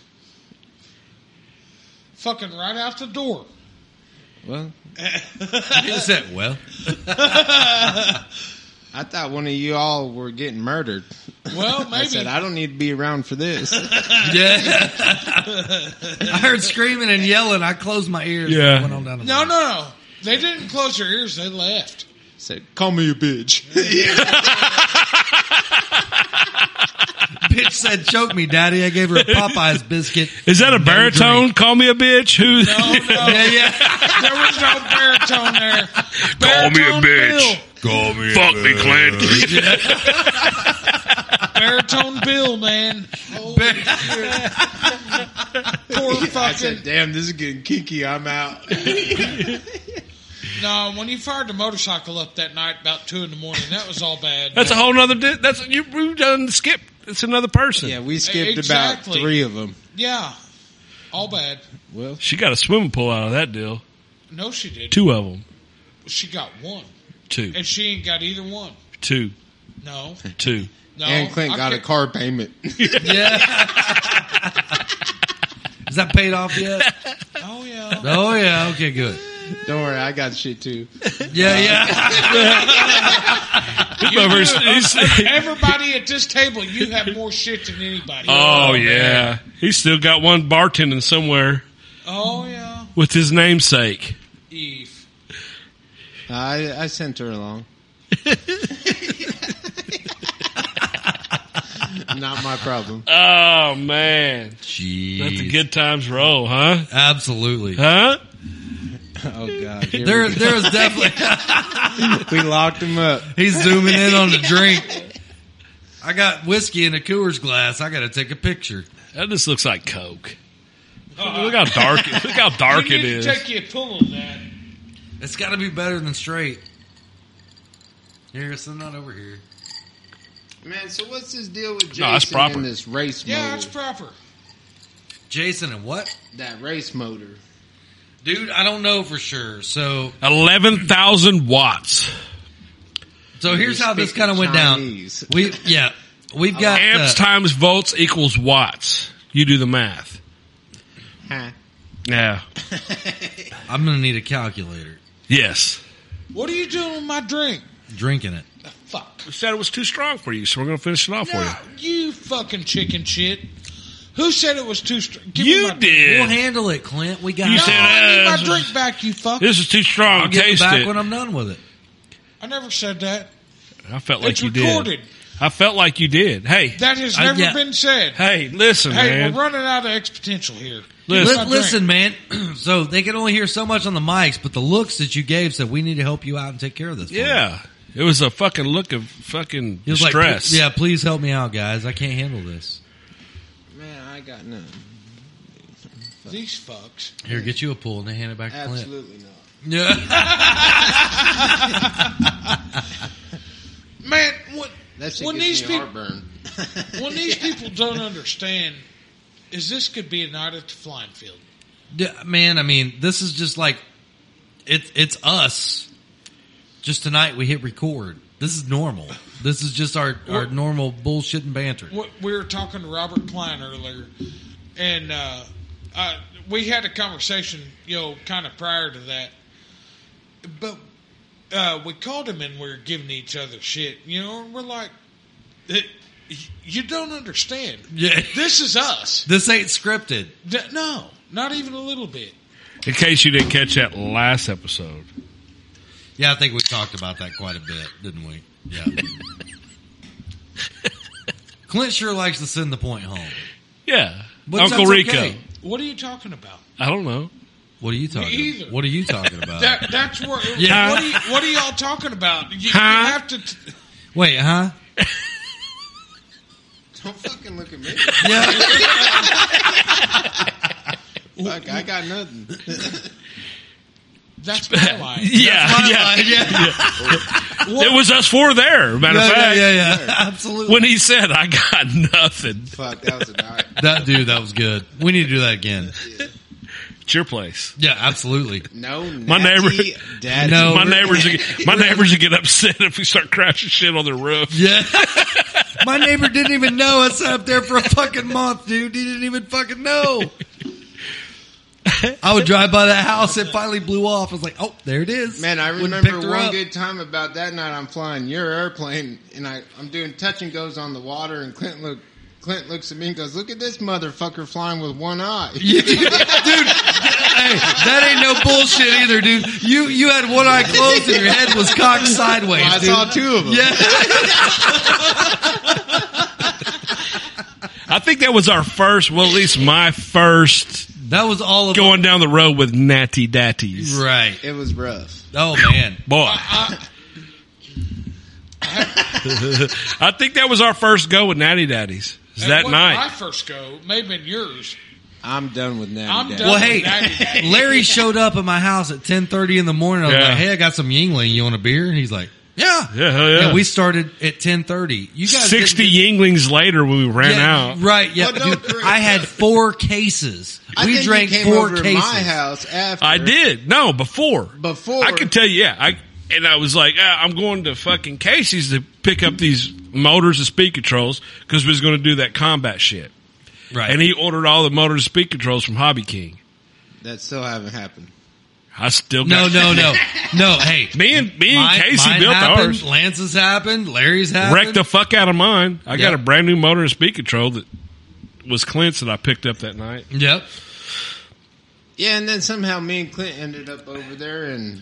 S3: Fucking right out the door.
S5: Well,
S1: (laughs) He said, well,
S5: I thought one of you all were getting murdered.
S3: Well,
S5: (laughs) I
S3: maybe.
S5: said I don't need to be around for this. (laughs)
S1: yeah. (laughs) I heard screaming and yelling. I closed my ears.
S2: Yeah.
S1: And went on down the
S3: no, no, no. They didn't close their ears. They left.
S5: (laughs) said, call me a bitch.
S1: Bitch said, choke me, daddy. I gave her a Popeyes biscuit.
S2: Is that a baritone? Call me a bitch. Who?
S3: No, Oh, no.
S1: Yeah, yeah.
S3: There was no baritone there.
S2: (laughs) Call me a
S3: Baritone
S2: bitch.
S1: Call me.
S2: Fuck me, Clint.
S3: Bill. Baritone Bill, man. Holy shit. (laughs) Poor
S5: I
S3: fucking.
S5: said, damn, this is getting kinky. I'm out.
S3: No, when you fired the motorcycle up that night about 2 in the morning, that was all bad.
S2: (laughs) That's a whole nother. Di- that's you. We've done skip. It's another person.
S5: Yeah, we skipped
S3: Exactly.
S5: about three of them.
S3: yeah. All bad.
S5: Well,
S2: She got a swimming pool out of that deal.
S3: No, she didn't.
S2: Two of them.
S3: She got one.
S2: Two.
S3: And she ain't got either one.
S2: Two.
S3: No.
S2: Two.
S3: No.
S5: and Clint
S3: I
S5: got a
S3: kicked-
S5: car payment.
S1: Yeah.
S5: (laughs)
S1: (laughs) Is that paid off yet?
S3: Oh, yeah.
S1: Oh yeah. Okay. Good.
S5: don't worry, I got shit too.
S1: Yeah. Yeah.
S2: Two of hers- (laughs) he's-
S3: Everybody at this table, you have more shit than anybody.
S2: oh yeah. He's still got one bartending somewhere
S3: Oh, yeah.
S2: with his namesake.
S3: Eve.
S5: I, I sent her along. (laughs) Not my problem.
S2: Oh man.
S1: Jeez.
S2: Let the good times roll, huh?
S1: Absolutely.
S2: Huh?
S5: Oh God, Here
S1: There,
S5: we,
S1: there is definitely. (laughs)
S5: go. (laughs) we locked him up.
S1: He's zooming in on the drink. I got whiskey in a Coors glass. I got to take a picture.
S2: That just looks like Coke. Look how dark. Look (laughs) how dark
S3: you
S2: it
S3: need
S2: is.
S3: to take you a pull of that.
S1: It's got to be better than straight. Here, send that over here.
S5: Man, so what's this deal with Jason
S2: No, that's proper.
S5: and this race
S3: Yeah,
S5: motor?
S3: that's proper.
S1: Jason and what?
S5: that race motor.
S1: Dude, I don't know for sure. So,
S2: Eleven thousand watts.
S1: so here's how this kind of went
S5: Chinese.
S1: down. We, yeah, we've got
S2: Amps
S1: uh,
S2: times volts equals watts. You do the math.
S5: Huh.
S2: Yeah.
S1: I'm gonna need a calculator.
S2: Yes.
S3: What are you doing with my drink?
S1: Drinking it.
S3: The fuck.
S2: We said it was too strong for you, so we're going to finish it off
S3: Nah, you fucking chicken shit. Who said it was too strong?
S2: for you. You did.
S1: We'll handle it, Clint. We got.
S2: You
S1: it.
S3: No,
S2: said
S3: I need
S2: that.
S3: my drink back, you fuck.
S2: this is too strong.
S1: I'll get it
S2: Taste
S1: back
S2: it.
S1: when I'm done with it.
S3: I never said that.
S2: I felt like
S3: it's
S2: you
S3: recorded.
S2: did. I felt like you did. Hey,
S3: That has
S1: I-
S3: never
S1: yeah.
S3: been said.
S2: hey, listen,
S3: Hey,
S2: man.
S3: we're running out of exponential here.
S2: Listen.
S3: My
S1: Li-
S3: drink.
S1: listen, man. (clears throat) so they can only hear so much on the mics, but the looks that you gave said we need to help you out and take care of this. for you."
S2: yeah, It was a fucking look of fucking
S1: He was like,
S2: distress.
S1: "Yeah, please help me out, guys. I can't handle this.
S5: Man, I got nothing.
S3: These fucks.
S1: Here, get you a pull," and they hand it back to Clint.
S5: Absolutely not.
S1: (laughs) Yeah,
S3: Man, what?
S5: That shit
S3: when these
S5: gives me
S3: people,
S5: heartburn. (laughs)
S2: (laughs)
S3: when these people don't understand, is this could be a night at the flying field.
S1: Yeah, man. I mean, this is just like it's it's us. Just tonight, we hit record. This is normal. This is just our our normal bullshit and banter.
S3: What we were talking to Robert Klein earlier, and uh, uh, we had a conversation, you know, kind of prior to that, but uh, we called him and we were giving each other shit, you know, and we're like, "Eh, you don't understand.
S1: Yeah. (laughs)
S3: This is us.
S1: This ain't scripted.
S3: D- No, not even a little bit.
S2: In case you didn't catch that last episode,
S1: Yeah, I think we talked about that quite a bit, didn't we? Yeah.
S5: (laughs)
S1: Clint sure likes to send the point home.
S2: yeah,
S1: But
S2: Uncle
S1: that's
S2: Rico.
S1: okay.
S3: What are you talking about?
S2: I don't know.
S1: What are you talking?
S3: either.
S1: What are you talking about?
S3: That, that's where.
S1: Uh, Yeah.
S3: What, are you, what are y'all talking about? You, you
S2: Huh?
S3: have to. T-
S1: Wait, huh?
S5: Don't fucking look at me.
S1: Yeah.
S5: Fuck, I got nothing.
S3: that's my line.
S2: (laughs) Yeah, yeah.
S1: yeah. Yeah.
S2: It was us four there. Matter of
S1: yeah,
S2: fact,
S1: yeah, yeah. (laughs) Absolutely.
S2: when he said, "I got nothing,"
S5: Fuck, that was a night.
S1: that dude, that was good. We need to do that again.
S2: it's your place.
S1: Yeah, absolutely.
S5: No,
S2: My neighbor-
S5: natty Daddy.
S1: No.
S2: My neighbors, would get- my neighbors would get upset if we start crashing shit on their roof.
S1: Yeah. (laughs) My neighbor didn't even know I sat up there for a fucking month, dude. He didn't even fucking
S2: (laughs)
S1: know. I would drive by that house. It finally blew off. I was like, oh, there it is.
S5: Man, I
S1: Wouldn't have
S5: remember
S1: picked her
S5: one
S1: up.
S5: good time about that night. I'm flying your airplane, and I, I'm doing touch and goes on the water, and Clint look, Clint looks at me and goes, "Look at this motherfucker flying with one eye."
S1: (laughs) dude, hey, that ain't no bullshit either, dude. You you had one eye closed and your head was cocked sideways.
S5: I
S1: dude.
S5: saw two of them.
S1: Yeah,
S2: I think that was our first, well, at least my first
S1: that was all of
S2: going down the road with natty datties.
S1: right.
S5: It was rough.
S1: Oh man,
S2: Boy, I think that was our first go with natty daddies. It was
S3: It
S2: That
S3: wasn't My
S2: night,
S3: first go, maybe in yours.
S5: I'm done with natty
S3: I'm
S5: Daddy.
S3: done.
S1: Well,
S3: Natty
S1: hey,
S3: Daddy.
S1: Larry showed up at my house at ten thirty in the morning. I was
S2: Yeah.
S1: like, "Hey, I got some Yingling. You want a beer?" And he's like, "Yeah,
S2: Yeah, hell yeah.
S1: And we started at ten thirty. You guys, didn't
S2: sixty
S1: do-
S2: Yinglings later, when we ran
S1: yeah,
S2: out.
S1: right? Yeah,
S5: Well, don't
S1: dude,
S5: drink.
S1: I had four cases.
S5: Oh, I
S1: we
S5: think you
S1: drank
S5: came
S1: four
S5: over to
S1: cases.
S5: my house after.
S2: I did no before.
S5: Before.
S2: I could tell you, yeah. I and I was like, ah, I'm going to fucking Casey's to pick up these motors and speed controls because we was going to do that combat shit.
S1: Right,
S2: And he ordered all the motors and speed controls from Hobby King.
S5: That still haven't happened.
S2: I still
S1: no,
S2: got
S1: no, no, no. Hey,
S2: Me and me and
S1: Mine-
S2: Casey
S1: mine
S2: built
S1: happened,
S2: ours.
S1: Lance's happened. Larry's happened.
S2: (laughs) Wrecked the fuck out of mine. I got
S1: Yeah.
S2: a brand new motor and speed control that was Clint's that I picked up that night.
S1: Yep.
S5: Yeah, and then somehow me and Clint ended up over there, and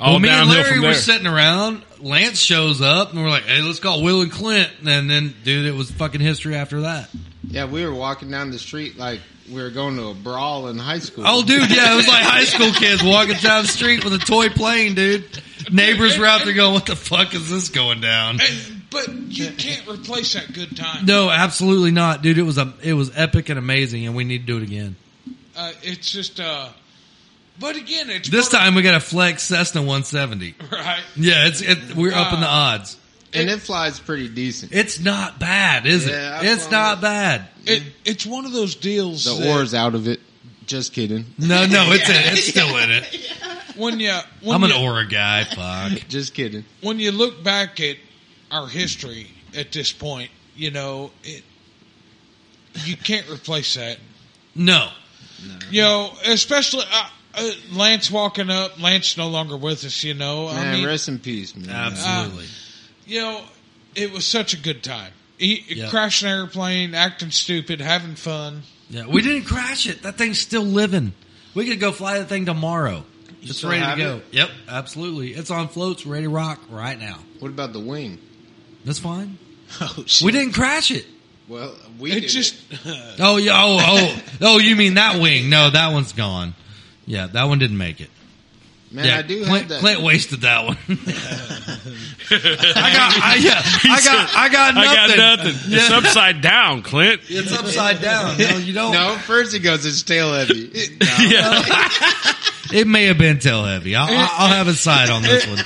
S2: All
S1: well, me and
S2: downhill
S1: Larry
S2: from
S1: were
S2: there.
S1: sitting around. Lance shows up, and we're like, "Hey, let's call Will and Clint." And then, dude, it was fucking history after that.
S5: yeah, we were walking down the street like we were going to a brawl in high school.
S1: Oh, dude, yeah, it was like high school kids walking down the street with a toy plane, dude. Neighbors were out there going, "What the fuck is this going down?"
S3: Hey, but you can't replace that good time.
S1: No, absolutely not, dude. It was a, it was epic and amazing, and we need to do it again.
S3: Uh, it's just. Uh, but again, it's
S1: This
S3: part
S1: time, we got a flex Cessna 170.
S3: of- right?
S1: Yeah, it's it, we're up in the odds.
S5: and it flies pretty decent.
S1: It's not bad, is
S5: Yeah,
S1: it?
S5: I
S1: It's
S5: found
S1: not
S5: it.
S1: bad.
S3: It, it's one of those deals.
S5: The
S3: that
S5: ore's out of it. Just kidding.
S1: No, no, it's in,
S5: (laughs)
S1: it's still in it.
S3: when you when
S1: I'm an
S3: you-
S1: aura guy. Fuck.
S5: Just kidding.
S3: when you look back at our history at this point, you know it. You can't replace that.
S1: No.
S3: You know, especially uh, uh, Lance walking up. Lance no longer with us. You know, I
S5: Man,
S3: mean,
S5: rest in peace, man. Uh,
S1: Absolutely.
S3: you know, it was such a good time. He,
S1: Yeah.
S3: Crashing an airplane, acting stupid, having fun.
S1: Yeah, we didn't crash it. That thing's still living. We could go fly the thing tomorrow. It's
S5: still
S1: ready to
S5: have
S1: go.
S5: it?
S1: Yep, absolutely. It's on floats, ready to rock right now.
S5: What about the wing?
S1: That's fine.
S5: (laughs) Oh shit.
S1: We didn't crash it.
S5: Well, we
S3: It
S5: did
S3: just
S1: Oh yeah. Oh oh oh. You mean that wing? No, that one's gone. Yeah, that one didn't make it.
S5: man.
S1: yeah,
S5: I do
S1: Clint,
S5: have that. (laughs)
S1: Clint wasted that one. I got, I, yeah, I got, I got nothing.
S2: I got nothing.
S1: (laughs)
S2: It's
S1: Yeah.
S2: upside down, Clint.
S1: It's upside down. No, you don't.
S5: No, first he goes, it's tail
S1: (laughs)
S5: heavy. It- no.
S2: Yeah.
S1: It may have been tail heavy. I'll, I'll have a side on this one.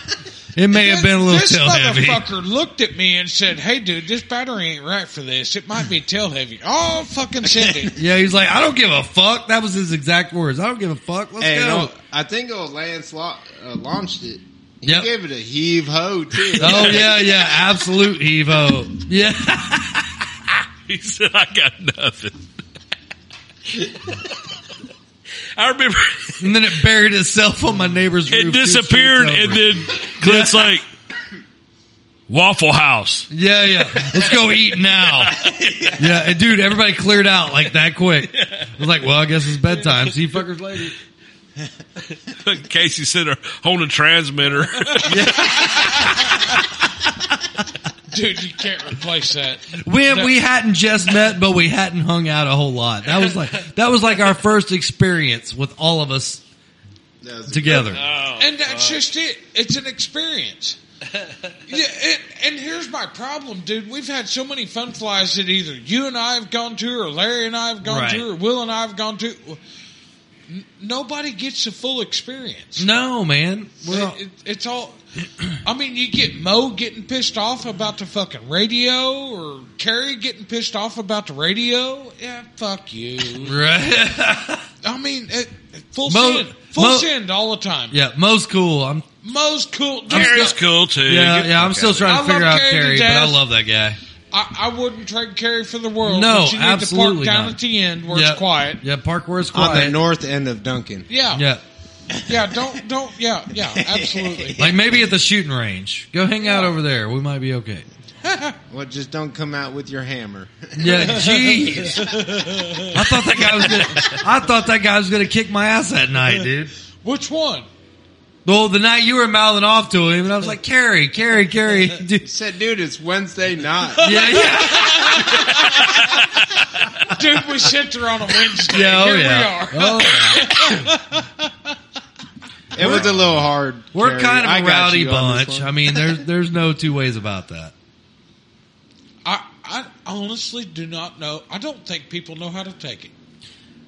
S1: It may have been a little
S3: this
S1: tail heavy.
S3: motherfucker looked at me and said, "Hey, dude, this battery ain't right for this. It might be tail heavy." Oh, fucking
S1: (laughs)
S3: send it.
S1: Yeah, he's like, I don't give a fuck. That was his exact words. I don't give a fuck. Let's
S5: Hey,
S1: go.
S5: no, I think old Lance lo- uh, launched it. He
S1: Yep.
S5: gave it a heave ho too.
S1: Oh yeah, yeah, absolute Evo. Yeah, (laughs)
S2: He said, I got nothing. (laughs) I remember
S1: and then it buried itself on my neighbor's
S2: it
S1: roof. two
S2: disappeared,
S1: streets
S2: and
S1: over.
S2: then Clint's like, Waffle House.
S1: yeah, yeah, let's go eat (laughs) now. Yeah, and dude, everybody cleared out like that quick. I was like, well, I guess it's bedtime. See you fuckers later.
S2: (laughs) Casey said, on the transmitter. (laughs)
S3: dude, you can't replace that.
S1: We we hadn't just met, but we hadn't hung out a whole lot. That was like that was like our first experience with all of us
S5: That was-
S1: together.
S3: (laughs) and
S1: Oh,
S3: that's just it. It's
S1: (laughs)
S3: an experience. yeah, and, and here's my problem, dude. We've had so many fun flies that either you and I have gone to, or Larry and I have gone
S1: Right.
S3: to, or Will and I have gone to. N- Nobody gets the full experience.
S1: No, man, we're all,
S3: It- it-
S1: (clears throat)
S3: it's all. I mean, you get Mo getting pissed off about the fucking radio, or Carrie getting pissed off about the radio. Yeah, fuck you.
S1: right.
S3: I mean, it, full
S1: Mo-
S3: send, full
S1: Mo-
S3: send all the time.
S1: yeah, Mo's cool. I'm
S3: Mo's cool. Dude,
S2: Gary's cool, too.
S1: yeah, yeah. I'm still
S3: I
S1: trying
S3: love
S1: to figure out
S3: Carrie to
S1: Carrie, but I
S3: death.
S1: love that guy.
S3: I, I wouldn't trade Carrie for the world.
S1: No,
S3: but you need
S1: absolutely
S3: to park down
S1: not.
S3: at the end where
S1: yeah.
S3: it's quiet.
S1: Yeah, park where it's
S5: on the
S1: quiet.
S5: north end of Duncan.
S3: Yeah, yeah,
S1: yeah,
S3: Don't, don't. Yeah,
S1: (laughs)
S3: yeah. Absolutely.
S1: like maybe at the shooting range. Go hang out over there. We might be okay.
S5: Well, just don't come out with your hammer. (laughs)
S1: Yeah, jeez. I thought that guy was gonna. I thought that guy was gonna kick my ass that night, dude.
S3: Which one?
S1: Well, the night you were mouthing off to him, and I was like, Carrie, Carrie, Carrie. Dude.
S5: said, dude, it's
S1: (laughs)
S5: Wednesday night.
S1: Yeah, yeah,
S3: Dude, we sent her on a Wednesday.
S1: yeah, oh,
S3: Here
S1: yeah.
S3: we are.
S1: Oh, yeah.
S5: It was a little hard.
S1: We're
S5: Carrie.
S1: kind of
S5: I
S1: a
S5: got
S1: rowdy
S5: you on this
S1: bunch.
S5: one.
S1: I mean, there's there's no two ways about that.
S3: I, I honestly do not know. I don't think people know how to take it.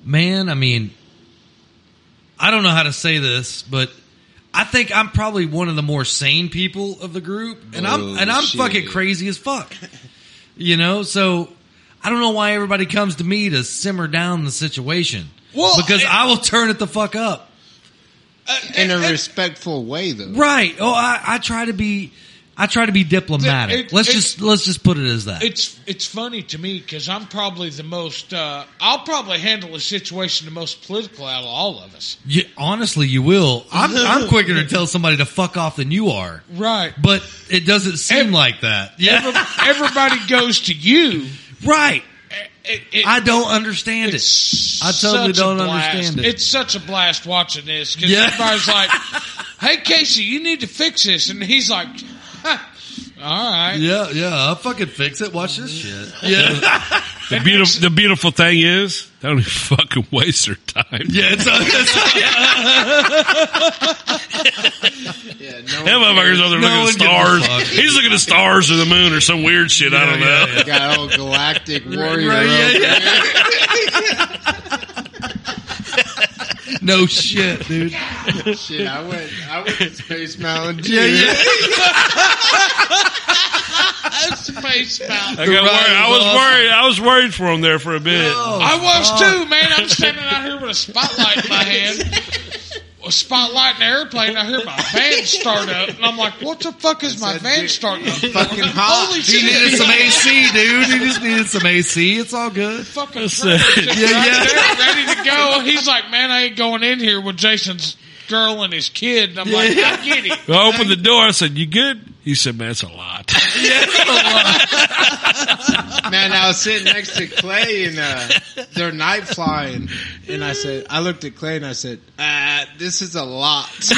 S1: man, I mean, I don't know how to say this, but I think I'm probably one of the more sane people of the group, and
S3: Oh,
S1: I'm and I'm
S5: Bullshit.
S1: fucking crazy as fuck. You know, so I don't know why everybody comes to me to simmer down the situation.
S3: Well,
S1: because
S3: it-
S1: I will turn it the fuck up.
S3: Uh,
S5: in a
S3: and- and-
S5: respectful way, though.
S1: Right. Oh, I, I try to be I try to be diplomatic.
S3: It-
S1: let's
S3: it-
S1: just let's just put it as that.
S3: It's it's funny to me because I'm probably the most. Uh, I'll probably handle a situation the most political out of all of us.
S1: You- honestly, you will. I'm, I'm quicker to tell somebody to fuck off than you are.
S3: Right.
S1: But it doesn't seem
S3: Ev-
S1: like (laughs) that. Yeah.
S3: Everybody goes to you.
S1: (laughs) Right.
S3: It- it-
S1: I don't understand it.
S3: it's
S1: I totally
S3: such a
S1: don't
S3: blast.
S1: understand it.
S3: It's such a blast watching this because
S1: Yeah.
S3: everybody's
S1: (laughs)
S3: like, "Hey, Casey, you need to fix this," and he's like, "Ha, "All right."
S1: Yeah, yeah. I'll fucking fix it. Watch this shit. Yeah. (laughs)
S2: The, beautiful, the beautiful thing is, they don't even fucking waste their time.
S1: Yeah, it's, it's
S5: Yeah,
S2: (laughs)
S5: no
S2: That
S5: one
S2: motherfucker's over there
S1: No
S2: looking
S1: one
S2: at
S1: gives a fuck.
S2: stars. He's looking at stars or the moon or some weird shit. I don't know.
S1: yeah, yeah.
S5: got old galactic warrior.
S1: (laughs) right, yeah,
S5: over
S1: yeah.
S5: there.
S1: no shit, dude.
S5: Shit, I went. I went to Space Mountain. Too.
S1: Yeah, yeah.
S3: Space Mountain.
S2: (laughs) I, got worried.
S1: ride
S2: I
S1: was
S2: was
S1: awesome.
S2: worried. I was worried for him there for a bit.
S3: I was too, man. I'm standing out here with a spotlight in my hand. A spotlight in the airplane. I hear my van start up, and I'm like, "What the fuck is my
S5: That's a
S3: van
S5: dick-
S3: starting up?"
S5: Fucking hot.
S3: Holy
S1: He
S3: shit!
S1: needed some AC, dude. He just needed some AC. It's all good.
S3: fucking
S2: uh,
S3: perfect.
S1: yeah,
S3: Right
S1: yeah.
S3: there, ready to go. He's like, man, I ain't going in here with Jason's girl and his kid. And I'm like, I
S1: (laughs)
S3: get it.
S2: I opened the door. I said, "You good?" He said, "Man, it's a lot." (laughs)
S5: Man, I was sitting next to Clay and uh, they're night flying, and I said, I looked at Clay and I said, uh, "This is a lot."
S1: (laughs)
S2: I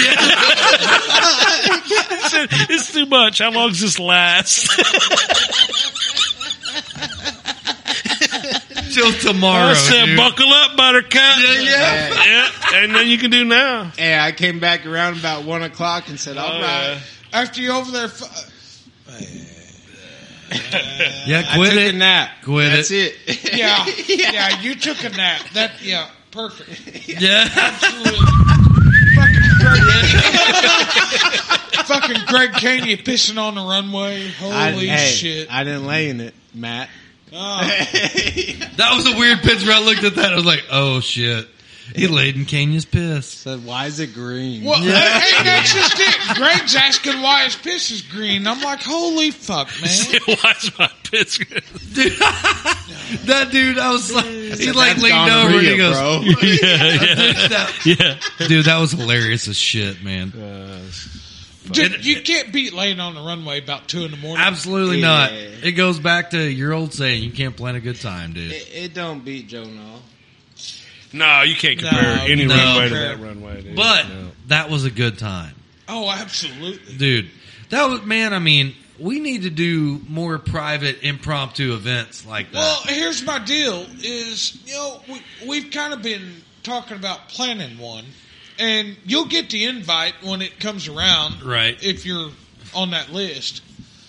S2: said, "It's too much. How long does this last?"
S1: Till tomorrow.
S2: I said,
S1: dude.
S2: "Buckle up, Buttercup." Yeah,
S5: yeah.
S2: And then you can do now. (laughs)
S1: Oh,
S5: And I came back around about one o'clock and said, "All right."
S3: After you over there, fu-
S1: Yeah,
S5: I took
S1: quit
S5: a
S1: it.
S5: nap.
S1: Quit
S5: That's
S1: it.
S5: it. (laughs)
S3: Yeah, yeah, you took a nap. That yeah, perfect.
S1: Yeah. (laughs)
S3: Fucking Greg Caney pissing on the runway.
S5: I-
S3: Holy
S5: hey,
S3: shit!
S5: I didn't lay in it, Matt.
S3: Oh,
S5: (laughs)
S1: That was a weird picture. I looked at that. I was like, oh shit. He laid in Kenya's piss.
S5: Said, why is it green?
S3: well, hey, that's just it. Greg's asking why his piss is green. I'm like, holy fuck,
S5: (laughs)
S3: man.
S2: Watch my piss.
S1: Dude, (laughs) that dude, I was like, he
S5: Said,
S1: like
S5: "That's
S1: leaned over and he
S5: gonorrhea,
S1: goes,
S5: bro.
S2: yeah,
S5: (laughs)
S1: that,
S2: yeah,
S1: dude, that was hilarious as shit, man.
S2: yeah. Uh,
S3: Dude, you can't beat laying on the runway about two in the morning.
S1: Absolutely
S5: Yeah.
S1: not. It goes back to your old saying, you can't plan a good time, dude.
S5: It, it don't beat Joe Knoll.
S2: no, you can't compare
S3: No,
S2: any
S1: no.
S2: runway to that runway. Dude.
S1: But
S2: No.
S1: that was a good time.
S3: Oh, absolutely.
S1: Dude, that was, man, I mean, we need to do more private impromptu events like that.
S3: Well, here's my deal: is you know we, we've kind of been talking about planning one, and you'll get the invite when it comes around,
S1: Right.
S3: If you're on that list,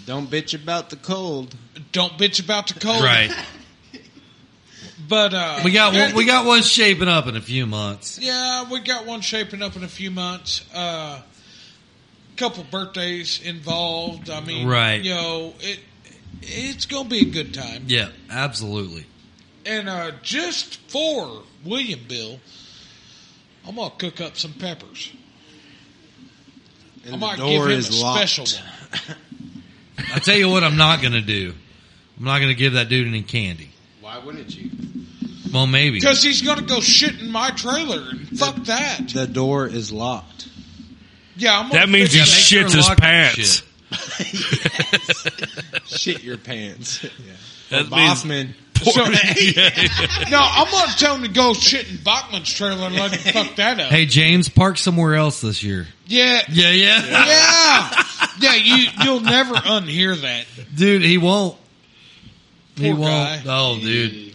S5: Don't bitch about the cold.
S3: don't bitch about the cold,
S1: right.
S3: But uh,
S1: We got one, we got one shaping up in a few months.
S3: yeah, we got one shaping up in a few months. Uh, couple birthdays involved. I mean,
S1: Right.
S3: You know it. It's gonna be a good time.
S1: Yeah, absolutely.
S3: And uh, just for William Bill, I'm gonna cook up some peppers.
S5: And
S3: I
S5: the
S3: might
S5: door
S3: give him
S5: is
S3: a
S5: locked.
S3: special one.
S1: I tell you what, I'm not gonna do. I'm not gonna give that dude any candy.
S5: Why wouldn't you?
S1: Well, maybe.
S3: Because he's going to go shit in my trailer. and Fuck that.
S5: The door is locked.
S3: Yeah, I'm gonna
S2: that means he
S1: Yeah,
S3: fix
S1: make
S3: that.
S1: sure
S2: shits his
S1: lock that shit.
S2: pants.
S5: Shit your pants. yeah.
S2: That means-
S5: Boffman.
S2: (laughs)
S3: So-
S5: (laughs)
S2: Yeah.
S3: No, I'm going to tell him to go shit in Bachman's trailer and let
S1: (laughs)
S3: him fuck that up.
S1: Hey, James, park somewhere else this year.
S3: Yeah.
S1: Yeah, yeah,
S3: Yeah. Yeah, you, you'll never unhear that.
S1: dude, he won't. he
S3: Poor guy.
S1: won't. Oh, dude.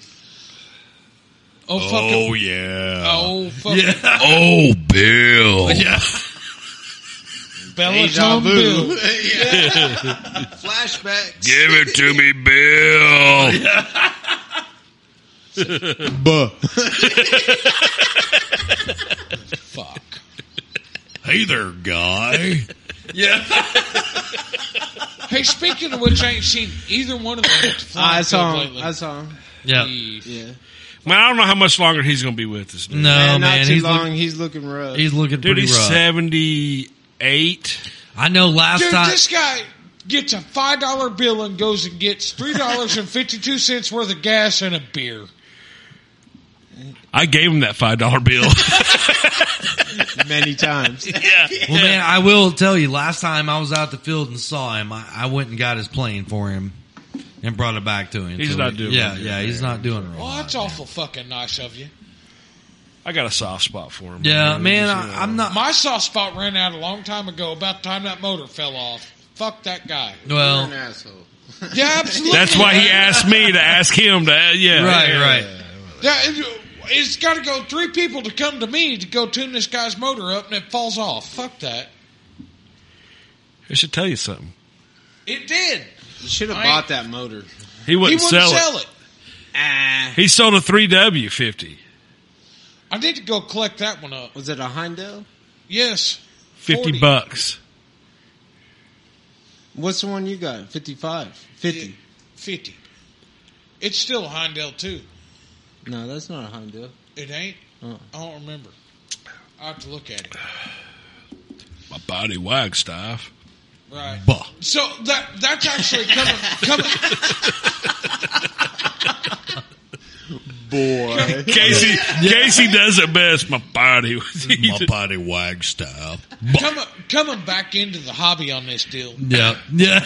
S3: Oh, fuck
S2: (laughs) Oh
S3: him.
S2: (laughs) yeah.
S3: Oh, fuck him.
S1: Yeah,
S2: Oh (laughs) Bill.
S1: yeah.
S3: Bellatone Bill.
S5: Flashbacks.
S2: Give it to me, Bill.
S5: Buh.
S3: Fuck.
S2: (laughs) Hey there, guy.
S3: Hey, speaking of which, I ain't seen either one of them
S5: (laughs)
S3: at the
S5: I
S3: flying field
S5: saw him.
S3: lately.
S5: I saw him.
S1: Yeah.
S5: Yeah.
S2: Man, I don't know how much longer he's going to be with us. Dude,
S1: No, man,
S5: And not too
S1: he's, look-
S5: long. he's looking rough.
S1: he's looking
S2: dude
S1: pretty
S2: he's
S1: rough.
S2: seventy-eight.
S1: I know last
S3: Dude,
S1: time.
S3: this guy gets a five dollar bill and goes and gets three dollars and fifty two cents worth of gas and a beer.
S2: I gave him that five dollar bill. (laughs)
S5: many times.
S1: Well, man, I will tell you. Last time I was out the field and saw him, I, I went and got his plane for him and brought it back to him.
S2: He's not doing
S1: Yeah,
S2: real
S1: yeah, he's not doing real.
S3: Well, Oh, that's
S1: hot,
S3: awful fucking nice of you.
S2: I got a soft spot for him.
S1: Yeah,
S2: He
S1: man,
S2: was, you know,
S1: I, I'm not.
S3: My soft spot ran out a long time ago. About the time that motor fell off. Fuck that guy.
S5: You're an
S1: well,
S5: asshole.
S3: Yeah, absolutely.
S2: That's why he
S3: man.
S2: asked me to ask him to. uh, yeah,
S1: right,
S2: yeah.
S1: right.
S3: Yeah, it- it's got to go three people to come to me to go tune this guy's motor up, and it falls off. Fuck that.
S2: I should tell you something.
S3: It did.
S5: You should have
S3: I-
S5: bought that motor.
S2: He
S3: He
S2: wouldn't
S3: wouldn't
S2: sell,
S3: sell
S2: it.
S3: it.
S2: He sold a three W fifty.
S3: I need to go collect that one up.
S5: Was it a Heindel?
S3: Yes.
S2: 50
S3: 40.
S2: bucks.
S5: What's the one you got? 55. 50.
S3: 50. It's still a Heindel, too.
S5: No, that's not a Heindel.
S3: It ain't.
S2: Uh.
S5: Oh.
S3: I don't remember. I have to look at it.
S2: My body wag stuff.
S3: Right.
S1: Bah.
S3: So that that's
S2: (laughs)
S3: actually coming coming
S5: Boy.
S2: Casey (laughs) Casey does it best. My body (laughs) was
S1: body wag style.
S3: coming coming back into the hobby on this deal.
S1: Yeah, yeah.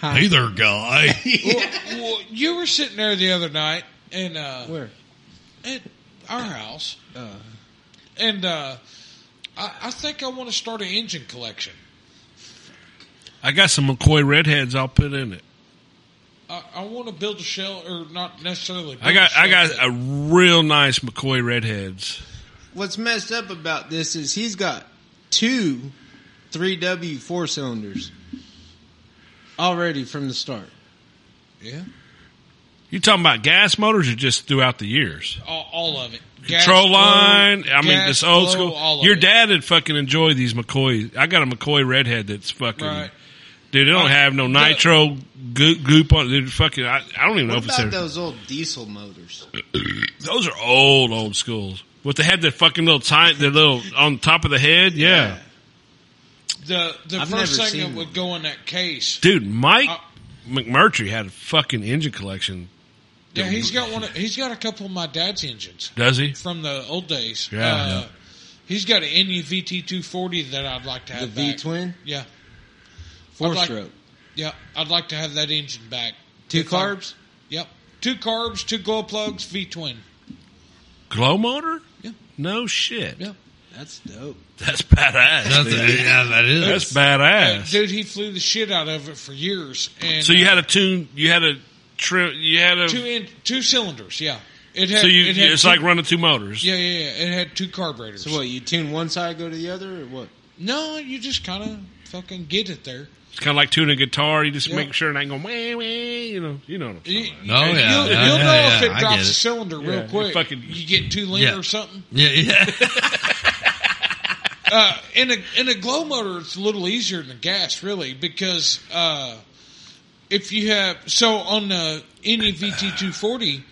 S5: Hi.
S1: there, guy.
S3: Well, well, you were sitting there the other night and uh,
S5: Where?
S3: at our house,
S2: Uh-huh.
S5: Uh,
S3: and uh, I, I think I want to start an engine collection.
S2: (laughs) I got some McCoy redheads. I'll put in it.
S3: I, I want to build a shell, or not necessarily. Build
S2: I got
S3: a
S2: I got
S3: shell,
S2: a real nice McCoy redheads.
S5: What's messed up about this is he's got two 3W four cylinders already from the start.
S3: Yeah.
S2: You talking about gas motors or just throughout the years?
S3: All, all of it.
S2: Control line. I mean,
S3: gas
S2: it's old
S3: flow,
S2: school.
S3: all of
S2: Your
S3: it.
S2: dad would fucking enjoy these McCoy. I got a McCoy redhead that's fucking.
S3: Right.
S2: Dude, they don't
S3: I-
S2: have no
S3: the-
S2: nitro goop, goop on. Dude, fucking. I, I don't even know
S5: What
S2: if it's
S5: about
S2: there.
S5: those old diesel motors?
S2: (clears throat) Those are old, old schools. But they had that fucking little time, the little on top of the head. Yeah,
S3: The the
S5: I've
S3: first
S5: never
S3: thing that
S5: seen
S3: would
S5: one.
S3: go in that case.
S2: dude. Mike
S3: I-
S2: McMurtry had a fucking engine collection.
S3: Yeah, he's got one. Of, he's got a couple of my dad's engines
S2: Does he?
S3: from the old days.
S2: Yeah,
S3: Uh,
S2: yeah.
S3: He's got an NUVT 240 that I'd like to
S5: The
S3: have
S5: V
S3: back.
S5: twin,
S3: Yeah,
S5: four
S3: like-
S5: stroke,
S3: yeah. I'd like to have that engine back.
S5: two
S3: If I-
S5: carbs.
S3: Yep. Two carbs, two glow plugs, V twin.
S2: Glow motor?
S3: Yeah.
S2: No shit.
S3: Yeah.
S5: That's dope.
S2: That's badass.
S1: That's
S2: dude.
S1: yeah, that is.
S2: That's
S3: Uh,
S2: badass.
S3: dude, he flew the shit out of it for years. And
S2: so you
S3: uh,
S2: had a tune. You had a trim. You had a.
S3: two in two cylinders. Yeah. It had.
S2: so you.
S3: it had
S2: It's
S3: two-
S2: like running two motors.
S3: Yeah, yeah, yeah. It had two carburetors.
S5: So what? You tune one side, go to the other, or what?
S3: No, you just kind of fucking get it there.
S2: It's kind of like tuning a guitar. You just
S3: Yeah.
S2: make sure it ain't going wah wah. You know. You know. What I'm
S3: You,
S2: talking
S1: No, yeah,
S3: you'll,
S1: yeah,
S3: you'll know
S1: yeah,
S3: if
S1: yeah,
S3: it
S1: I
S3: drops
S1: get
S3: a
S1: it.
S3: cylinger
S2: Yeah,
S3: real
S2: it
S3: quick.
S2: fucking-
S3: you get too lean
S1: Yeah.
S3: or something.
S1: yeah,
S2: (laughs)
S1: yeah.
S3: Uh, in a in a glow motor, it's a little easier than gas, really, because uh, if you have so on the NEVT two forty,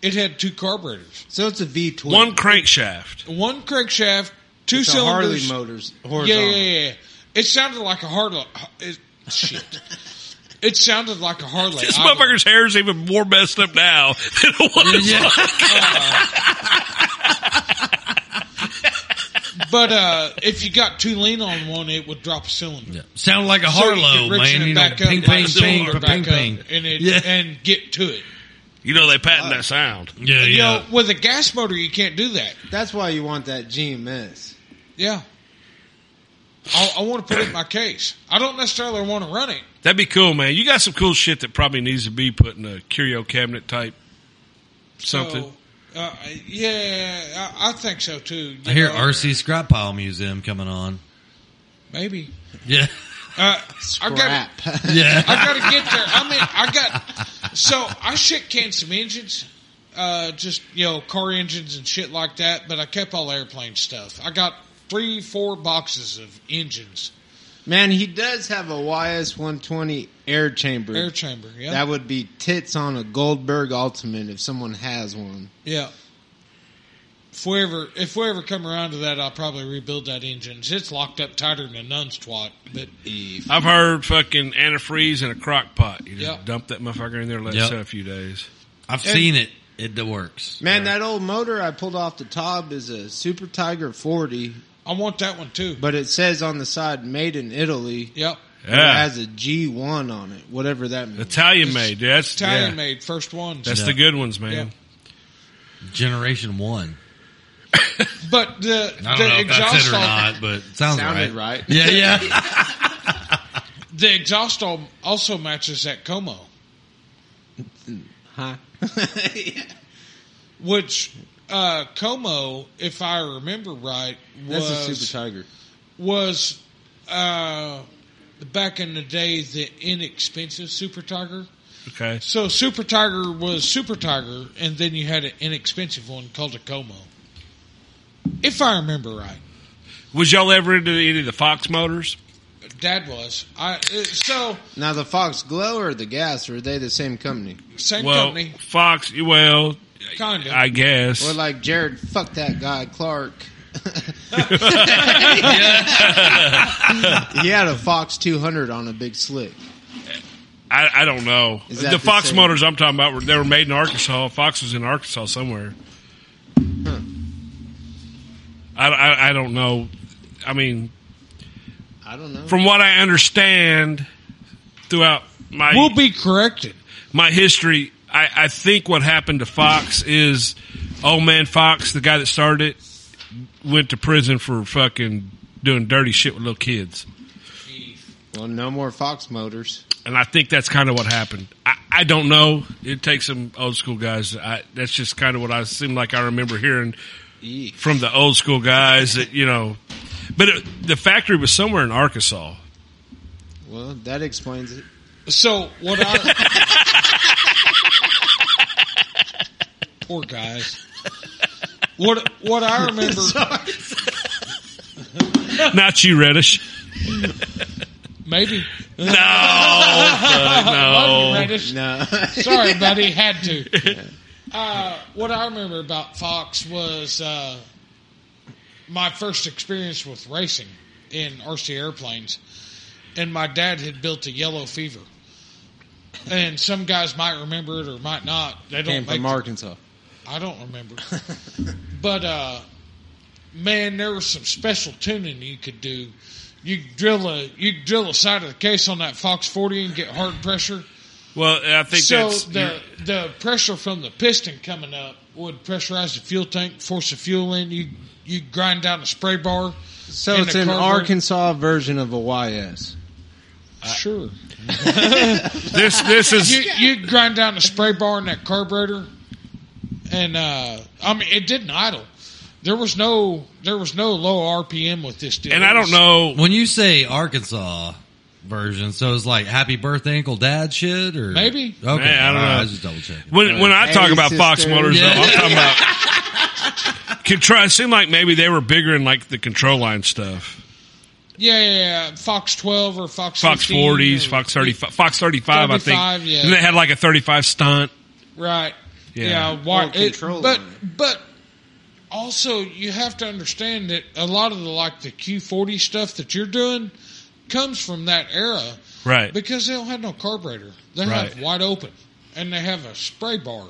S3: it had two carburetors,
S5: So it's a V twin.
S2: about. One crankshaft.
S3: one crankshaft, two
S5: it's a Harley
S3: cylinders.
S5: motors.
S3: yeah,
S5: Horizontal.
S3: yeah, yeah. It sounded like a Harley. uh, It, shit. It sounded like a Harley.
S2: This
S3: I-
S2: motherfucker's hair is even more messed up now (laughs) than it was.
S1: Yeah. (laughs)
S3: But uh, if you got too lean on one, it would drop a cylinder.
S1: Sound like a
S3: So you
S1: Harlow,
S3: could richen
S1: man.
S3: it
S1: You know,
S3: back up
S1: ping,
S3: like
S1: ping,
S3: a
S1: ping,
S3: cylinder
S1: ping,
S3: back up
S1: ping.
S3: and it
S1: Yeah.
S3: and get to it.
S2: You know they patent that sound.
S1: Yeah,
S3: You know,
S1: yeah.
S3: with a gas motor, you can't do that.
S5: That's why you want that GMS.
S3: Yeah, I, I want to put it in my case. I don't necessarily want to run it.
S2: That'd be cool, man. You got some cool shit that probably needs to be put in a curio cabinet type something.
S3: So, uh, yeah, I, I think so too. You
S1: I hear
S3: know,
S1: RC Scrap Pile Museum coming on.
S3: Maybe.
S1: Yeah, (laughs)
S3: Uh, I got. (laughs)
S5: Scrap.
S1: yeah.
S3: I got to get there. I mean, I got. So I shit canned some engines, uh, just you know, car engines and shit like that. But I kept all airplane stuff. I got three, four boxes of engines,
S5: Man, he does have a YS120 air chamber.
S3: air chamber. Yeah,
S5: That would be tits on a Goldberg Ultimate if someone has one.
S3: yeah. If we ever if we ever come around to that, I'll probably rebuild that engine. It's locked up tighter than a nun's twat. But
S2: I've heard fucking antifreeze in a crock pot. You just
S3: Yeah.
S2: dump that motherfucker in there, let
S1: Yep.
S2: it sit a few days.
S1: I've seen it. It works.
S5: Man, that old motor I pulled off the top is a Super Tiger 40,
S3: I want that one too.
S5: but it says on the side made in Italy.
S3: Yep,
S5: and It
S2: Yeah,
S5: has a G1 on it, whatever that means.
S2: Italian made. Dude. That's
S3: Italian
S2: yeah.
S3: made first ones.
S2: That's
S1: Yeah.
S2: the good ones, man.
S1: Generation one.
S3: but the
S1: I don't know
S3: the
S1: if that's
S3: exhaust
S1: it or
S3: off-
S1: not, but it sounds
S5: Sounded right.
S1: Yeah,
S3: (laughs)
S1: yeah.
S3: the exhaust al- also matches that Como. (laughs)
S5: Huh? (laughs) yeah.
S3: which uh, Como, if I remember right,
S5: That's a
S3: was
S5: Super Tiger.
S3: was uh, back in the day the inexpensive Super Tiger.
S2: Okay.
S3: So Super Tiger was Super Tiger, and then you had an inexpensive one called a Como, if I remember right.
S2: Was y'all ever into any of the Fox motors?
S3: Dad was I uh, so
S5: Now, the Fox Glow or the Gas, or are they the same company?
S3: same
S2: well,
S3: company
S2: Fox. Well,
S3: kind of.
S2: I guess.
S5: Or like Jared, fuck that guy, Clark. he had a Fox 200 on a big slick.
S2: I, I don't know.
S5: Is
S2: The
S5: that the
S2: Fox
S5: same-
S2: motors I'm talking about were they were made in Arkansas. Fox was in Arkansas somewhere. I, I I don't know. I mean,
S5: I don't know.
S2: from what I understand, throughout my
S3: we'll be corrected.
S2: my history, I, I think what happened to Fox is old man Fox, the guy that started it, went to prison for fucking doing dirty shit with little kids.
S5: well, no more Fox motors.
S2: And I think that's kind of what happened. I, I don't know. It takes some old school guys. I, that's just kind of what I seem like I remember hearing
S5: Eek.
S2: from the old school guys that, you know, but it, the factory was somewhere
S3: (laughs)
S2: in Arkansas.
S5: Well, that explains it.
S2: (laughs)
S3: So what I Poor guys. What what
S2: (laughs)
S3: I remember
S2: Not you, Reddish.
S3: maybe (laughs)
S2: No, fuck,
S3: Love
S2: no.
S3: you, Reddish.
S5: (laughs) No.
S3: Sorry, buddy, had to. Uh, what I remember about Fox was uh, my first experience with racing in RC airplanes, and my dad had built a yellow fever. And some guys might remember it or might not. They don't
S5: Came
S3: make
S5: from Arkansas.
S3: I don't remember. but uh, man, there was some special tuning you could do. You could drill a you could drill a side of the case on that Fox 40 and get hard pressure.
S2: Well, I think
S3: So
S2: that's
S3: the the pressure from the piston coming up would pressurize the fuel tank, force the fuel in. You you grind down the spray bar.
S5: So
S3: in
S5: it's
S3: the
S5: an
S3: carburetor.
S5: Arkansas version of a YS.
S3: Sure.
S2: (laughs) this. This
S3: (laughs) you
S2: is
S3: you grind down the spray bar in that carburetor, and uh, I mean it didn't idle. There was no there was no low RPM with this deal.
S2: and I
S3: It
S2: don't
S3: was-
S2: know.
S1: When you say Arkansas version, so it's like happy birthday, Uncle Dad shit, or
S3: Maybe.
S1: Okay, all
S2: Man, I
S1: right, I
S2: don't know.
S1: was just double
S2: (laughs)
S1: checking.
S2: When when I
S5: Hey,
S2: talk about Fox
S5: sister.
S2: Motors,
S1: Yeah.
S2: though, I'm talking
S1: (laughs)
S2: about control. It seemed like maybe they were bigger in like the control line stuff.
S3: Yeah, yeah, yeah, Fox twelve or Fox
S2: Fox
S3: 15
S2: forties,
S3: or-
S2: Fox thirty, Fox thirty five. I think.
S3: 35, yeah.
S2: And they had like a thirty five stunt.
S3: Right.
S2: Yeah.
S3: Yeah. why,
S5: Or
S3: it,
S5: control
S3: but
S5: on
S3: but also you have to understand that a lot of the like the Q forty stuff that you're doing comes from that era,
S2: Right.
S3: Because they don't have no carburetor. They
S2: Right.
S3: have wide open, and they have a spray bar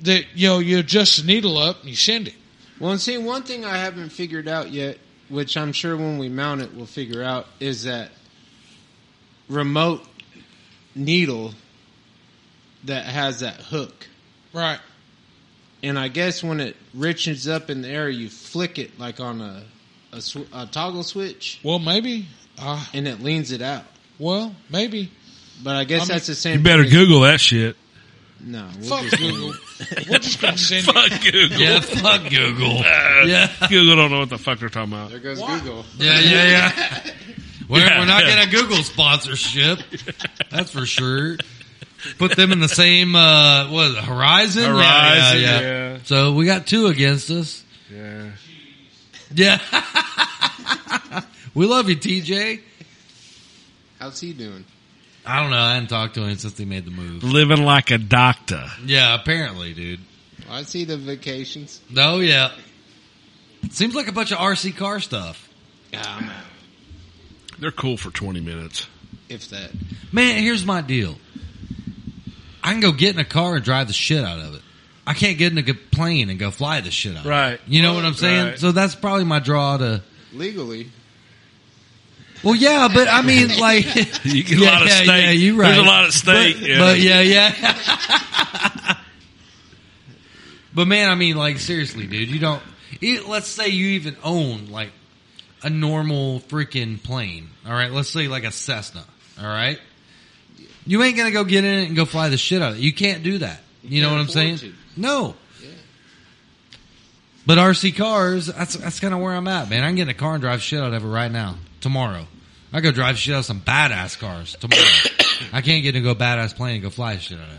S3: that you know you adjust the needle up and you send it.
S5: Well, and see, one thing I haven't figured out yet, which I'm sure when we mount it we'll figure out, is that remote needle that has that hook.
S3: Right.
S5: And I guess when it richens up in the air, you flick it like on a, a, sw- a toggle switch
S3: Well, maybe. Uh,
S5: and it leans it out.
S3: well, maybe.
S5: But I guess
S3: I'm-
S5: that's the same.
S2: You better
S5: thing.
S2: Google
S1: (laughs)
S2: that shit.
S5: No, we'll
S3: Fuck
S5: just- (laughs)
S3: Google. We're just gonna send it.
S2: Fuck Google.
S1: yeah, fuck Google.
S2: Uh,
S1: (laughs) Yeah.
S2: Google don't know what the fuck they're talking about.
S5: There goes
S3: Why?
S5: Google.
S1: Yeah, yeah, yeah.
S2: (laughs)
S1: We're,
S2: Yeah,
S1: we're not
S2: yeah.
S1: getting a Google sponsorship. That's for sure. What them in the same uh what is it, Horizon? Yeah,
S2: Horizon, yeah.
S1: So we got two against us.
S2: Yeah.
S1: Yeah. (laughs) we love you, TJ.
S5: How's he doing?
S1: I don't know, I hadn't talked to him since they made the move.
S2: Living like a doctor.
S1: Yeah, apparently, dude.
S5: Well, I see the vacations.
S1: Oh yeah. Seems like a bunch of RC car stuff.
S2: They're cool for 20 minutes.
S5: If that.
S1: Man, here's my deal. I can go get in a car and drive the shit out of it. I can't get in a good plane and go fly the shit out.
S2: Right.
S1: Of it. You know what I'm saying?
S2: Right.
S1: So that's probably my draw to.
S5: Legally,
S1: Well, yeah, but I
S2: (laughs)
S1: mean, like,
S2: You get
S1: Yeah,
S2: a lot of
S1: yeah,
S2: stake.
S1: yeah, you're right.
S2: There's a lot of stake.
S1: But, but yeah, yeah. (laughs) but man, I mean, like, seriously, dude, you don't. e let's say you even own like a normal freaking plane. All right, let's say like a Cessna. All right, you ain't gonna go get in it and go fly the shit out of it. You can't do that. You, know
S5: can't
S1: what I'm saying?
S5: afford to.
S1: No. But RC cars, that's that's kind of where I'm at, man. I can get in a car and drive shit out of it right now, tomorrow. I go drive shit out of some badass cars tomorrow.
S5: (coughs)
S1: I can't get to go badass plane and go fly shit out of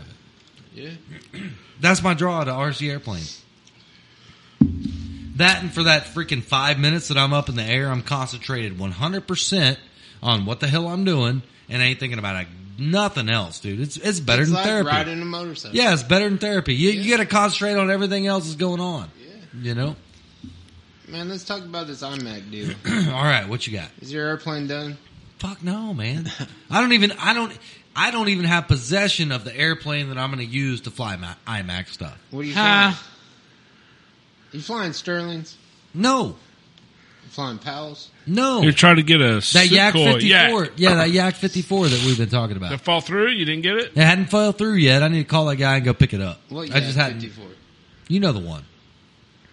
S1: it.
S5: yeah.
S1: That's my draw to RC airplane. That and for that freaking five minutes that I'm up in the air, I'm concentrated 100% on what the hell I'm doing and I ain't thinking about like, nothing else, dude. It's, it's better
S5: It's
S1: than
S5: like
S1: therapy.
S5: riding a motorcycle.
S1: Yeah, it's better than therapy. You, you got to concentrate on everything else that's going on. You know? (clears throat)
S5: Man, let's talk about this iMac deal.
S1: All right, what you got?
S5: Is your airplane done?
S1: Fuck no,
S5: (laughs)
S1: man. I don't even. I don't. I don't even have possession of the airplane that I'm going to use to fly my IMAX stuff.
S5: What are you
S3: Huh.
S5: flying? You flying Sterlings?
S1: No,
S5: You flying Powell's?
S1: no.
S2: You're trying to get a
S1: that Yak
S2: Sukhoi.
S1: 54.
S2: Yak.
S1: Yeah, that Yak 54 that we've been talking
S2: That
S1: about.
S2: fall through? You didn't get it?
S1: It hadn't fell through yet. I need to call that guy and go pick it up.
S5: What?
S1: I just hadn't.
S5: 54.
S1: You know the one.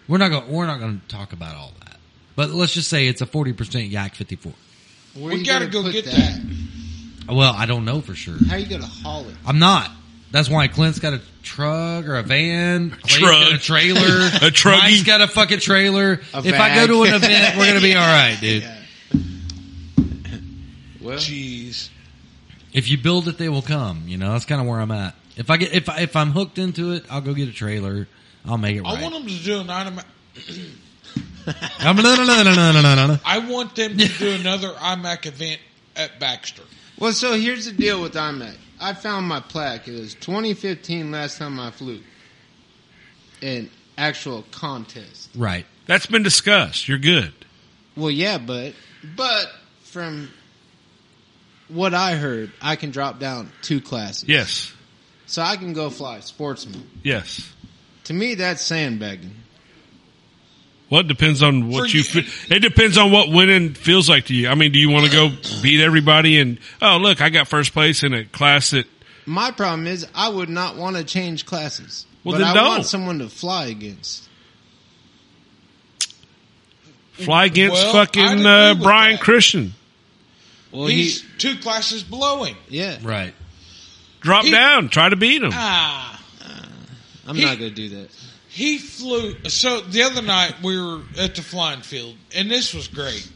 S1: We're not going. We're not going to talk about all that. But let's just say it's a 40% Yak 54.
S5: Where
S3: We
S5: you
S3: gotta
S5: gonna
S3: go
S5: put
S3: get that.
S1: Well, I don't know for sure.
S5: How you gonna haul it?
S1: I'm not. That's why Clint's got a truck or a van, Clay's
S2: Truck.
S1: got a trailer,
S2: (laughs) A truggy.
S1: Mike's got a fucking trailer.
S5: A
S1: if I go
S5: bag.
S1: to an event, we're gonna be all right, dude.
S5: (laughs) Yeah. Well,
S3: Jeez.
S1: If you build it, they will come. You know, that's kind of where I'm at. If I get if I, if I'm hooked into it, I'll go get a trailer. I'll make it right. (laughs)
S3: I want them to do an IMAX.
S1: Um, no, no, no, no, no, no, no, no.
S3: I want them to do another IMAC event at Baxter.
S5: Well, so here's the deal with IMAC. I found my plaque. It was 2015 last time I flew. An actual contest.
S1: Right.
S2: That's been discussed. You're good.
S5: Well, yeah, but but from what I heard, I can drop down two classes.
S2: Yes.
S5: So I can go fly sportsman.
S2: Yes.
S5: To me, that's sandbagging.
S2: Well, it depends on what
S3: For
S2: you.
S3: you-
S2: Feel. It depends on what winning feels like to you. I mean, do you want to go beat everybody and oh look, I got first place in a class that
S5: My problem is I would not want to change classes.
S2: Well,
S5: but
S2: then
S5: I
S2: don't.
S5: want someone to fly against.
S2: fly against
S3: Well, I'd
S2: fucking
S3: agree
S2: uh,
S3: with
S2: Brian
S3: that.
S2: Christian.
S5: Well,
S3: He's two classes below him.
S5: he, yeah,
S1: Right.
S2: Drop
S3: He-
S2: down, try to beat him.
S3: Ah.
S5: I'm
S3: he-
S5: not going to do that.
S3: He flew. So the other night we were at the flying field, and this was great.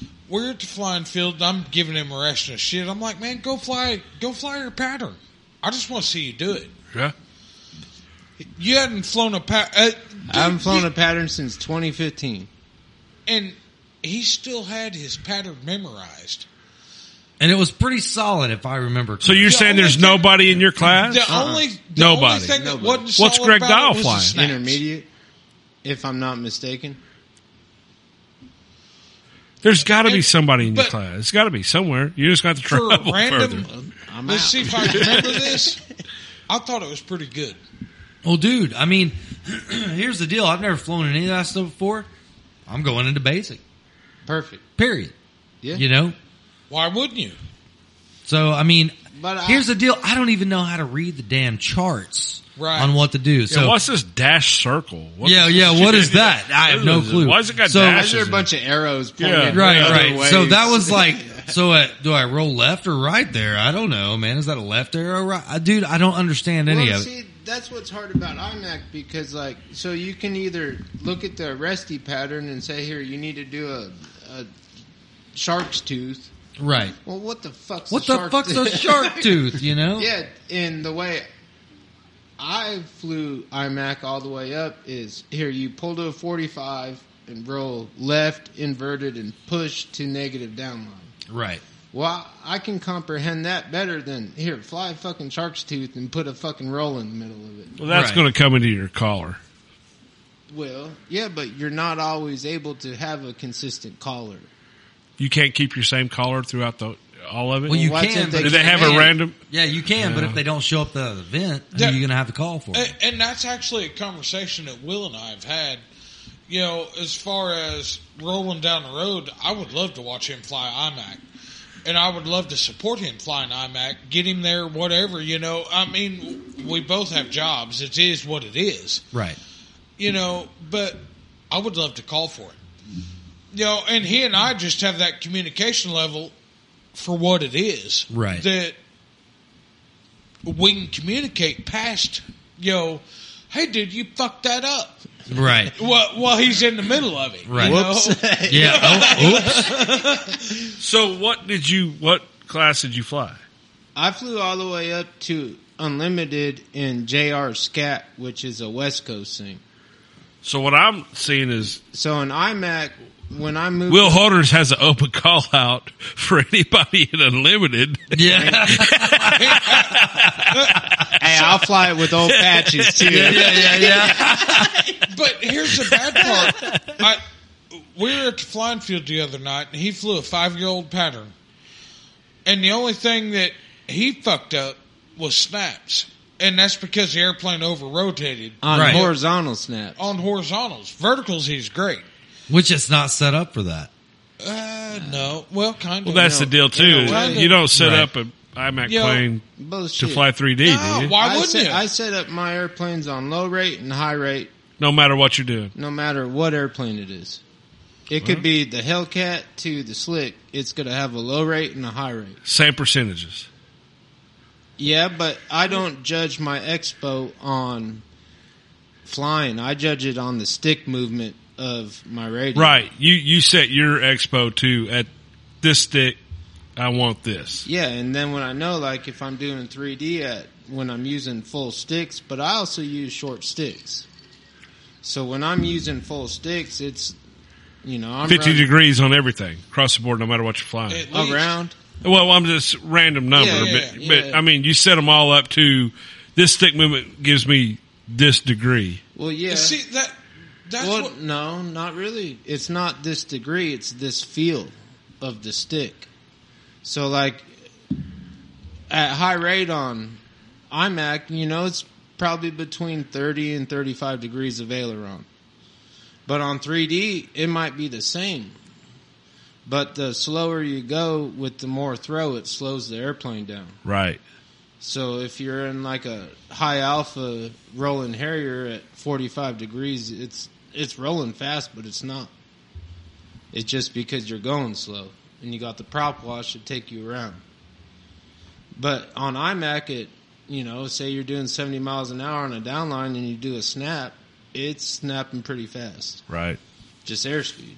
S3: We We're at the flying field, and I'm giving him a ration of shit. I'm like, man, go fly, go fly your pattern. I just want to see you do it.
S2: Yeah.
S3: You hadn't flown a pattern, uh, dude,
S5: I haven't flown
S3: you-
S5: a pattern since 2015.
S3: and he still had his pattern memorized.
S1: And it was pretty solid, if I remember.
S2: So you're
S1: correctly.
S2: saying
S3: only
S2: there's
S3: thing-
S2: nobody in your class?
S3: The only, the
S2: Nobody.
S3: only thing that
S5: Nobody.
S3: wasn't
S2: What's
S3: solid
S2: Greg
S3: about
S2: Dow
S3: it was the
S2: flying?
S3: snaps.
S5: Intermediate, if I'm not mistaken.
S2: There's got to be
S3: And-
S2: somebody in your
S3: but-
S2: class. It's got to be somewhere. You just got to
S3: For a
S2: travel
S3: random-
S2: further.
S5: I'm
S3: Let's
S5: out.
S3: see if I
S5: (laughs)
S3: remember this. I thought it was pretty good.
S1: Well, dude, I mean, (clears throat) here's the deal. I've never flown in any of that stuff before. I'm going into basic.
S5: Perfect.
S1: Period.
S5: Yeah.
S1: You know?
S3: Why wouldn't you?
S1: So, I mean,
S5: But uh, I-
S1: here's the deal. I don't even know how to read the damn charts
S3: Right.
S1: on what to do.
S2: Yeah,
S1: So,
S2: what's this dash circle? What
S1: yeah,
S2: is
S1: yeah,
S2: this
S1: what
S2: shit?
S1: is that? I have no clue.
S2: Why has it got
S1: So-
S5: Why is
S2: dashes?
S5: there a
S2: in it?
S5: bunch of arrows pointing?
S2: Yeah.
S1: Right,
S5: other
S1: right.
S5: ways?
S1: So that was (laughs)
S5: (laughs)
S1: like, so uh, do I roll left or right there? I don't know, man. Is that a left arrow? Right? I- Dude, I don't understand any
S5: well,
S1: of it.
S5: see, that's what's hard about iMac because, like, so you can either look at the rusty pattern and say, "Here, you need to do a, a shark's tooth."
S1: Right.
S5: Well, what the fuck's
S1: What
S5: a
S1: the
S5: shark
S1: fuck's a
S5: tooth?
S1: shark
S5: (laughs)
S1: tooth, you know?
S5: yeah, and the way I flew iMac all the way up is here. You pull to a forty-five and roll left, inverted, and push to negative downline.
S1: Right.
S5: Well, I I can comprehend that better than here. Fly a fucking shark's tooth and put a fucking roll in the middle of it.
S2: Well, that's
S1: Right.
S2: going to come into your collar.
S5: Well, yeah, but you're not always able to have a consistent caller.
S2: You can't keep your same collar throughout the all of it.
S1: Well, you
S5: Watch
S1: can,
S5: it,
S1: but
S2: Do they have a
S5: Man.
S2: random?
S1: Yeah, you can, but if they don't show up to the event, who
S3: Yeah.
S1: are you going to have to call for?
S3: And, and that's actually a conversation that Will and I have had. You know, as far as rolling down the road, I would love to watch him fly IMAC. And I would love to support him flying IMAC, get him there, whatever, you know. I mean, we both have jobs. It is what it is,
S1: Right.
S3: you know, but I would love to call for it. You know, and he and I just have that communication level for what it is.
S1: Right.
S3: That we can communicate past, you know, hey, dude, you fucked that up.
S1: (laughs) Right.
S3: Well, well, he's in the middle of it.
S1: Right.
S3: You know?
S1: (laughs)
S5: (laughs)
S1: Yeah. Oh, oops.
S2: So, what did you? What class did you fly?
S5: I flew all the way up to unlimited in JR Scat, which is a West Coast thing.
S2: So, what I'm seeing is
S5: So in iMac, when I moved,
S2: Will Holders has an open call out for (laughs) anybody in Unlimited.
S1: Yeah. (laughs)
S5: hey, I'll fly it
S1: (laughs)
S5: with old patches too.
S1: Yeah. Yeah. Yeah.
S3: But here's the bad part. I, we were at the flying field the other night, and he flew a five year old pattern. And the only thing that he fucked up was snaps. And that's because the airplane over rotated
S5: On
S1: Right.
S5: horizontal snaps.
S3: on horizontals. Verticals, he's great.
S1: Which it's not set up for that.
S3: Uh, no. Well, kind of.
S2: Well, that's the deal too.
S5: in a way.
S2: you don't set
S1: Right.
S2: up an iMac
S3: Yeah.
S2: plane to
S5: Bullshit.
S2: fly 3D, do
S3: No,
S2: you?
S3: why
S5: I
S3: wouldn't
S5: set,
S3: you?
S5: I set up my airplanes on low rate and high rate,
S2: no matter what you're doing.
S5: no matter what airplane it is. It could be the Hellcat to the Slick. It's going to have a low rate and a high rate.
S2: Same percentages.
S5: Yeah, but I don't judge my expo on flying. I judge it on the stick movement of my radio.
S2: Right. You you set your expo to at this stick I want this.
S5: Yeah, and then when I know, like, if I'm doing 3D at when I'm using full sticks, but I also use short sticks. So when I'm using full sticks, it's you know I'm
S2: 50
S5: running
S2: degrees on everything across the board, no matter what you're flying.
S3: At least-
S5: around.
S2: Well, I'm just random number,
S3: Yeah, yeah,
S2: but
S3: yeah,
S2: but
S3: yeah.
S2: I mean, you set them all up to this stick movement gives me this degree.
S5: Well, yeah.
S3: See that that's
S5: well,
S3: what
S5: no, not really. It's not this degree. It's this feel of the stick. So like at high rate on iMac, you know, it's probably between 30 and 35 degrees of aileron. But on 3D, it might be the same. But the slower you go with the more throw, it slows the airplane down.
S2: Right.
S5: So if you're in like a high alpha rolling Harrier at 45 degrees, it's it's rolling fast, but it's not. It's just because you're going slow and you got the prop wash to take you around. But on iMac, it you know, say you're doing 70 miles an hour on a downline and you do a snap, it's snapping pretty fast,
S2: Right.
S5: just airspeed.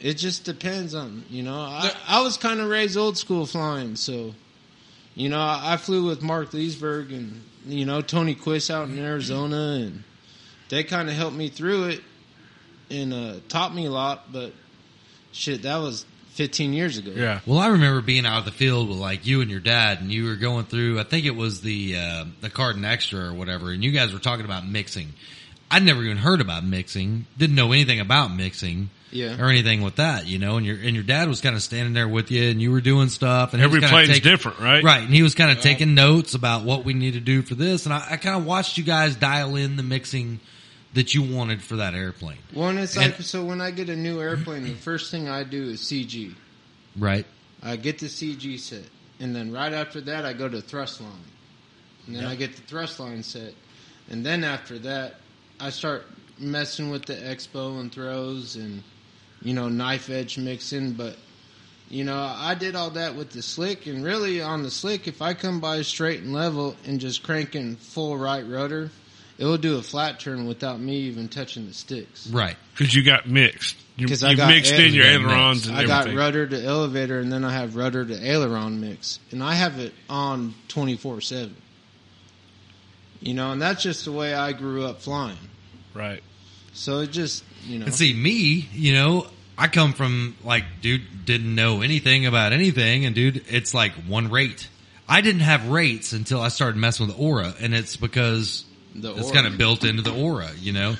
S5: It just depends on you know. I, I was kind of raised old school flying, so you know, I, I flew with Mark Leesburg and, you know, Tony Quist out in Arizona, and they kind of helped me through it and uh, taught me a lot, but shit, that was 15 years ago.
S2: Yeah.
S1: Well, I remember being out of the field with like you and your dad, and you were going through. I think it was the uh, the Carden Extra or whatever, and you guys were talking about mixing. I'd never even heard about mixing. Didn't know anything about mixing.
S5: Yeah.
S1: Or anything with that, you know, and your and your dad was kind of standing there with you, and you were doing stuff, and he was
S2: Every
S1: kinda
S2: plane's
S1: taking-
S2: different, right?
S1: Right, and he was kind of taking notes about what we need to do for this, and I, I kind of watched you guys dial in the mixing that you wanted for that airplane,
S5: Well, and it's
S1: And-
S5: like, so when I get a new airplane, the first thing I do is CG.
S1: right?
S5: I get the CG set, and then right after that, I go to thrust line, and then I get the thrust line set, and then after that, I start messing with the expo and throws and you know knife edge mixing. But you know, I did all that with the slick, and really on the slick, if I come by straight and level and just cranking full right rudder, it will do a flat turn without me even touching the sticks.
S1: Right.
S2: Because you got mixed. You,
S5: 'Cause I
S2: you
S5: got
S2: mixed in your
S1: everything
S2: ailerons
S1: mixed.
S2: and
S5: I got
S2: everything.
S5: rudder to elevator, and then I have rudder to aileron mix, and I have it on twenty four seven. You know, and that's just the way I grew up flying.
S2: Right.
S5: So it just, you know,
S1: And see me, you know, I come from like, dude, didn't know anything about anything, and dude, it's like one rate. I didn't have rates until I started messing with Aura, and it's because
S5: The
S1: it's
S5: Aura.
S1: kind of built into the Aura, you know.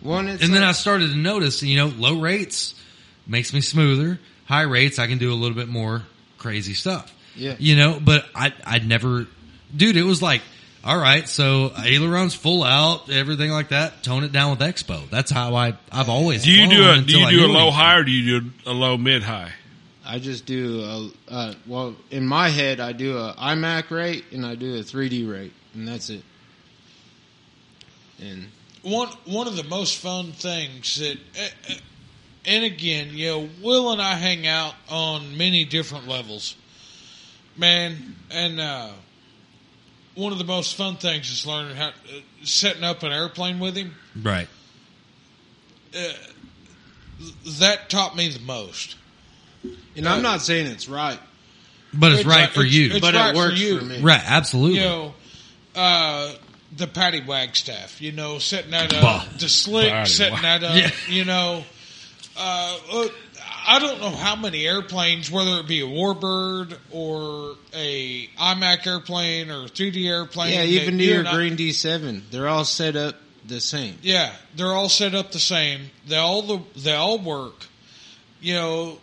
S5: one. It's
S1: and then I
S5: like-
S1: started to notice, you know, low rates makes me smoother. High rates, I can do a little bit more crazy stuff.
S5: Yeah.
S1: You know, but I, I'd never, dude, it was like, all right, so ailerons full out, everything like that. Tone it down with expo. That's how I, I've always.
S2: Do you do
S1: flown
S2: a do
S1: until
S2: you
S1: I
S2: do a
S1: knew
S2: low
S1: anything.
S2: high or do you do a low mid high?
S5: I just do a, uh, well in my head I do a iMac rate and I do a three D rate, and that's it. And
S3: one one of the most fun things that, eh, eh, and again, you know, Will and I hang out on many different levels, man. And uh, one of the most fun things is learning how uh, setting up an airplane with him.
S1: Right.
S3: That taught me the most.
S5: and I'm not saying it's right,
S1: But it's,
S3: It's
S1: right
S3: like-
S1: for you.
S3: it's-
S5: but
S3: right
S5: it
S3: for
S5: works
S3: you.
S5: for me.
S1: right. Absolutely.
S3: You know, uh, the Patty Wagstaff. You know, setting that up,
S1: Bah.
S3: the slick
S2: Patty
S3: setting
S2: Wag-
S3: that up.
S1: Yeah.
S3: You know, uh, look, I don't know how many airplanes, whether it be a Warbird or a IMAC airplane or a 3D airplane.
S5: yeah.
S3: that
S5: Even to
S3: you
S5: your
S3: and I-
S5: green D seven, they're all set up the same.
S3: yeah, they're all set up the same. They all the, they all work. You know,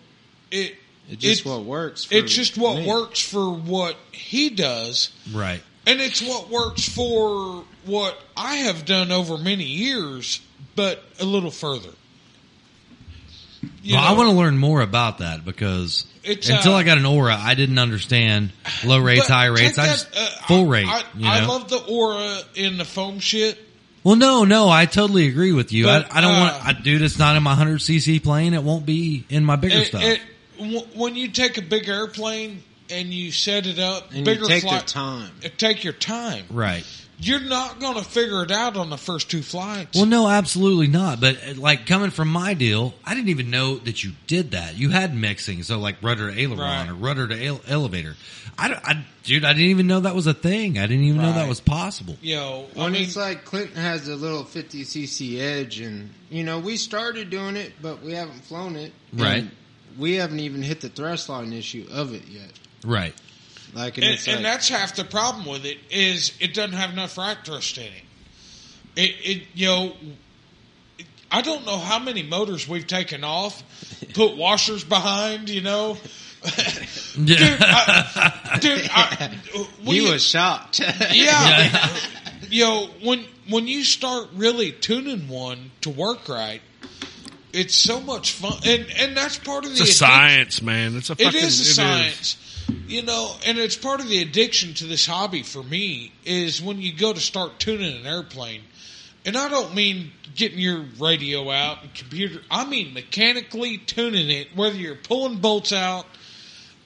S3: it.
S5: It's just what works. For
S3: It's just what
S5: me.
S3: works for what he does.
S1: Right.
S3: And it's what works for what I have done over many years, but a little further. You
S1: Well, I
S3: know,
S1: want to learn more about that because
S3: It's,
S1: until
S3: uh,
S1: I got an aura, I didn't understand low rates,
S3: but
S1: high
S3: take
S1: rates. I
S3: that,
S1: just
S3: uh,
S1: full
S3: I-
S1: rate.
S3: I,
S1: you know?
S3: I love the aura in the foam shit.
S1: Well, no, no, I totally agree with you.
S3: But,
S1: I, I don't
S3: uh,
S1: want, I, dude. It's not in my hundred cc plane. It won't be in my bigger
S3: It,
S1: stuff.
S3: it- w- when you take a big airplane and you set it up
S5: And
S3: bigger
S5: you take
S3: flight,
S5: the time.
S3: and Take your time.
S1: Right.
S3: You're not going to figure it out on the first two flights.
S1: Well, no, absolutely not. But uh, like coming from my deal, I didn't even know that you did that. You had mixing, so like rudder to aileron
S3: Right.
S1: or rudder to ele- elevator. I, don't- I, dude, I didn't even know that was a thing. I didn't even know that
S5: Right.
S1: was possible.
S3: you know, I
S5: When
S3: mean,
S5: it's like Clinton has a little 50cc edge, and you know we started doing it, but we haven't flown it. and
S1: Right.
S5: We haven't even hit the thrust line issue of it yet.
S1: Right.
S5: Like, and,
S3: and,
S5: it's
S3: and
S5: like,
S3: that's half the problem with it is it doesn't have enough right thrust in it. It, it you know, it- I don't know how many motors we've taken off, put washers behind. You know, (laughs)
S1: (laughs)
S3: dude, uh, I, dude, I, we,
S5: he was shocked.
S3: (laughs)
S5: (laughs)
S3: yeah. you know, when when you start really tuning one to work right, it's so much fun, and and that's part of the
S2: It's a
S3: addiction.
S2: science, man. It's a fucking.
S3: It is a
S2: it (laughs)
S3: science. You know, and it's part of the addiction to this hobby for me is when you go to start tuning an airplane. And I don't mean getting your radio out and computer. I mean mechanically tuning it, whether you're pulling bolts out,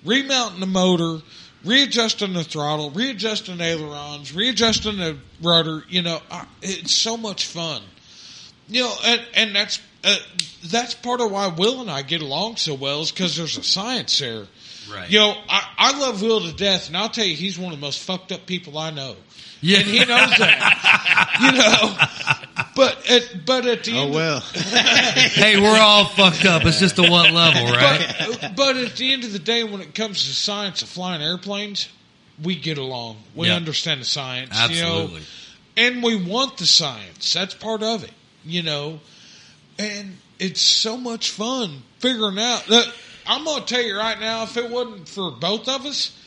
S3: remounting the motor, readjusting the throttle, readjusting ailerons, readjusting the rudder. You know, I, it's so much fun. You know, and, and that's uh, that's part of why Will and I get along so well is because there's a science there.
S1: Right.
S3: You know, I, I love Will to death, and I'll tell you, he's one of the most fucked up people I know.
S1: Yeah.
S3: And he knows that. you know, but at, but at the
S5: oh
S3: end, (laughs)
S5: well.
S1: hey, we're all fucked up. It's just to what
S3: (laughs)
S1: level, right?
S3: but, but at the end of the day, when it comes to science of flying airplanes, we get along. We
S1: Yeah.
S3: understand the science. You
S1: Absolutely.
S3: know, and we want the science. That's part of it, you know. And it's so much fun figuring out. Look, I'm going to tell you right now, if it wasn't for both of us,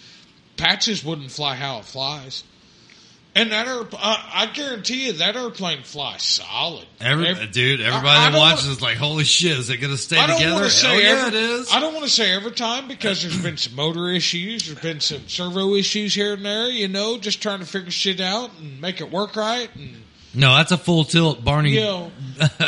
S3: Patches wouldn't fly how it flies. And that airplane, I, I guarantee you, that airplane flies solid.
S1: Every,
S3: Ev-
S1: dude, everybody
S3: I- I
S1: that
S3: don't
S1: watches
S3: wanna-
S1: is like, holy shit, is it going to stay
S3: I don't
S1: together?
S3: want to
S1: Hell
S3: say
S1: yeah,
S3: every,
S1: it is.
S3: I don't want to say every time because there's been some motor issues, there's been some servo issues here and there. You know, just trying to figure shit out and make it work right and
S1: no, that's a full tilt, Barney.
S3: you know.
S1: (laughs)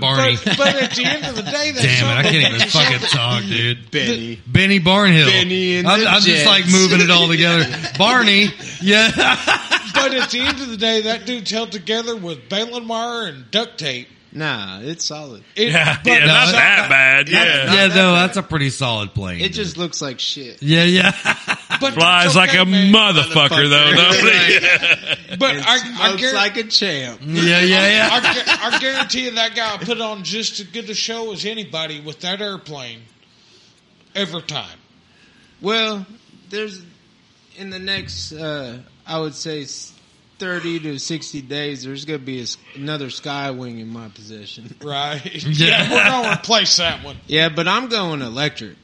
S1: Barney.
S3: But, but at the end of the day,
S1: (laughs)
S3: that's
S1: Damn it, I
S3: something-
S1: can't even fucking talk, dude.
S5: Benny.
S1: Benny Barnhill.
S5: Benny and
S1: I'm,
S5: the
S1: I'm just
S5: Jets.
S1: like moving it
S3: (laughs)
S1: all together. Barney, yeah.
S3: (laughs)
S1: (laughs)
S3: But at the end of the day, that dude's held together with baling wire and duct tape.
S5: Nah, it's solid.
S3: It,
S2: Yeah,
S3: but
S2: yeah, not
S3: so-
S2: that bad.
S5: Yeah.
S2: Yeah,
S1: yeah, no, that's a pretty solid plane.
S5: It just looks like shit.
S1: yeah, yeah. (laughs)
S3: but
S2: flies
S3: it's
S2: like
S3: okay,
S2: a
S3: man.
S2: motherfucker, though. don't it? (laughs)
S3: But
S5: It
S3: I, I,
S5: smokes
S3: guarantee,
S5: like a champ.
S1: yeah, yeah,
S3: I,
S1: (laughs) yeah.
S3: gu- I guarantee you that guy put on just as good a show as anybody with that airplane every time.
S5: Well, there's in the next, uh, I would say, s- thirty to sixty days. There's gonna be a s another Skywing in my possession.
S3: Right? (laughs) Yeah,
S1: Yeah.
S3: we're going to replace that one.
S5: Yeah, but I'm going electric.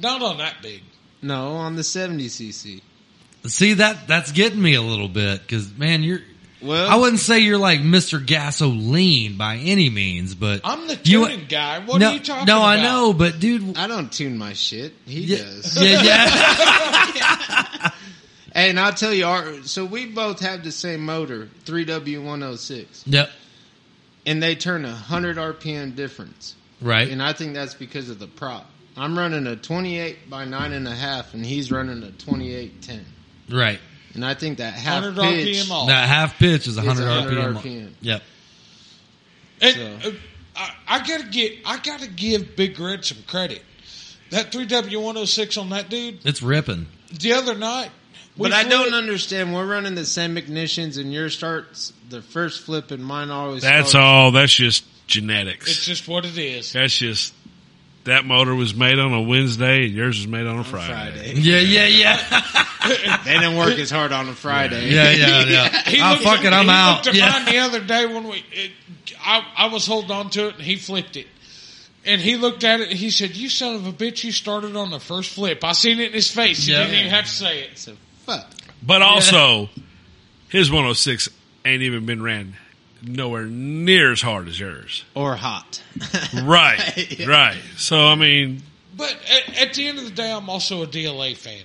S3: Not on that big.
S5: No, on the seventy cc.
S1: See that that's getting me a little bit because man, you're.
S5: Well,
S1: I wouldn't say you're like Mr. Gasoline by any means, but
S3: I'm the
S1: You-
S3: tuning guy. What
S1: no,
S3: are you talking
S1: no,
S3: about?
S1: I know, but dude,
S5: I don't tune my shit. He
S1: yeah,
S5: does.
S1: yeah, yeah.
S5: (laughs) Hey, and I'll tell you, our, so we both have the same motor, 3W106,
S3: (laughs)
S1: yep,
S5: and they turn a 100 RPM difference.
S1: right.
S5: And I think that's because of the prop. I'm running a 28 by 9.5, and he's running a 2810.
S1: Right.
S5: And I think that half
S3: 100
S5: pitch,
S3: RPM off.
S1: That half pitch is
S5: It's
S1: 100,
S5: 100
S1: RPM.
S5: RPM.
S1: Yep.
S3: And
S5: So-
S3: uh, I, I gotta get, I gotta give Big Red some credit. That three W one hundred six on that dude
S1: It's ripping.
S3: the other night. we
S5: But I
S3: flew
S5: don't
S3: it-
S5: understand. We're running the same ignitions, and yours starts the first flip, and mine always
S2: That's
S5: starts.
S2: all. That's just
S3: It's
S2: genetics.
S3: just what it is.
S2: That's just that motor was made on a Wednesday and yours was made on a Friday.
S5: Friday.
S1: Yeah, yeah,
S3: (laughs)
S1: yeah.
S5: They didn't (laughs) work as hard on a Friday.
S1: Yeah, yeah, yeah.
S3: (laughs) He
S1: Ah,
S3: looked
S1: fuck
S3: at-
S1: it, I'm
S3: he
S1: out.
S3: Looked at
S1: Yeah.
S3: mine the other day when we, it, I, I was holding on to it, and he flipped it. And he looked at it and he said, "You son of a bitch! You started on the first flip. I seen it in his face. He
S1: Yeah.
S3: didn't even have to say it."
S5: So, fuck.
S2: But also, his 106 ain't even been ran nowhere near as hard as yours.
S5: Or hot.
S1: (laughs)
S2: Right,
S5: (laughs) Yeah.
S2: right. So I mean,
S3: But at, at the end of the day, I'm also a DLA fan.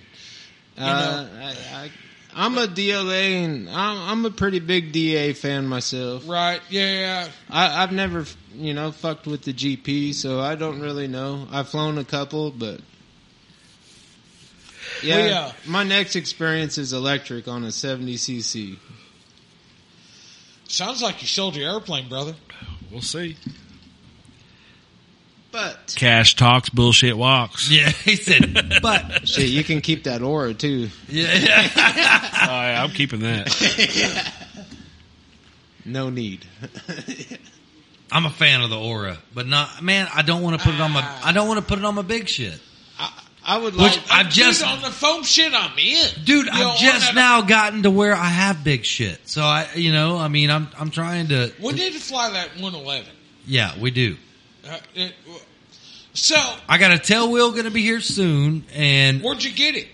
S5: Uh, I, I, I'm a DLA and I'm, I'm a pretty big DA fan myself.
S3: Right? Yeah.
S5: I, I've never, you know, fucked with the GP, so I don't really know. I've flown a couple, but Yeah,
S3: We, uh,
S5: my next experience is electric on a 70cc.
S3: Sounds like you sold your airplane, brother.
S2: We'll see.
S5: But
S2: Cash talks, bullshit walks.
S1: (laughs) Yeah, he said, but
S5: shit, you can keep that aura too.
S1: yeah,
S3: (laughs)
S2: Oh, yeah, I'm keeping that.
S5: No (laughs) need.
S1: I'm a fan of the aura, but not man. I don't want to put it on my. I don't want to put it on my big shit,
S5: I, I would
S1: which
S5: like.
S1: I've just,
S3: Dude, on the foam shit I'm in.
S1: dude,
S3: You know,
S1: I've just
S3: on that-
S1: now gotten to where I have big shit. So I, you know, I mean, I'm, I'm trying to.
S3: We need to fly that 111.
S1: Yeah, we do.
S3: Uh, it, so,
S1: I got a tail wheel going to be here soon, and
S3: where'd you get it?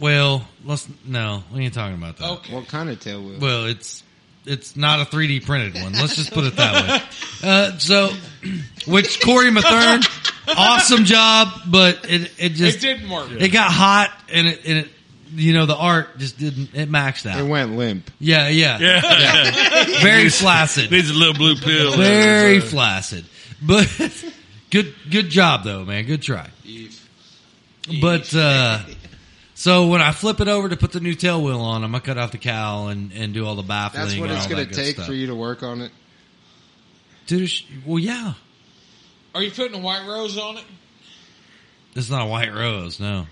S1: well, let's no, we ain't talking about that.
S3: Okay.
S5: what kind of tail wheel?
S1: Well, it's it's not a 3D printed one. Let's just put it that
S3: (laughs)
S1: way. Uh, so, (clears throat) which Corey Mathern, awesome job, but it it just
S3: It didn't work.
S1: it got hot and it and it you know the art just didn't it maxed
S5: it
S1: out.
S5: went limp.
S1: Yeah, (laughs) yeah,
S2: Yeah.
S3: (laughs)
S1: very flaccid,
S2: (laughs) Needs a little blue pill.
S1: very flaccid. But (laughs) good good job though, man. Good try. But uh, so when I flip it over to put the new tail wheel on, I'm gonna cut off the cowl and, and do all the baffling.
S5: That's what
S1: and
S5: it's
S1: all
S5: going
S1: that
S5: to
S1: good
S5: take
S1: stuff.
S5: for you to work on it.
S1: Dude, it's- well, yeah,
S3: Are you putting a white rose on it?
S1: it's not a white rose, no.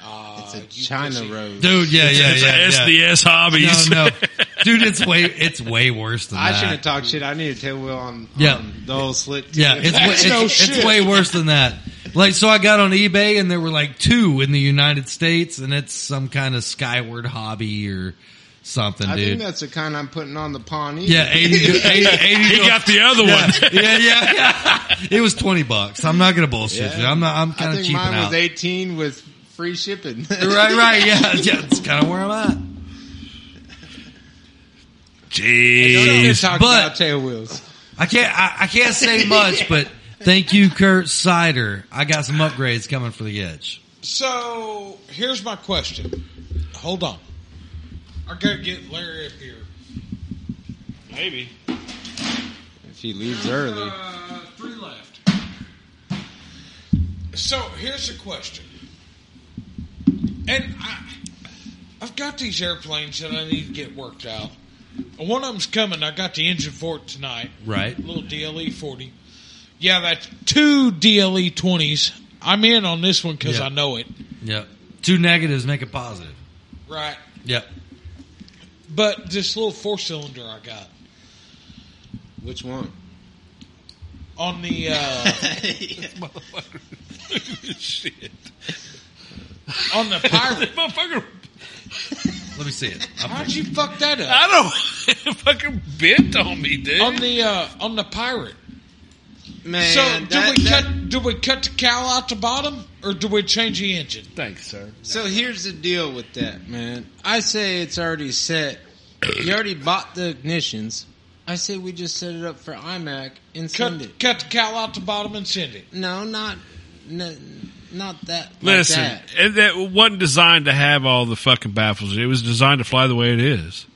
S3: Uh,
S5: It's a
S3: you
S5: China
S3: pussy.
S5: rose.
S1: Dude, yeah, yeah,
S2: It's
S1: yeah,
S2: a
S1: yeah.
S2: SDS hobbies. (laughs)
S1: No, no, dude, it's way it's way worse than
S5: I
S1: that.
S5: shouldn't have talked shit. I need a tail wheel on,
S1: Yeah.
S5: on the whole slit. too.
S1: Yeah, it's way,
S3: That's
S1: it's,
S3: no
S1: it's
S3: shit.
S1: way worse than that. Like, so I got on eBay and there were like two in the United States, and it's some kind of Skyward hobby or something,
S5: I think
S1: dude.
S5: that's the kind I'm putting on the Pawnee.
S1: Yeah, 80 to, 80, 80
S2: he
S1: to a-
S2: got the other
S1: (laughs) yeah,
S2: one.
S1: yeah, yeah, yeah. It was twenty bucks. I'm not gonna bullshit you. I'm not. I'm
S5: I
S1: kind of
S5: think
S1: cheaping
S5: mine
S1: out.
S5: was 18 with free shipping. (laughs)
S1: Right, right. Yeah, yeah. That's kind of where I'm at.
S3: Don't
S2: Jeez.
S3: ever talk
S1: But-
S3: about
S5: tail wheels.
S1: I can't. I, I can't say much, but thank you, Kurt Sider. I got some upgrades coming for the Edge.
S3: So here's my question. Hold on. I gotta get Larry up here.
S2: Maybe.
S5: If he leaves early,
S3: Uh, three left. So here's a question. And I, I've got these airplanes that I need to get worked out. One of them's coming. I got the engine for it tonight.
S1: Right.
S3: Little DLE 40. Yeah, that's two DLE 20s. I'm in on this one because
S1: Yeah.
S3: I know it.
S1: Yep. Two negatives make a positive.
S3: Right.
S1: Yep.
S3: But this little four cylinder I got
S5: which one?
S3: on the uh, (laughs)
S2: Shit.
S3: on the
S2: (laughs)
S3: pirate.
S2: Motherfucker.
S1: Let me see it. Uh, I'm-
S3: How'd you fuck that up?
S2: I (laughs) don't. it fucking bent on me, dude.
S3: On the uh, on the pirate.
S5: Man,
S3: so do
S5: that-
S3: we
S5: that-
S3: cut do we cut the cow out the bottom or do we change the engine?
S2: Thanks, sir.
S5: So here's the deal with that, man. I say it's already set. You already bought the ignitions. I say we just set it up for iMac and send
S3: Cut
S5: it.
S3: cut the cow out the bottom and send it.
S5: No, not, no, not that. like
S2: Listen,
S5: that.
S2: and that wasn't designed to have all the fucking baffles. It was designed to fly the way it is.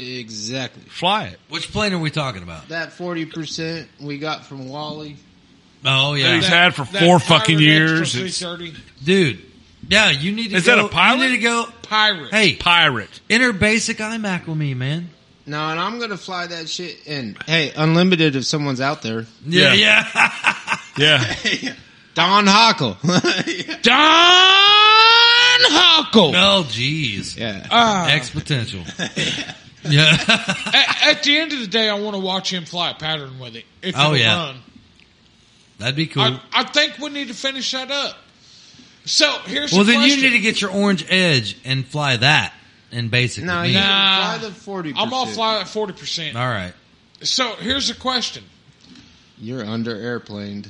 S5: exactly.
S2: Fly it.
S1: Which plane are we talking about?
S5: That forty percent we got from Wally.
S1: Oh yeah,
S2: He's had for four fucking years.
S3: Three
S2: It's
S3: thirty
S1: dude. Yeah, you need to.
S2: Is
S1: go,
S2: that a pilot?
S1: You need to go.
S3: pirate.
S1: Hey,
S2: pirate.
S1: enter basic iMac with me, man.
S5: No, and I'm gonna fly that shit. And hey, unlimited if someone's out there.
S1: Yeah, yeah. (laughs)
S2: Yeah. (laughs)
S5: Don Hockle.
S3: Don Huckle.
S1: oh, jeez.
S5: yeah.
S2: Uh-huh.
S3: Uh,
S1: X
S2: (laughs)
S1: potential. yeah. (laughs)
S3: at, at the end of the day, I want to watch him fly a pattern with it. If
S1: Oh,
S3: it'll
S1: yeah.
S3: run.
S1: That'd be cool.
S3: I, I think we need to finish that up. So here's
S1: well,
S3: the
S1: then
S3: question.
S1: you need to get your orange edge and fly that and basic.
S5: No,
S1: with me.
S5: you
S3: nah.
S5: can fly the forty.
S3: I'm all fly at forty percent.
S1: All right.
S3: So here's the question.
S5: You're under airplaned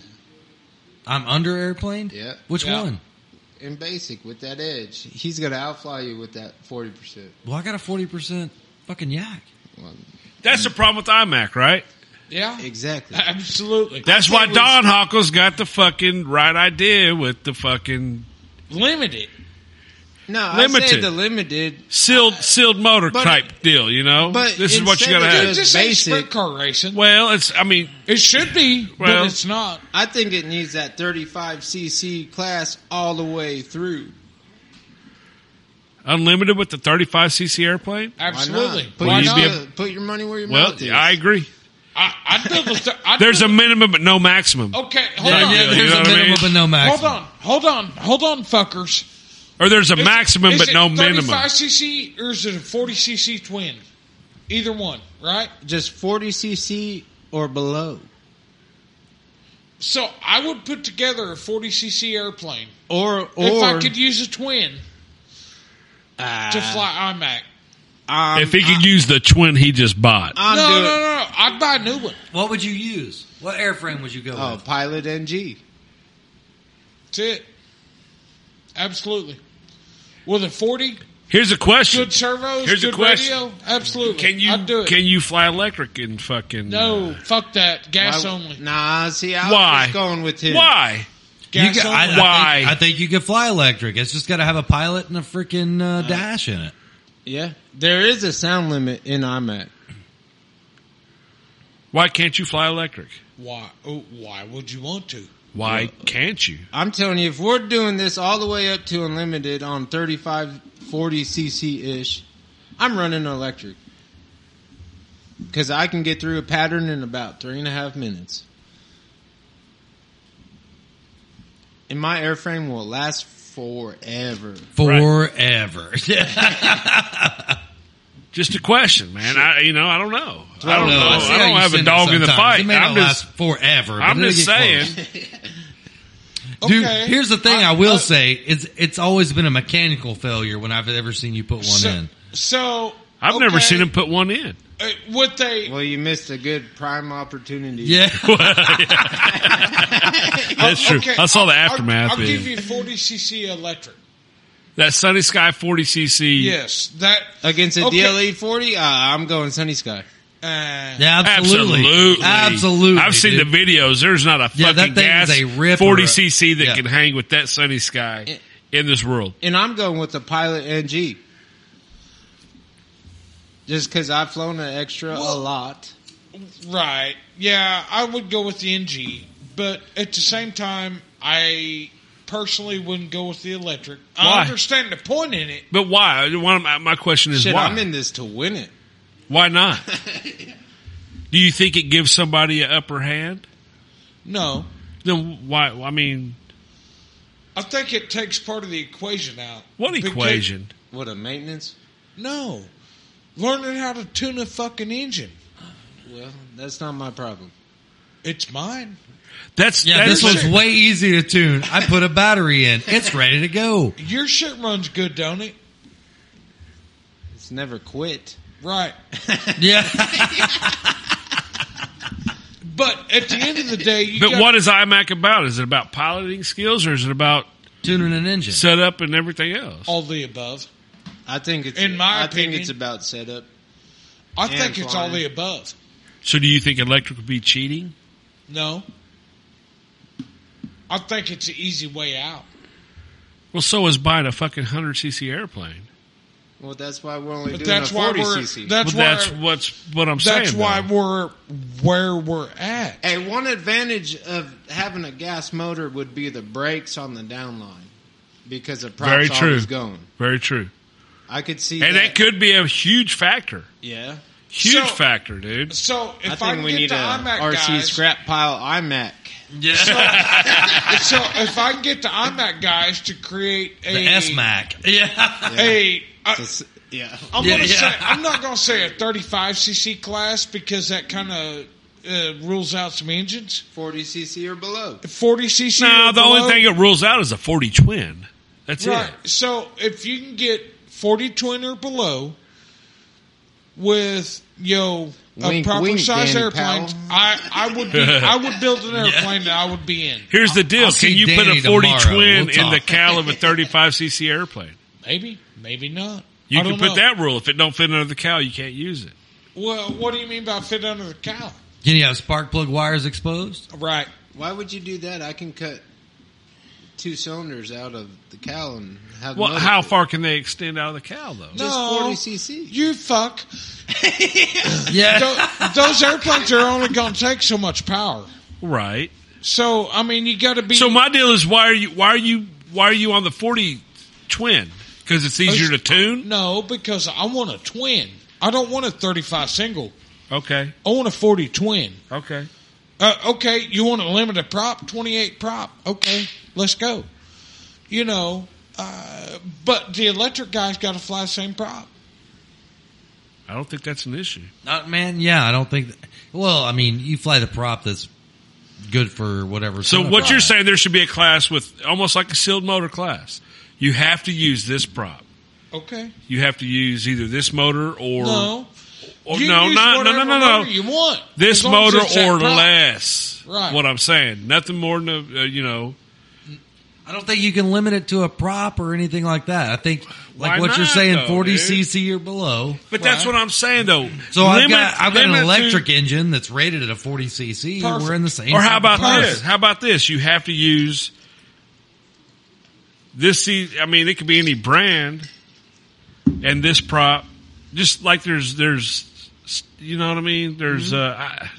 S1: I'm under airplaned?
S5: Yeah.
S1: Which
S3: Yeah.
S1: one?
S5: in basic with that edge. He's gonna outfly you with that forty percent.
S1: Well, I got a 40% fucking yak.
S2: That's the problem with iMac, right?
S3: Yeah,
S2: Uh,
S5: Exactly.
S3: absolutely.
S2: That's
S3: I
S2: why
S3: think we
S2: Don Hockle's got the fucking right idea with the fucking
S3: limit it.
S5: No, I say
S2: Limited.
S5: the limited.
S2: sealed sealed motor
S5: But-
S2: type deal, you know?
S5: but
S2: this is what you gotta
S5: instead of
S2: have.
S5: It's
S3: This ain't
S5: basic.
S3: sprint car racing.
S2: Well, it's I mean
S3: It should be,
S2: Well-
S3: but it's not.
S5: I think it needs that 35cc class all the way through.
S2: unlimited with the 35cc airplane?
S3: Absolutely.
S5: Put,
S3: Why
S2: you
S5: your,
S3: not?
S2: be
S5: uh, put your money where your
S2: Well,
S5: mouth is.
S2: I agree.
S3: I, I'd build a thir-
S2: (laughs)
S3: I'd
S2: There's a
S3: build
S2: minimum, but no maximum.
S3: okay. Hold
S1: Yeah,
S3: on.
S1: yeah,
S2: You
S1: there's
S2: know
S1: a
S2: what I
S1: minimum,
S2: mean?
S1: but no maximum.
S3: Hold on. Hold on. Hold on, fuckers.
S2: Or there's a
S3: Is-
S2: maximum,
S3: is
S2: but
S3: it
S2: no minimum.
S3: 35cc or is it a 40cc twin? Either one, right?
S5: Just 40 cc or below,
S3: So I would put together a 40cc airplane
S5: or
S3: if I
S5: or Ah,
S3: could use a twin to
S2: Uh,
S3: fly IMAC.
S5: um,
S2: If he could use the twin he just bought,
S5: I'm
S3: no, no,
S5: doing,
S3: no, no. I'd buy a new one.
S1: What would you use? What airframe would you go
S5: Oh,
S1: with?
S5: Pilot NG.
S3: That's it. Absolutely. With a 40,
S2: here's a question:
S3: good servos,
S2: Here's a
S3: good
S2: question.
S3: radio. Absolutely.
S2: Can you
S3: I'd do it.
S2: can you fly electric in fucking? uh,
S3: no, fuck that. Gas
S5: Why-
S3: only.
S5: Nah, see, I
S2: Why?
S5: was just going with him.
S2: Why?
S1: You
S3: Gas
S1: ca- I, I
S3: only.
S1: think-
S2: Why?
S1: I think, you could fly electric. It's just got to have a pilot and a freaking uh, dash in it.
S5: Yeah, there is a sound limit in IMAC.
S2: Why can't you fly electric?
S3: Why? Oh, why would you want to?
S2: Why can't you?
S5: I'm telling you, if we're doing this all the way up to unlimited on 35, 40 cc ish, I'm running electric because I can get through a pattern in about three and a half minutes, and my airframe will last forever.
S1: Forever. (laughs)
S2: Just a question, man. I you know I don't know. I don't know.
S1: see
S2: I
S1: how
S2: don't
S1: you
S2: have a
S1: send it
S2: dog in the
S1: sometimes.
S2: fight.
S1: It may
S2: I'm
S1: not
S2: just
S1: last forever. but
S2: I'm
S1: it'll
S2: just
S1: get
S2: saying.
S1: close.
S3: Okay.
S1: Dude, here's the thing I, will
S3: uh,
S1: say. It's it's always been a mechanical failure when I've ever seen you put one
S3: so,
S1: in.
S3: So
S2: I've never
S3: okay,
S2: seen him put one in.
S3: uh, What they?
S5: Well, you missed a good prime opportunity.
S1: Yeah.
S2: That's true.
S3: uh, Okay,
S2: I saw the
S3: I'll-
S2: aftermath.
S3: I'll,
S2: in
S3: give you 40cc electric.
S2: that Sunny Sky 40cc.
S3: Yes, that
S5: Against a
S3: Okay.
S5: DLE 40, uh, I'm going Sunny Sky.
S3: uh,
S1: Yeah, absolutely.
S2: Absolutely.
S1: Absolutely,
S2: I've seen
S1: dude.
S2: the videos. There's not a
S1: Yeah, that
S2: fucking
S1: thing is
S2: gas
S1: a ripper.
S2: 40cc that
S1: Yeah.
S2: can hang with that sunny sky in this world.
S5: And I'm going with the Pilot NG. Just because I've flown an extra a
S3: Well-
S5: lot.
S3: right. Yeah, I would go with the NG, but at the same time, I personally wouldn't go with the electric.
S2: Why?
S3: I understand the point in it.
S2: But why? One of my, my question is
S5: Shit,
S2: why?
S5: I'm in this to win it.
S1: (laughs)
S2: why not? Do you think it gives somebody an upper hand?
S3: No,
S2: Then why? I mean,
S3: I think it takes part of the equation out.
S2: what
S3: Because-
S2: equation?
S5: What a maintenance.
S3: No, learning how to tune a fucking engine.
S5: Well, that's not my problem.
S3: It's mine.
S2: That's
S1: Yeah,
S2: that
S1: this
S2: is-
S1: one's way easy to tune. I put a battery in. It's ready to go.
S3: Your shit runs good, don't it?
S5: It's never quit.
S3: Right.
S1: Yeah. (laughs)
S3: But at the end of the day, you
S2: But
S3: gotta-
S2: what is iMac about? Is it about piloting skills or is it about
S1: Tuning an engine.
S2: setup and everything else?
S3: all the above?
S5: I think it's
S3: In my
S5: I
S3: opinion-
S5: think it's about setup.
S3: I
S5: And
S3: think it's all
S5: flying.
S3: the above.
S2: So do you think electric would be cheating?
S3: No. I think it's an easy way out.
S2: Well, so is buying a fucking 100cc airplane.
S5: Well, that's why we're only
S3: But
S5: doing
S3: that's
S5: a
S3: why
S5: 40
S3: we're
S5: cc.
S3: that's
S2: well,
S3: why
S2: that's
S3: that's,
S2: what's what I'm saying.
S3: why
S2: though.
S3: we're where we're at.
S5: Hey, one advantage of having a gas motor would be the brakes on the downline because the props
S2: Very true.
S5: always going.
S2: very true,
S5: I could see
S2: and
S5: that.
S2: that could be a huge factor.
S5: yeah.
S2: Huge
S3: So-
S2: factor, dude.
S3: So if
S5: I
S3: I,
S5: think
S3: can
S5: we
S3: get
S5: need
S3: the
S5: a
S3: IMAC
S5: RC
S3: guys,
S5: scrap pile iMac.
S1: yeah.
S3: (laughs) so if I can get the IMAC guys to create a
S1: The S Mac. Yeah. (laughs)
S3: a I-
S5: It's- yeah.
S3: I'm
S1: Yeah,
S3: gonna
S1: yeah.
S3: say I'm not gonna say a 35cc class because that kind of uh, rules out some engines.
S5: 40 cc or below.
S3: 40cc.
S2: No,
S3: or
S2: the
S3: below,
S2: only thing it rules out is a 40 twin. That's
S3: Right.
S2: it.
S3: So if you can get 40 twin or below with yo a
S5: Wink,
S3: proper
S5: wink,
S3: size
S5: Danny
S3: airplane,
S5: Powell.
S3: I, I would be, I would build
S2: (laughs)
S3: an airplane that I would be in.
S2: Here's the deal:
S1: I'll
S2: Can
S1: see
S2: you put
S1: Danny
S2: a 40
S1: tomorrow.
S2: twin
S1: We'll
S2: in the
S1: talk.
S2: cal of a 35cc airplane?
S3: Maybe, maybe not.
S2: You
S3: I
S2: can
S3: don't
S2: put
S3: know.
S2: that rule. If it don't fit under the cow, you can't use it.
S3: Well, what do you mean by fit under the cow?
S1: Can you have spark plug wires exposed?
S3: Right.
S5: Why would you do that? I can cut two cylinders out of the cow and have
S2: Well,
S5: another-
S2: how far can they extend out of the cow, though?
S5: Just
S3: No.
S5: 40 cc.
S3: You fuck.
S1: Yeah.
S3: Tho- (laughs) those airplanes are only going to take so much power.
S2: Right.
S3: So I mean, you got to be.
S2: So my deal is why are you why are you why are you on the 40 twin? Because it's easier to tune?
S3: No, because I want a twin. I don't want a 35 single.
S2: Okay.
S3: I want a 40 twin.
S2: Okay.
S3: Uh, okay, you want to limit a prop, 28 prop. Okay, let's go. You know, uh, but the electric guy's got to fly the same prop.
S2: I don't think that's an issue.
S1: Not man, yeah, I don't think. That, well, I mean, you fly the prop that's good for whatever.
S2: So
S1: setup
S2: what
S1: you
S2: you're
S1: have.
S2: saying, there should be a class with almost like a sealed motor class. You have to use this prop.
S3: Okay.
S2: You have to use either this motor or
S3: No.
S2: or-
S3: You
S2: no,
S3: use
S2: not, no, no,
S3: whatever
S2: no, no,
S3: motor You want
S2: This
S3: as long as
S2: motor
S3: it's that
S2: or
S3: prop.
S2: less.
S3: Right.
S2: What I'm saying, nothing more than a, uh, you know.
S1: I don't think you can limit it to a prop or anything like that. I think like
S2: Why
S1: what you're
S2: not,
S1: saying,
S2: though,
S1: 40
S2: dude?
S1: cc or below.
S2: But that's
S3: Right.
S2: what I'm saying though.
S1: So I've
S2: Limit-
S1: got I've got an
S2: limit to-
S1: electric engine that's rated at a 40 cc.
S3: Perfect.
S1: We're in the same.
S2: Or how about
S1: class.
S2: this? How about this? You have to use this. C- I mean, it could be any brand, and this prop, just like there's there's, you know what I mean? There's
S1: Mm-hmm.
S2: uh, I,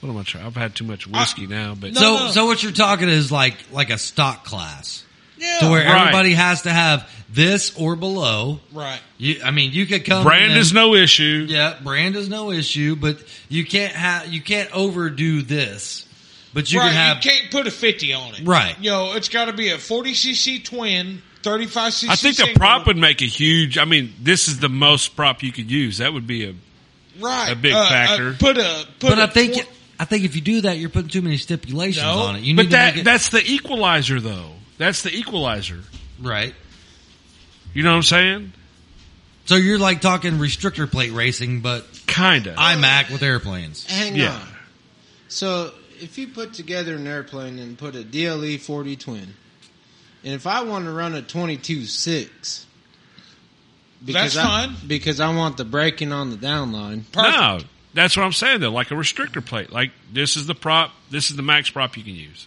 S2: what am I trying? I've had too much whiskey now, but
S1: So
S3: no.
S1: so what you're talking is like like a stock class
S3: Yeah.
S1: to where
S2: Right.
S1: everybody has to have this or below.
S3: right.
S1: You, I mean, you could come
S2: brand
S1: in-
S2: is no issue.
S1: Yeah, brand is no issue, but you can't have you can't overdo this. But you
S3: right.
S1: can have
S3: you can't put a 50 on it.
S1: Right.
S3: You know, it's got to be a 40cc twin, 35cc
S2: I think the
S3: single.
S2: prop would make a huge. I mean, this is the most prop you could use. That would be a
S3: right.
S2: a big
S3: Uh, uh,
S2: factor.
S3: put a. Put
S1: but
S3: a
S1: I think
S3: twen-
S1: I think if you do that, you're putting too many stipulations
S3: No,
S1: on it. You need
S2: but
S1: to
S2: that
S1: make it,
S2: that's the equalizer though. That's the equalizer.
S1: right.
S2: You know what I'm saying?
S1: So you're like talking restrictor plate racing, but
S2: Kinda.
S1: iMac with airplanes.
S5: Hang
S2: Yeah.
S5: on. So if you put together an airplane and put a DLE forty twin, and if I want to run a twenty two six,
S3: That's
S5: I,
S3: fine.
S5: Because I want the braking on the downline.
S2: No, that's what I'm saying though. Like a restrictor plate. Like this is the prop. This is the max prop you can use.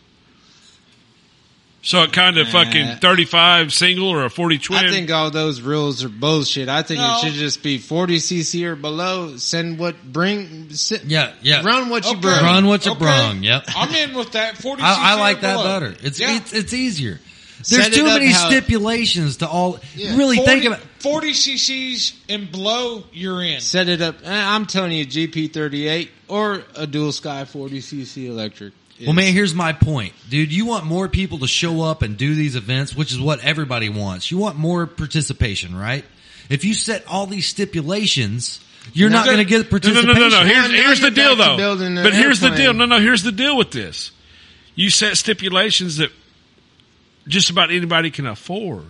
S2: So it kind of fucking 35 single or a 40 twin.
S5: I think all those rules are bullshit. I think
S3: No.
S5: it should just be forty cc or below. Send what bring. Sit,
S1: Yeah, yeah.
S5: Run what you
S3: Okay.
S5: bring.
S1: Run what you brung, yep.
S3: I'm in with that. 40
S1: I, I like that
S3: below.
S1: better. It's E
S3: Yeah.
S1: it's it's easier. There's
S5: Set it
S1: too
S5: up
S1: many
S5: how-
S1: stipulations to all.
S5: Yeah.
S1: Really
S3: 40,
S1: think about.
S3: 40 cc's and below, you're in.
S5: Set it up. eh, I'm telling you, GP thirty eight or a dual sky forty cc electric.
S1: Well, man, here's my point, dude. You want more people to show up and do these events, which is what everybody wants. You want more participation, right? If you set all these stipulations, you're not
S5: there-
S1: going to get
S2: No, no,
S1: participation.
S2: no, no, no. Here's,
S5: Now
S2: here's the
S5: you're
S2: deal,
S5: back to
S2: though.
S5: building an
S2: But here's the
S5: airplane.
S2: deal. No, no, here's the deal with this. You set stipulations that just about anybody can afford.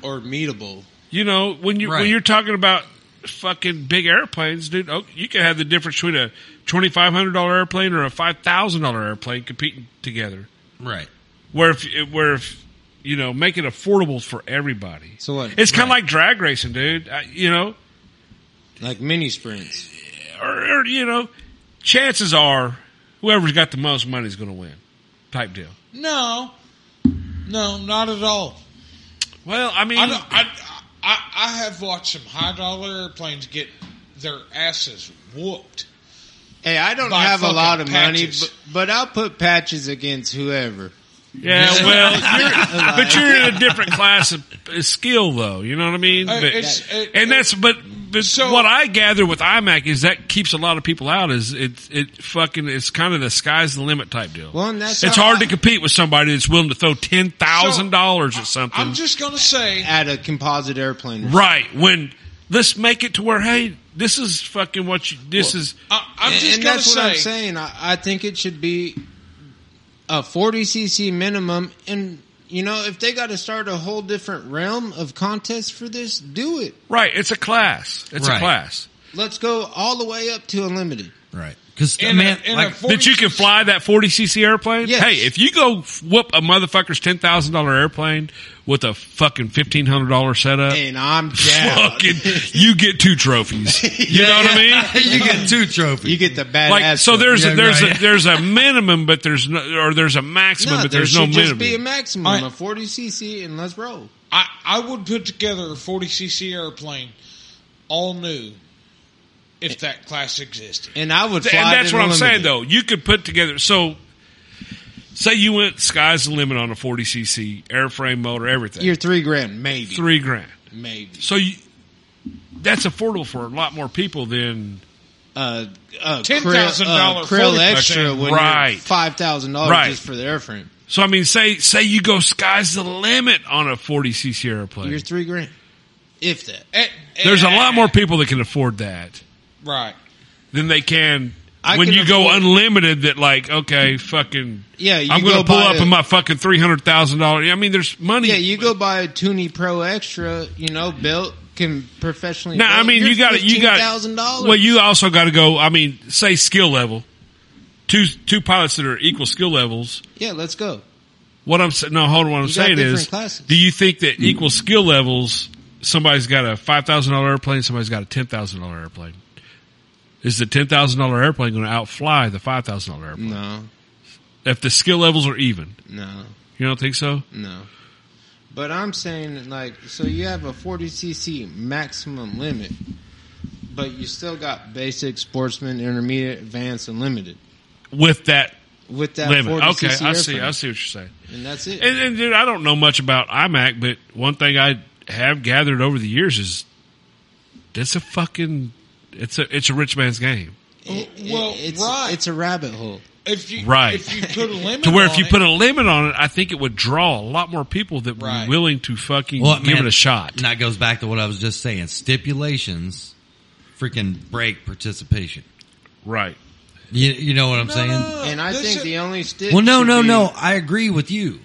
S5: or meetable.
S2: You know, when you
S1: Right.
S2: when you're talking about fucking big airplanes, dude, oh, you can have the difference between a twenty five hundred dollar airplane or a five thousand dollar airplane competing together.
S1: Right.
S2: Where if where if you know, make it affordable for everybody.
S5: So what?
S2: It's kind of like drag racing, dude. I, you know,
S5: Like mini sprints.
S2: or, or you know, chances are whoever's got the most money is going to win, type deal.
S3: No, no, not at all.
S2: Well, I mean,
S3: I, don't- I, I, I have watched some high dollar airplanes get their asses whooped.
S5: Hey, I don't
S3: Buy
S5: have a
S3: fucking
S5: lot of
S3: patches.
S5: money, but, but I'll put patches against whoever.
S3: (laughs)
S2: yeah, well, you're, but you're in a different class of of skill, though. You know what I mean?
S3: Uh,
S2: But-
S3: it's- it-
S2: and that's but. But
S3: So-
S2: what I gather with iMac is that keeps a lot of people out. Is it? It fucking. It's kind of the sky's the limit type deal.
S5: Well, and that's
S2: it's
S5: how
S2: hard
S5: I-
S2: to compete with somebody that's willing to throw ten thousand dollars at something.
S3: I'm just going to say,
S5: At a composite airplane.
S2: Right. When let's make it to where, hey, this is fucking what you. This is
S3: I, I'm
S5: and,
S3: just
S5: and
S3: going to
S5: that's what
S3: say,
S5: I'm saying. I, I think it should be a 40 cc minimum, and you know if they got to start a whole different realm of contests for this, do it.
S2: right. It's a class. It's
S1: Right.
S2: a class
S5: Let's go all the way up to unlimited.
S1: Right. Because
S3: in
S1: man,
S3: a, in
S1: like,
S3: a 40
S2: that you can fly that forty cc airplane.
S5: Yes.
S2: Hey, if you go whoop a motherfucker's ten thousand dollar airplane with a fucking fifteen hundred dollar setup. (laughs)
S5: And I'm down.
S2: Fucking, you get two
S5: (laughs)
S2: trophies. You know
S1: (laughs)
S2: what I mean?
S1: you get two trophies.
S5: you get the badass.
S2: Like, so there's
S1: Yeah,
S2: a, there's
S5: (laughs)
S1: right.
S2: a, there's a minimum, but there's no, or there's a maximum,
S5: no,
S2: but
S5: there
S2: there's
S5: should
S2: no
S5: just
S2: minimum.
S5: be a maximum
S3: I-
S5: of 40 cc, and let's roll.
S3: I, I would put together a 40cc airplane, all new, if that class existed.
S5: And I would.
S2: Th-
S5: Fly
S2: and that's
S5: it
S2: what I'm saying
S5: unlimited.
S2: though. You could put together so say you went sky's the limit on a 40cc airframe motor everything.
S5: You're three grand, maybe.
S2: three grand.
S3: Maybe.
S2: So you, that's affordable for a lot more people than
S5: Uh, uh,
S3: $10,000
S5: Krill, uh, Krill
S3: 40%
S5: extra when
S2: right.
S5: you're five thousand dollars
S2: Right.
S5: just for the airframe.
S2: So I mean, say say you go sky's the limit on a 40cc airplane.
S5: You're three grand, if that.
S3: Eh, eh,
S2: There's a lot more people that can afford that
S3: Right.
S2: than they can
S5: I
S2: when
S5: can
S2: you go
S5: afford-
S2: unlimited. That like okay, fucking
S5: Yeah, you
S2: I'm
S5: go
S2: going to pull
S5: buy
S2: up
S5: a-
S2: in my fucking three hundred thousand dollars. I mean, there's money.
S5: Yeah, you go buy a Toonie Pro Extra, you know, built can professionally.
S2: No, I mean you got it. You got
S5: thousand dollars.
S2: Well, you also got to go. I mean, say skill level. Two two pilots that are equal skill levels.
S5: yeah, let's go.
S2: What I'm saying, no, hold on. What I'm
S5: You got
S2: saying
S5: different
S2: is,
S5: classes.
S2: do you think that equal skill levels, somebody's got a five thousand dollar airplane, somebody's got a ten thousand dollar airplane? Is the ten thousand dollar airplane going to outfly the five thousand dollar airplane
S5: No,
S2: if the skill levels are even?
S5: no,
S2: You don't think so?
S5: no. But I'm saying like, so you have a 40cc maximum limit, but you still got basic, sportsman, intermediate, advanced, and limited
S2: With that
S5: with that
S2: limit,
S5: 40cc
S2: okay, I see.
S5: airframe.
S2: I see what you're saying.
S5: and that's it.
S2: And, and dude, I don't know much about iMac, but one thing I have gathered over the years is it's a fucking it's a it's a rich man's game.
S5: It- it-
S3: Well,
S5: it's,
S3: right.
S5: it's a rabbit hole.
S3: If you
S2: Right.
S3: if you put a limit
S2: To where
S3: on
S2: if you
S3: it-
S2: put a limit on it, I think it would draw a lot more people that were
S3: Right.
S2: willing to fucking
S1: Well,
S2: give
S1: man,
S2: it a shot.
S1: And that goes back to what I was just saying. Stipulations freaking break participation.
S2: Right.
S1: You, you know what I'm saying?
S3: no,
S5: And I
S3: this
S5: think
S3: should-
S5: the only stick.
S1: Well, no,
S5: should
S1: no,
S5: be-
S1: no. I agree with you.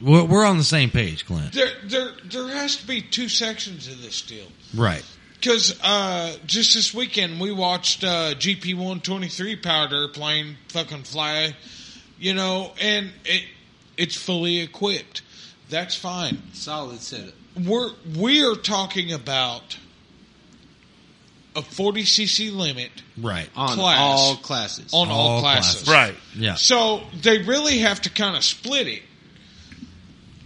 S1: We're, we're on the same page, Clint.
S3: there there there has to be two sections of this deal.
S1: Right.
S3: Because uh, just this weekend we watched uh, GP one twenty three powered airplane fucking fly, you know, and it it's fully equipped. That's fine.
S5: solid setup.
S3: We're we are talking about a forty cc limit
S1: Right.
S2: Uh,
S5: on
S3: Class.
S5: all classes.
S3: on all,
S1: All
S3: classes.
S1: classes.
S2: Right.
S1: Yeah.
S3: So they really have to kind of split it,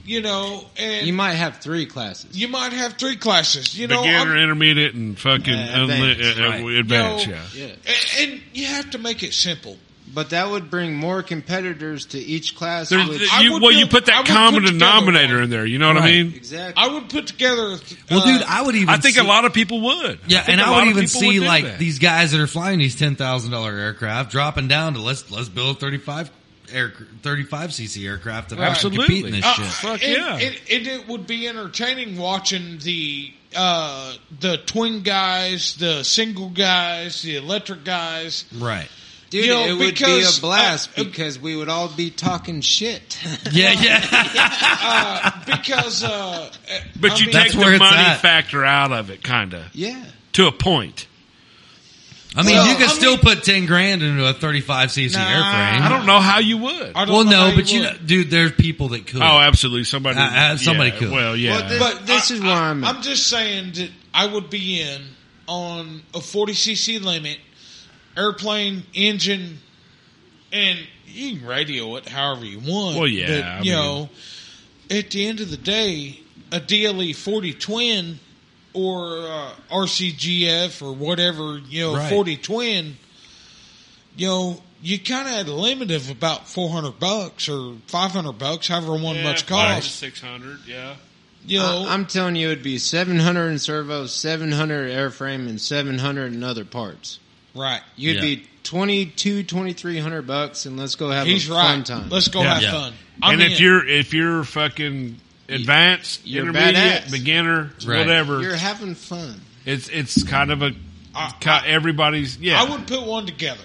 S3: you know, and
S5: you might have three classes.
S3: you might have three classes, you know.
S2: Beginner,
S3: I'm-
S2: intermediate, and fucking
S5: Uh,
S2: unli-
S5: advanced,
S2: uh, uh,
S1: right.
S2: advanced,
S3: you know,
S2: yeah.
S5: Yeah.
S3: a- And you have to make it simple.
S5: But that would bring more competitors to each class.
S2: There's-
S5: which-
S3: I
S2: you-
S3: would
S2: well, you
S3: build-
S2: put
S3: I
S2: that
S3: would
S2: common
S3: put together
S2: denominator
S3: one.
S2: in there. You know what
S1: Right.
S2: I mean?
S5: exactly.
S3: I would put together.
S1: Well,
S3: uh,
S1: dude, I would even.
S2: I think
S1: see,
S2: a lot of people would.
S1: Yeah,
S2: think
S1: and
S2: a
S1: I
S2: lot
S1: would
S2: of
S1: even
S2: people
S1: see
S2: do
S1: like
S2: that.
S1: these guys that are flying these ten thousand dollar aircraft dropping down to let's let's build thirty five air thirty five cc aircraft that are
S2: Absolutely.
S1: competing this
S2: Uh,
S1: shit.
S2: Fuck
S3: and,
S2: yeah.
S3: and- and it would be entertaining watching the uh, the twin guys, the single guys, the electric guys.
S1: Right.
S5: Dude,
S3: you know,
S5: it would
S3: because,
S5: be a blast
S3: uh, uh,
S5: because we would all be
S3: (laughs)
S5: talking shit.
S1: Yeah, yeah.
S2: (laughs)
S1: (laughs)
S3: Uh, because, uh,
S2: but
S3: I
S2: you take
S3: mean-
S1: That's where
S2: the
S1: it's
S2: money
S1: at.
S2: factor out of it, kind of
S5: yeah.
S2: to a point.
S1: I mean,
S3: Well,
S1: you could
S3: I
S1: still
S3: mean-
S1: put ten grand into a thirty-five cc
S3: Nah,
S1: airframe.
S2: I don't know how you would.
S3: I don't
S1: Well,
S3: know how
S1: no, but you
S3: would.
S1: know, dude, there's people that could.
S2: Oh, absolutely. Somebody,
S1: Uh, uh, somebody
S2: yeah,
S1: could.
S2: Well, yeah.
S5: Well, this,
S3: But
S5: this
S3: I-
S5: is where I, am
S3: I'm just saying that I would be in on a 40cc limit, airplane, engine, and you can radio it however you want.
S2: Well, yeah,
S3: But,
S2: I
S3: you
S2: mean-
S3: know, at the end of the day, a DLE 40 twin or uh, RCGF or whatever, you know,
S1: Right.
S3: 40 twin, you know, you kind of had a limit of about 400 bucks or 500 bucks, however one much cost.
S2: Six hundred. Yeah.
S3: You know,
S5: I'm telling you, it would be 700 in servo, 700 airframe, and 700 in other parts.
S3: right.
S5: You'd
S1: Yeah.
S5: be 22, 2300 bucks, and let's go have
S3: He's
S5: a
S3: right.
S5: fun time.
S3: Let's go
S2: Yeah.
S3: have
S1: Yeah.
S3: fun.
S2: and
S3: I'm
S2: if
S3: in.
S2: you're if you're fucking advanced,
S5: You're
S2: intermediate,
S5: badass.
S2: beginner,
S1: Right.
S2: whatever,
S5: You're having fun.
S2: it's it's kind of a
S3: I-
S2: ki- everybody's. Yeah.
S3: I would put one together.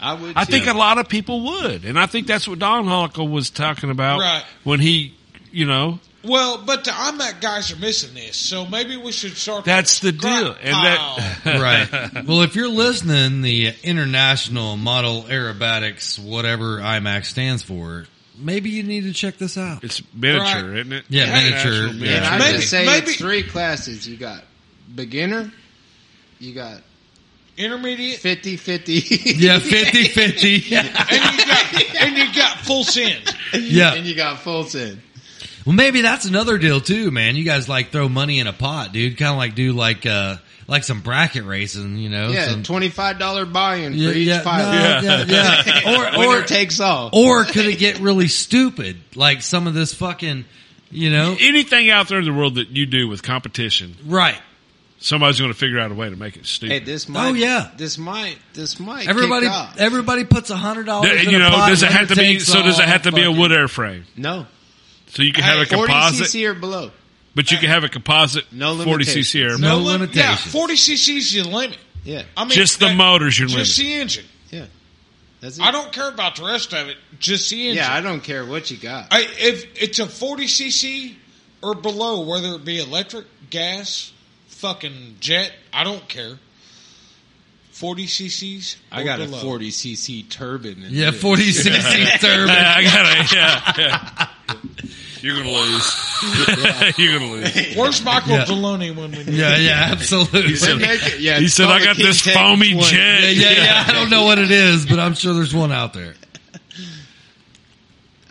S5: I would.
S2: I
S5: too.
S2: think a lot of people would, and I think that's what Don Hockle was talking about
S3: Right.
S2: when he, you know,
S3: Well, but the IMAC guys are missing this, so maybe we should start.
S2: that's the
S3: crack
S2: deal, and
S3: pile.
S2: (laughs) that
S1: right. Well, if you're listening, the International Model Aerobatics, whatever IMAC stands for, maybe you need to check this out.
S2: it's miniature,
S3: Right.
S2: isn't it?
S1: Yeah, miniature,
S2: International
S1: yeah.
S5: And I
S3: Maybe-
S5: would say
S3: maybe-
S5: it's three classes. You got beginner, you got
S3: intermediate,
S5: 50 50.
S1: Yeah,
S5: (laughs)
S1: 50 50. (laughs) Yeah.
S3: and you (laughs) got and you got full sin.
S5: And
S1: yeah.
S5: you got full in.
S1: Well, maybe that's another deal too, man. You guys like throw money in a pot, dude. Kind of like do like uh like some bracket racing, you know?
S5: Yeah,
S1: some-
S5: $25 buy in for
S1: yeah,
S5: each
S1: yeah,
S5: pilot.
S1: no, yeah,
S5: (laughs)
S1: yeah. Or
S5: Winner
S1: or
S5: takes all.
S1: or could it get really stupid? Like some of this fucking You know,
S2: Anything out there in the world that you do with competition,
S1: right?
S2: somebody's going to figure out a way to make it
S5: Hey,
S2: stupid.
S5: this might.
S1: Oh, yeah.
S5: This might. This might.
S1: Everybody,
S5: kick off.
S1: everybody puts a hundred dollars.
S2: Th-
S1: in
S2: you
S1: a
S2: know,
S1: pot,
S2: does it
S1: winner
S2: have to be?
S1: takes
S2: So does oh, it
S1: all,
S2: have to be a
S1: fucking-
S2: wood airframe?
S5: no.
S2: So you can have a
S5: Hey, 40
S2: composite,
S5: cc or below.
S2: but you can have a composite
S5: No
S2: forty
S5: limitations.
S2: cc airframe.
S1: No
S3: lim- Yeah,
S1: limitations.
S3: forty cc's your limit.
S5: Yeah.
S3: I mean,
S2: Just the
S3: that-
S2: motor's your limit.
S3: Just the engine.
S5: Yeah. That's it.
S3: I don't care about the rest of it. Just the engine.
S5: Yeah, I don't care what you got.
S3: I, if it's a 40cc or below, whether it be electric, gas, fucking jet, I don't care. 40cc's.
S5: I
S3: or
S5: got a
S3: below.
S5: 40 cc turbine. in
S1: Yeah,
S5: this.
S1: forty sixty turbine.
S2: (laughs) I got it. (laughs) Yeah, yeah. You're gonna lose. (laughs) You're gonna lose.
S3: Where's Michael
S1: Yeah.
S3: Deloney when we need
S1: Yeah, yeah, absolutely.
S5: They make it- yeah,
S2: he
S5: it's
S2: said,
S5: called
S2: "I
S5: a
S2: got
S5: King
S2: this
S5: Tech
S2: foamy
S5: 20."
S2: jet."
S1: Yeah, yeah, yeah. I don't know what it is, but I'm sure there's one out there.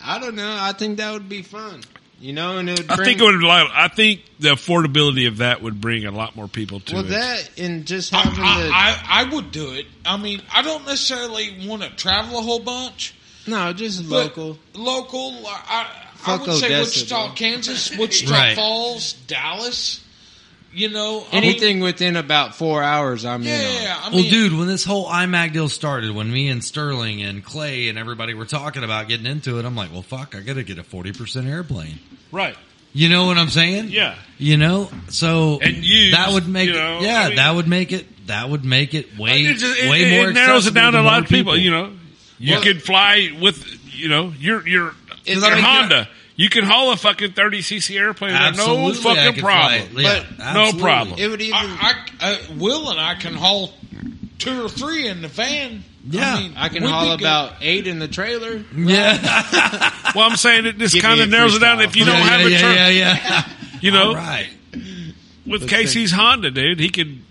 S5: I don't know. I think that would be fun. You know, and it would bring,
S2: I think it would. allow- I think the affordability of that would bring a lot more people to
S5: well
S2: it.
S5: that and just
S3: I,
S5: having the
S3: I, I, I would do it. I mean, I don't necessarily want to travel a whole bunch.
S5: no, just
S3: but
S5: local.
S3: Local. I, I
S5: Fuck
S3: would say
S5: Odessa,
S3: Wichita,
S5: bro.
S3: Kansas, Wichita
S1: Right.
S3: Falls, Dallas. You know, I mean-
S5: Anything within about four hours, I'm
S3: yeah,
S5: in. on.
S3: yeah, I mean,
S1: Well, dude, when this whole iMac deal started, when me and Sterling and Clay and everybody were talking about getting into it, I'm like, well, fuck, I got to get a 40% airplane.
S2: right?
S1: You know what I'm saying?
S2: Yeah.
S1: You know, so
S2: And used,
S1: that would make
S2: you know,
S1: it, yeah,
S2: I mean-
S1: that would make it that would make it way
S2: It just- it-
S1: way
S2: it-
S1: more.
S2: It narrows it
S1: accessible
S2: down to a
S1: more
S2: lot of people. You know, you could fly with you know your your
S5: It's
S2: your
S5: like-
S2: Honda. You can haul a fucking thirty cc airplane. with No
S1: Absolutely, I
S2: fucking
S1: could fly
S2: problem.
S1: it. Yeah,
S5: But-
S2: no
S1: absolutely.
S2: problem.
S5: It would even. I,
S3: I, I uh, Will and I can haul two or three in the van.
S1: Yeah.
S3: I, mean,
S5: can
S3: we'd be
S5: haul
S3: good.
S5: about eight in the trailer.
S1: Yeah,
S2: Well, I'm saying that this
S5: Give me
S2: kind
S5: a
S2: of narrows it down.
S5: freestyle.
S2: If (laughs) you don't
S1: yeah,
S2: have
S1: yeah,
S2: a truck,
S1: yeah, yeah,
S2: (laughs) you
S1: yeah.
S2: know,
S1: All right.
S2: with
S5: think-
S2: Casey's Honda, dude, he could,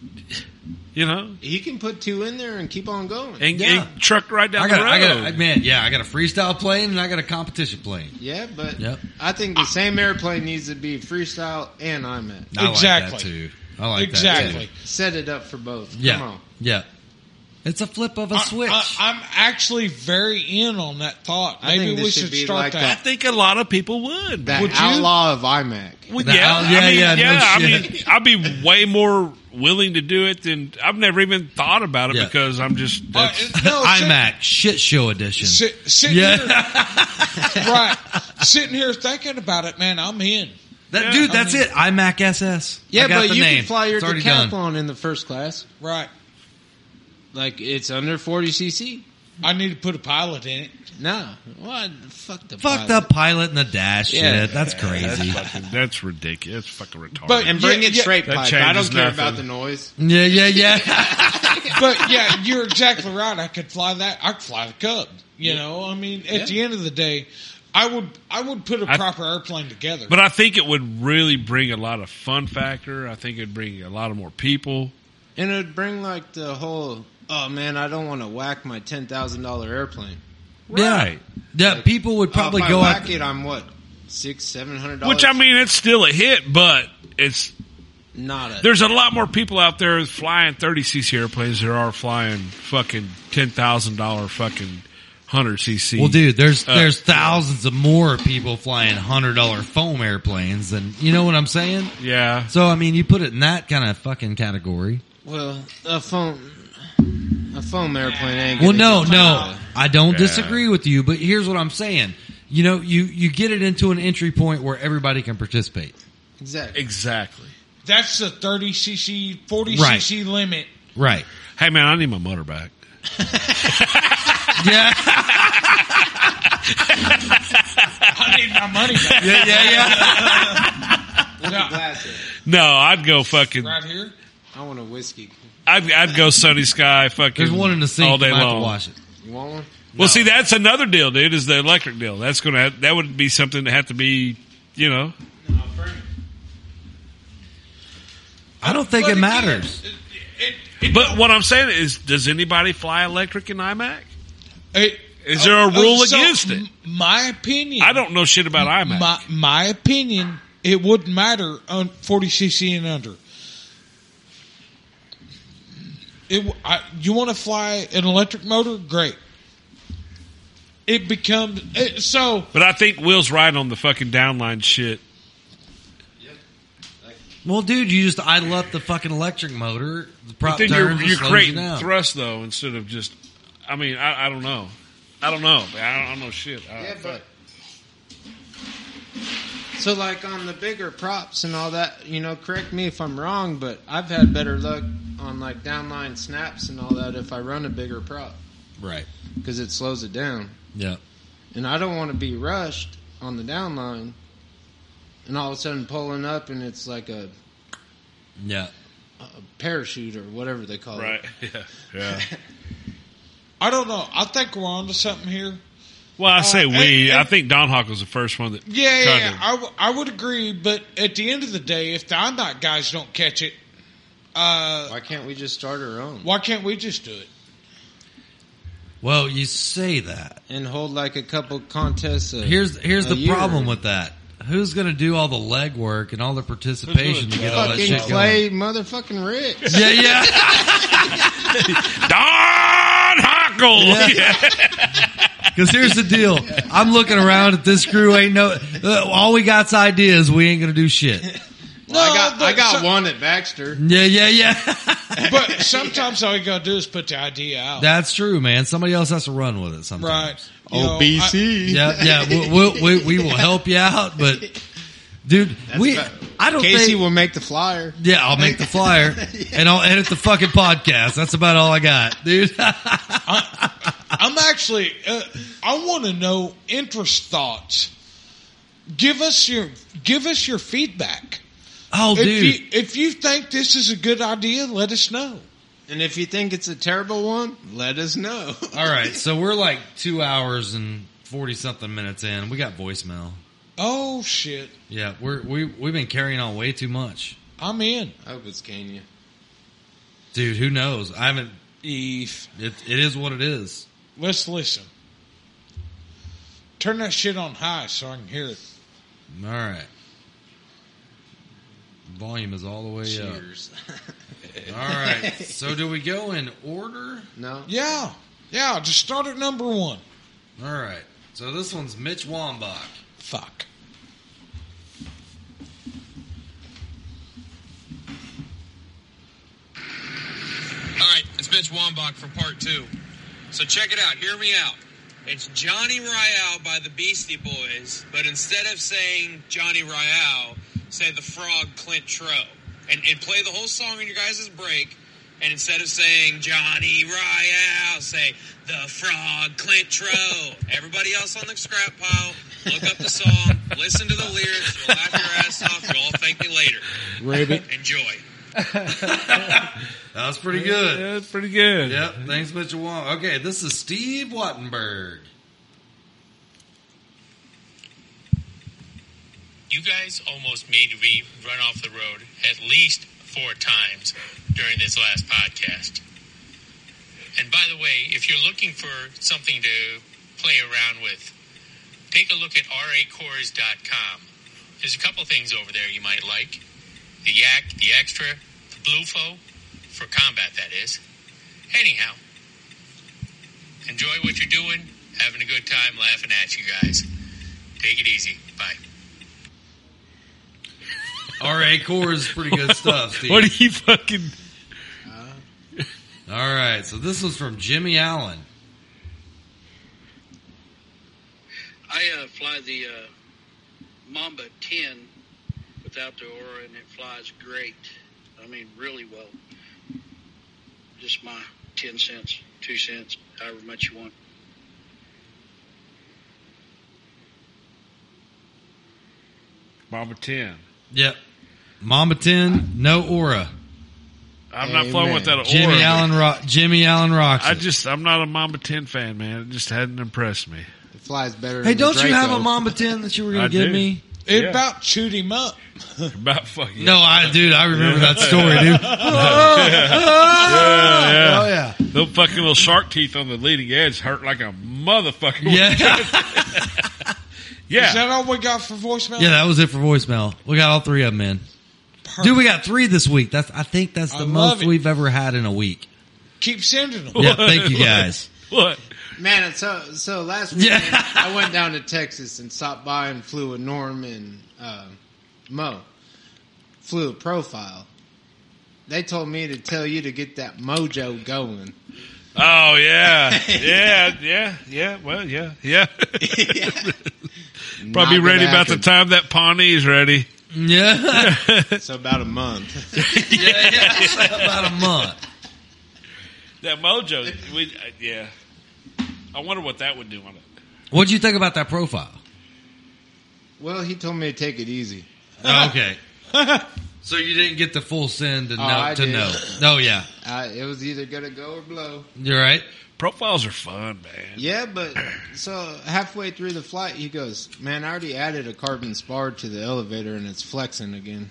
S2: you know,
S5: He can put two in there and keep on going.
S2: and,
S1: Yeah.
S2: and truck right down
S1: I got,
S2: the road.
S1: I got, man, yeah, I got a freestyle plane and I got a competition plane.
S5: yeah, but
S1: Yep.
S5: I think the same airplane needs to be freestyle and IMAX.
S1: I like
S3: Exactly.
S1: that too. I like that
S3: Exactly.
S1: too.
S5: Set it up for both.
S1: Yeah,
S5: Come on.
S1: yeah. It's a flip
S2: Uh,
S1: of a switch.
S3: I, am actually very in on that thought.
S5: I
S3: Maybe
S5: think
S3: we
S5: this
S3: should
S5: should be
S3: start
S5: like
S2: I
S3: that.
S5: that.
S2: think a lot of people would.
S5: The
S3: Would you-
S5: outlaw of IMAC.
S2: Well,
S1: The
S2: yeah,
S1: hell-
S2: I
S1: yeah,
S2: mean,
S1: yeah,
S2: yeah.
S1: no
S2: I mean,
S1: shit.
S2: I'd be way more willing to do it than I've never even thought about it
S1: Yeah.
S2: because I'm just.
S3: Uh,
S1: (laughs)
S2: that's-
S3: no, sit-
S1: iMac shit show edition.
S3: Sit,
S5: (laughs)
S3: sitting
S1: Yeah.
S3: here, right? Sitting here thinking about it, man. I'm in.
S1: That,
S2: Yeah,
S1: dude,
S2: I
S1: that's it. iMac SS.
S5: Yeah,
S1: I got
S5: but
S1: the
S5: you
S1: name.
S5: can fly your
S1: it's already done.
S5: decathlon in the first class.
S3: Right.
S5: Like it's under 40 cc.
S3: I need to put a pilot in it.
S5: No, what? Fuck the
S1: Fuck the
S5: pilot.
S1: pilot and the dash
S5: Yeah.
S1: shit. That's crazy.
S2: That's, fucking, that's ridiculous. That's fucking retarded.
S3: But-
S5: and bring
S3: Yeah,
S5: it
S3: yeah.
S5: straight
S2: That
S5: pipe. I don't
S2: changes
S5: care
S2: nothing.
S5: about the noise.
S1: yeah, yeah, yeah.
S5: (laughs)
S3: But yeah, you're exactly right. I could fly that. I could fly the Cub. You know, I mean, at the end of the day, I would I would put a
S2: I-
S3: proper airplane together.
S2: But I think it would really bring a lot of fun factor. I think it'd bring a lot of more people.
S5: And it would bring like the whole. Oh man, I don't want to whack my ten thousand dollar airplane.
S1: yeah. Yeah, people would probably
S5: Uh, if I
S1: go
S5: whack
S1: out.
S5: it. I'm what six, seven hundred dollars.
S2: Which I mean, it's still a hit, but it's
S5: not a.
S2: there's a lot more people out there flying 30 cc airplanes than there are flying fucking ten thousand dollar fucking hundred cc.
S1: Well, dude, there's
S2: Uh,
S1: there's thousands of more people flying hundred dollar foam airplanes than you know what I'm saying.
S2: yeah,
S1: So I mean, you put it in that kind of fucking category.
S5: Well, a foam, a foam airplane ain't.
S1: Well,
S5: gonna
S1: no,
S5: get
S1: no, I don't
S2: Yeah.
S1: disagree with you, but here's what I'm saying. You know, you you get it into an entry point where everybody can participate.
S5: exactly.
S2: exactly.
S3: That's the 30 cc, 40
S1: Right.
S3: cc limit.
S2: (laughs)
S1: Right.
S2: Hey man, I need my motor back.
S1: Yeah.
S3: I need my money back.
S1: Yeah, yeah, yeah.
S3: Yeah,
S5: Glass it.
S2: No, I'd go fucking.
S3: right here.
S5: I want a whiskey.
S2: I'd, I'd go sunny sky fucking.
S1: There's one in the sink.
S2: all day
S1: you might have to
S2: long.
S1: wash it.
S5: You want one?
S2: Well, see, that's another deal, dude. Is the electric deal? That's gonna have, that would be something that had to be, you know.
S1: I don't think it
S3: But again,
S1: matters.
S3: It, it,
S2: But what I'm saying is, does anybody fly electric in iMac?
S3: it-
S2: Is there a rule
S3: oh, so
S2: against it?
S3: m- My opinion.
S2: I don't know shit about iMac.
S3: My my opinion. It wouldn't matter on 40 cc and under. It. w I you want to fly an electric motor? Great. It becomes it, so.
S2: but I think Will's right on the fucking downline shit
S1: Well, dude, you just idle up the fucking electric motor. The prop
S2: But then
S1: turns
S2: you're,
S1: and
S2: you're
S1: slows you
S2: creating
S1: down.
S2: thrust though instead of just. I mean, I, I don't know. I don't know. man. I don't, I don't know shit. I,
S5: Yeah, but so like on the bigger props and all that, you know, correct me if I'm wrong, but I've had better luck on like downline snaps and all that if I run a bigger prop
S1: right.
S5: because it slows it down,
S1: Yeah.
S5: and I don't want to be rushed on the downline, and all of a sudden pulling up and it's like a,
S1: Yeah.
S5: a parachute or whatever they call
S2: right. (laughs)
S5: it.
S2: Yeah. Yeah.
S3: I don't know. I think we're onto something here.
S2: Well, I say
S3: Uh,
S2: we.
S3: and-
S2: I think Don Hawk was the first one that.
S3: Yeah, yeah,
S2: tried
S3: yeah.
S2: to-
S3: I, w- I would agree, but at the end of the day, if the I'm not guys don't catch it, uh,
S5: Why can't we just start our own
S3: why can't we just do it?
S1: Well, you say that.
S5: and hold like a couple contests? Of,
S1: Here's here's
S5: a
S1: the
S5: year?
S1: problem with that. Who's going to do all the legwork and all the participation to get all that
S5: fucking
S1: shit
S5: Clay, motherfucking Rick.
S1: going? Yeah,
S5: (laughs)
S1: yeah.
S2: Don Hockle. (laughs) Yeah.
S1: Because here's the deal. I'm looking around at this crew. Ain't no. Uh, all we got's ideas. We ain't going to do shit.
S5: I got I
S3: but
S5: got
S3: so-
S5: one at Baxter.
S1: Yeah, yeah, yeah. (laughs)
S3: But
S5: (laughs)
S3: sometimes all you gotta do is put the idea out,
S1: That's true, man. Somebody else has to run with it sometimes.
S3: right? You know, I-
S5: OBC.
S1: Yeah, yeah. We, we'll, we, we will help you out, but dude, we.
S5: about-
S1: I don't
S5: Casey
S1: think.
S5: will make the flyer.
S1: yeah, I'll make the
S5: (laughs)
S1: flyer and I'll edit the fucking podcast. That's about all I got, dude. (laughs)
S3: I'm actually. Uh, I want to know interest thoughts. Give us your give us your feedback.
S1: oh,
S3: If
S1: dude.
S3: you if you think this is a good idea, let us know.
S5: And if you think it's a terrible one, let us know. (laughs)
S1: All right, so we're like two hours and forty something minutes in. We got voicemail.
S3: Oh shit,
S1: Yeah, we're we we've been carrying on way too much,
S3: I'm in.
S5: I hope it's Kenya.
S1: dude. Who knows? I haven't.
S3: Eve,
S1: It, it is what it is.
S3: let's listen. Turn that shit on high so I can hear it.
S1: All right. Volume is all the way (laughs)
S5: Cheers.
S1: up. All
S5: (laughs)
S1: right. (laughs) So do we go in order?
S5: no.
S3: Yeah, yeah. Just start at number one.
S1: All right. So this one's Mitch Wambach.
S3: Fuck.
S6: All
S2: (laughs)
S6: right, it's Mitch Wambach for part two. So check it out. Hear me out. It's Johnny Royale by the Beastie Boys, but instead of saying Johnny Royale, say the frog Clint Tro. And, and play the whole song in your guys' break. And instead of saying Johnny Royale, say the frog Clint Tro. Everybody else on the scrap pile, look up the song, listen to the lyrics, you'll laugh your ass off, you'll all thank me later.
S3: Ribbit.
S6: Enjoy.
S1: That was pretty good.
S2: that's pretty good.
S1: Yep. Thanks, Mitch Wambach. Okay, this is Steve Wattenberg.
S6: You guys almost made me run off the road at least four times during this last podcast. And by the way, if you're looking for something to play around with, take a look at racores.com. There's a couple things over there you might like the Yak, the Extra, the Blufo, for combat, that is. Anyhow, enjoy what you're doing, having a good time, laughing at you guys. Take it easy. Bye.
S1: RA Core is pretty
S2: (laughs)
S1: good stuff, Steve.
S2: What do you fucking?
S1: All right, so this was from Jimmy Allen.
S7: I uh, fly the uh, Mamba 10 without the aura, and it flies great. I mean, really well. Just my 10 cents, 2 cents, however much you want.
S2: Mama ten.
S1: Yep. Mamba 10, no aura.
S2: I'm not flowing with that aura.
S1: Jimmy Allen Ro- Jimmy Allen rocks.
S2: I
S1: it.
S2: just I'm not a Mamba ten fan, man. It just hadn't impressed me.
S5: It flies better.
S1: Hey,
S5: than the
S1: don't you have a
S5: Draco.
S1: Mamba 10 that you were going
S2: I
S1: to give
S2: do.
S1: me?
S3: (laughs) It
S2: Yeah.
S3: about chewed him up.
S2: About fucking
S1: No, I dude, I remember that story,
S2: (laughs)
S1: dude. (laughs)
S2: yeah, yeah.
S1: Oh, yeah.
S2: Those fucking little shark teeth on the leading edge hurt like a motherfucker.
S1: (laughs) Yeah.
S2: yeah.
S3: Is that all we got for voicemail?
S1: Yeah, that was it for voicemail. We got all three of them in. Dude, we got three this week. That's I think that's the
S3: I love
S1: most
S3: it.
S1: we've ever had in a week.
S3: Keep sending them.
S1: Yeah, thank you guys.
S2: what?
S5: Man, it's so so last
S1: Yeah.
S5: weekend
S1: (laughs)
S5: I went down to Texas and stopped by and flew with Norm and uh, Mo. um, flew a profile. They told me to tell you to get that mojo going.
S2: Oh
S1: (laughs)
S2: yeah, yeah, yeah, yeah. Well, yeah, yeah. Probably
S5: Not
S2: ready
S5: gonna
S2: about the
S5: happen.
S2: time that Pawnee's ready.
S1: Yeah,
S5: So about a month.
S1: yeah, yeah. (laughs) About a month.
S2: That mojo, we, uh, yeah. I wonder what that would do on it.
S1: What do you think about that profile?
S5: well, he told me to take it easy.
S1: okay. (laughs) So you didn't get the full send to know.
S5: I
S1: to
S5: did.
S1: know. Oh yeah,
S5: Uh, it was either gonna go or blow.
S1: you're right.
S2: Profiles are fun, man.
S5: Yeah, but so halfway through the flight, he goes, "Man, I already added a carbon spar to the elevator, and it's flexing again."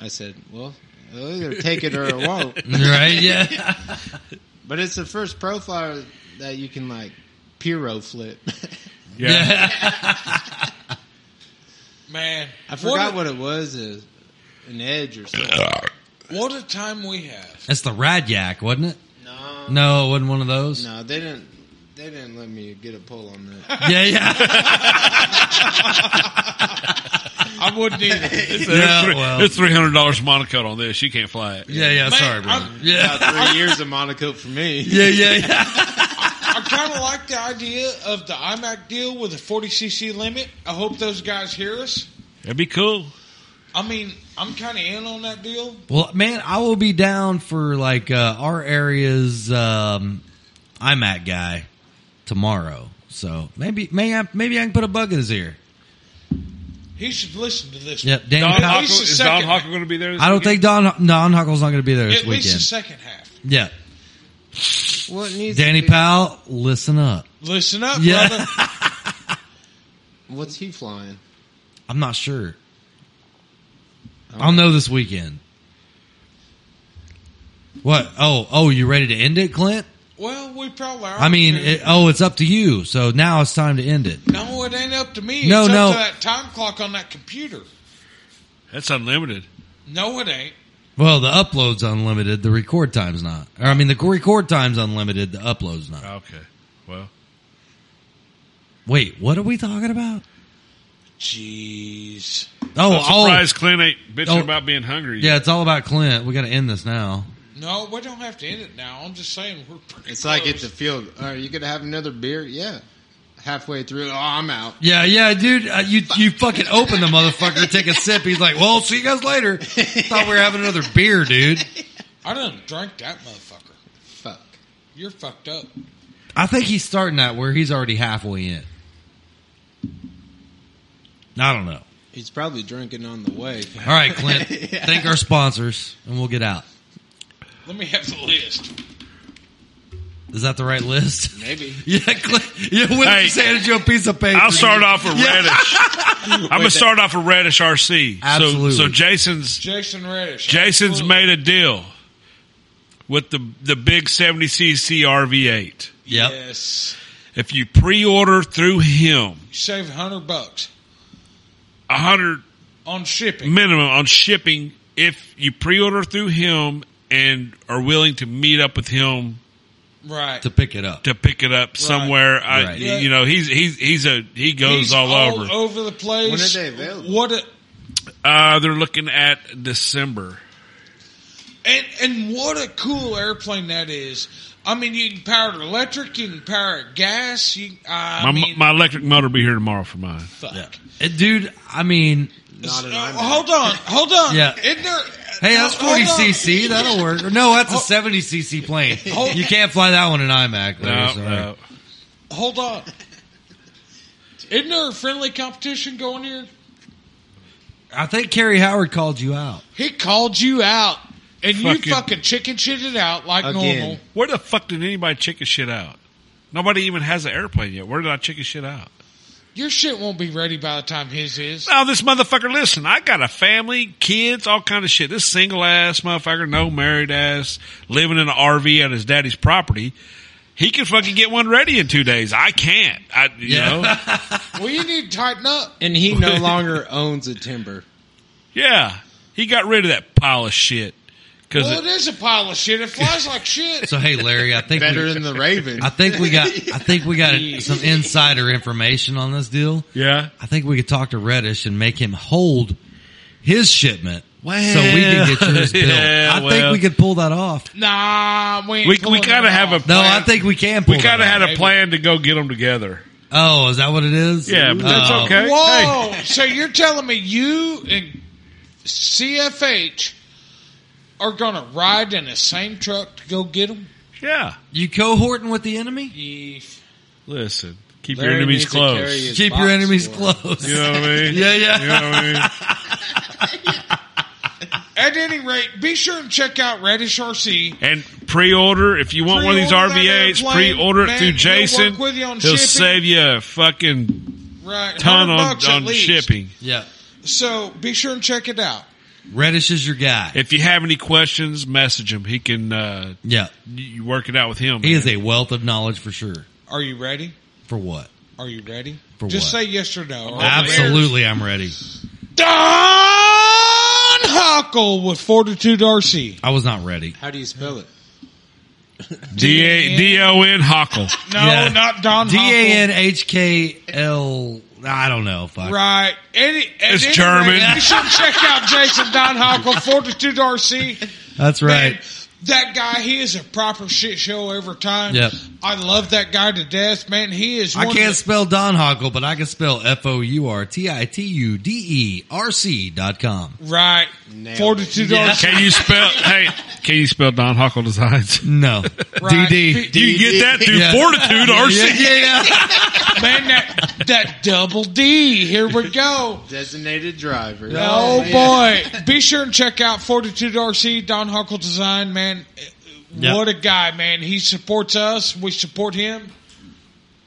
S5: I said, "Well, I'll either take it or it won't."
S1: (laughs) You're right. Yeah.
S5: But it's the first profile that you can like pyro flip. (laughs)
S2: Yeah.
S3: Man,
S5: I forgot
S3: what
S5: what it was, uh, an edge or something.
S3: a, what a time we have.
S1: That's the rad yak, wasn't it?
S5: No,
S1: No, it wasn't one of those.
S5: no, they didn't. They didn't let me get a pull on
S1: (laughs)
S5: that.
S1: Yeah, yeah.
S3: I wouldn't
S1: (laughs)
S3: either.
S2: It's,
S1: Yeah,
S2: three-
S1: well.
S2: it's three hundred dollars Monaco on this. You can't fly it.
S1: Yeah, yeah.
S3: Man,
S1: sorry, bro.
S3: I'm-
S1: yeah. (laughs)
S5: About three years of Monaco for me.
S1: yeah, yeah, yeah.
S3: I kind of like the idea of the IMAC deal with a 40cc limit. I hope those guys hear us.
S2: That'd be cool.
S3: I mean, I'm kind of in on that deal.
S1: Well, man, I will be down for like uh, our area's um, IMAC guy tomorrow. So maybe, maybe I, maybe I can put a bug in his ear.
S3: He should listen to this.
S1: Yep, Dan.
S2: Don
S1: Cox-
S2: Hockle,
S3: least the
S2: is Don
S3: second-
S2: Hockle going to be there? This
S1: I don't think
S2: weekend?
S1: Don Don Huckle's not going to be there
S3: At
S1: this
S3: least the
S1: weekend.
S3: second half.
S1: Yeah,
S5: What needs
S1: Danny
S5: to be,
S1: Powell, listen up.
S3: Listen up,
S1: Yeah.
S3: brother.
S5: What's he flying?
S1: I'm not sure. I'll know this weekend. What? Oh, oh, you ready to end it, Clint?
S3: Well, we probably are.
S1: I mean,
S3: Okay.
S1: it, oh, it's up to you. So now it's time to end it.
S3: no, it ain't up to me.
S1: No,
S3: it's
S1: no.
S3: up to that time clock on that computer.
S2: that's unlimited.
S3: No, it ain't.
S1: Well, the upload's unlimited. The record time's not. Or, I mean, the record time's unlimited. The upload's not.
S2: Okay. Well,
S1: Wait, what are we talking about?
S3: Jeez.
S1: Oh,
S2: I'm
S1: all,
S2: surprised Clint ain't bitching
S1: Oh.
S2: about being hungry.
S1: yeah, it's all about Clint. We got to end this now.
S3: No, we don't have to end it now. I'm just saying we're pretty
S5: It's like at
S3: close.
S5: the field. Are you gonna have another beer? Yeah. Halfway through, oh, I'm out.
S1: Yeah, yeah, dude. Uh, you you fucking open the motherfucker, take a sip. He's like, "Well, see you guys later." Thought we were having another beer, dude.
S3: I done drank that motherfucker.
S5: Fuck.
S3: You're fucked up.
S1: I think he's starting that where he's already halfway in. I don't know.
S5: He's probably drinking on the way.
S1: All right, Clint. Thank our sponsors, and we'll get out.
S3: Let me have the list.
S1: Is that the right list?
S5: Maybe.
S1: yeah, Clint. Yeah, Will
S2: Hey.
S1: just handed you a piece of paper.
S2: I'll start off with
S1: Yeah. (laughs)
S2: Reddish. I'm going to start off with Reddish RC.
S1: Absolutely.
S2: So, so Jason's
S3: Jason Reddish.
S2: Jason's
S3: Absolutely.
S2: made a deal with the the big 70cc RV8.
S1: Yep.
S3: Yes.
S2: If you pre-order through him,
S3: You save a hundred bucks
S2: a hundred
S3: on shipping.
S2: minimum on shipping. If you pre-order through him and are willing to meet up with him
S3: Right.
S1: to pick it up.
S2: to pick it up somewhere, I,
S1: Right.
S2: you know, he's he's he's a he goes
S3: He's
S2: all, over.
S3: over the place.
S5: When are they available?
S3: What a,
S2: Uh, they're looking at December.
S3: and and what a cool airplane that is. I mean, you can power it electric, you can power it gas. You, I
S2: my,
S3: mean,
S2: my electric motor will be here tomorrow for mine.
S3: fuck.
S1: Uh, dude, I mean,
S5: Not an
S3: Uh,
S1: Oh,
S5: IMAX.
S3: hold on, hold on.
S1: Yeah.
S3: Isn't there?
S1: Hey, that's
S3: hold on.
S1: 40 cc. That'll work. Or No, that's a
S3: Hold-
S1: 70 cc plane.
S3: (laughs) Hold-
S1: You can't fly that one in IMAC. Larry,
S2: No,
S1: sorry.
S2: no.
S3: (laughs) Hold on. Isn't there a friendly competition going here?
S1: I think Kerry Howard called you out.
S3: He called you out, and
S2: Fucking-
S3: you fucking chicken shit it out like
S5: Again.
S3: normal.
S2: Where the fuck did anybody chicken shit out? Nobody even has an airplane yet. Where did I chicken shit out?
S3: Your shit won't be ready by the time his is.
S2: Now Oh, this motherfucker, listen, I got a family, kids, all kind of shit. This single ass motherfucker, no married ass, living in an RV at his daddy's property. He can fucking get one ready in two days. I can't. I, you
S1: Yeah.
S2: know,
S3: Well, you need to tighten up.
S2: (laughs)
S5: And (laughs) he no longer owns a timber.
S2: yeah. He got rid of that pile of shit because
S3: Well, it is a pile of shit. It flies
S2: (laughs)
S3: like shit.
S1: So hey, Larry, I think
S5: Better
S1: we,
S5: than the
S1: (laughs)
S5: Raven.
S1: I think we
S3: (laughs)
S1: got I think we got some insider information on this deal.
S2: yeah,
S1: I think we could talk to Reddish and make him hold his shipment so we can get yours built.
S2: (laughs) yeah,
S1: I
S2: well.
S1: think we could pull that off.
S3: Nah, we ain't
S2: We- we
S3: pulling
S2: gotta
S3: that
S2: have
S3: off.
S2: a-
S1: No,
S2: Plan-
S1: I think we can pull
S2: We kind of
S1: that
S2: had
S1: off.
S2: a plan to go get them together.
S1: Oh, is that what it is?
S2: Yeah, but that's
S1: Oh.
S2: okay.
S3: Whoa! So you're telling me you and CFH are gonna ride in the same truck to go get them?
S2: Yeah.
S1: You cohorting with the enemy?
S2: Listen, keep
S5: Larry
S2: your enemies
S5: needs to carry
S2: close.
S5: his
S1: Keep
S5: box
S1: your enemies
S5: for him.
S1: close.
S2: You know what I
S1: (laughs)
S2: mean?
S1: Yeah, yeah.
S2: You know what I mean?
S3: At any rate, be sure and check out Radish RC.
S2: And pre-order if you want one of these
S3: Pre-order that
S2: RV8s.
S3: airplane,
S2: Pre-order it
S3: man,
S2: through
S3: he'll
S2: Jason.
S3: work with you on
S2: He'll
S3: shipping.
S2: save you a fucking
S3: Right,
S2: ton
S3: 100
S2: on,
S3: bucks at
S2: on
S3: least.
S2: shipping.
S1: Yeah.
S3: So be sure and check it out.
S1: Reddish is your guy.
S2: If you have any questions, message him. He can uh,
S1: yeah.
S2: you work it out with him.
S1: He
S2: man.
S1: is a wealth of knowledge for sure.
S3: Are you ready?
S1: For what?
S3: Are you ready?
S1: For
S3: Just
S1: what?
S3: say yes or no. Or
S1: Absolutely, I'm ready.
S3: Don Huckle with Fortitude RC.
S1: I was not ready.
S5: How do you spell it?
S2: D A D O N Hockle.
S3: No,
S1: Yeah.
S3: not Don
S1: D A
S3: Huckle.
S1: N H E. K L. I don't know. Fuck.
S3: Right. Any, at
S2: It's
S3: any
S2: German.
S3: rate, you should check out Jason
S1: (laughs)
S3: Don Huckle, Fortitude RC.
S1: That's
S3: Man,
S1: right.
S3: that guy, he is a proper shit show every time.
S1: Yep.
S3: I love that guy to death, man. He is.
S1: I
S3: one
S1: can't
S3: of the-
S1: spell Don Hockle, but I can spell F O U R T I T U D E R C dot com.
S3: right.
S5: Nailed
S3: Fortitude RC.
S2: Can you
S3: (laughs)
S2: spell? hey, can you spell Don Hockle Designs?
S1: No.
S3: Right.
S1: DD.
S3: D-
S2: You get that through
S1: Yeah.
S2: Fortitude
S1: Yeah,
S2: RC.
S1: yeah, yeah. (laughs)
S3: Man, that that double D. Here we go.
S5: Designated driver.
S3: Oh
S5: man.
S3: boy! Be sure and check out Fortitude RC Don Huckle Design, man.
S1: Yep.
S3: What a guy, man! He supports us. We support him.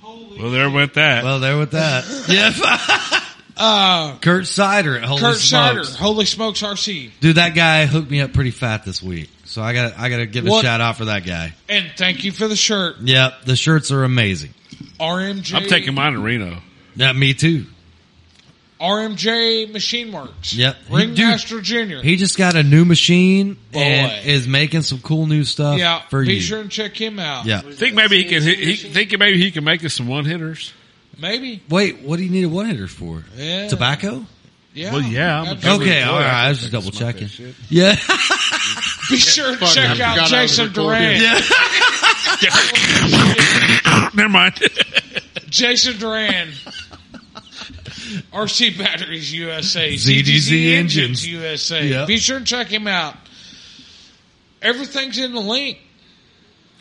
S2: Well, there went that.
S1: Well, there with that. Yeah.
S3: Uh,
S1: (laughs) Kurt Sider at Holy
S3: Kurt Sider,
S1: Smokes.
S3: Holy Smokes RC,
S1: Dude, that guy hooked me up pretty fat this week. So I got to I got to give a
S3: What?
S1: shout out for that guy.
S3: and thank you for the shirt.
S1: Yep, the shirts are amazing.
S3: RMJ.
S2: I'm taking mine to Reno.
S1: Yeah, me too.
S3: RMJ Machine Works.
S1: Yep. He-
S3: Ringmaster Junior.
S1: He just got a new machine and
S3: Boy.
S1: is making some cool new stuff
S3: yeah.
S1: for
S3: be
S1: you.
S3: sure and check him out.
S1: Yeah.
S2: Think maybe he can. He, he, think maybe he can make us some one hitters.
S3: Maybe.
S1: Wait, what do you need a one hitter for?
S3: Yeah.
S1: Tobacco?
S3: Yeah.
S2: Well, yeah, I'm a
S3: Absolutely.
S1: Okay, all right. I was just double checking. Yeah,
S3: (laughs)
S1: (laughs)
S3: Be sure and
S5: Fuck, I
S3: check
S5: forgot I
S3: out
S5: was
S3: Jason
S5: recording.
S3: Duran.
S1: yeah.
S2: (coughs) Never mind.
S3: (laughs)
S2: (laughs)
S3: Jason Duran. RC Batteries USA.
S1: ZDZ Engines.
S3: USA.
S1: Yeah.
S3: Be sure and check him out. Everything's in the link.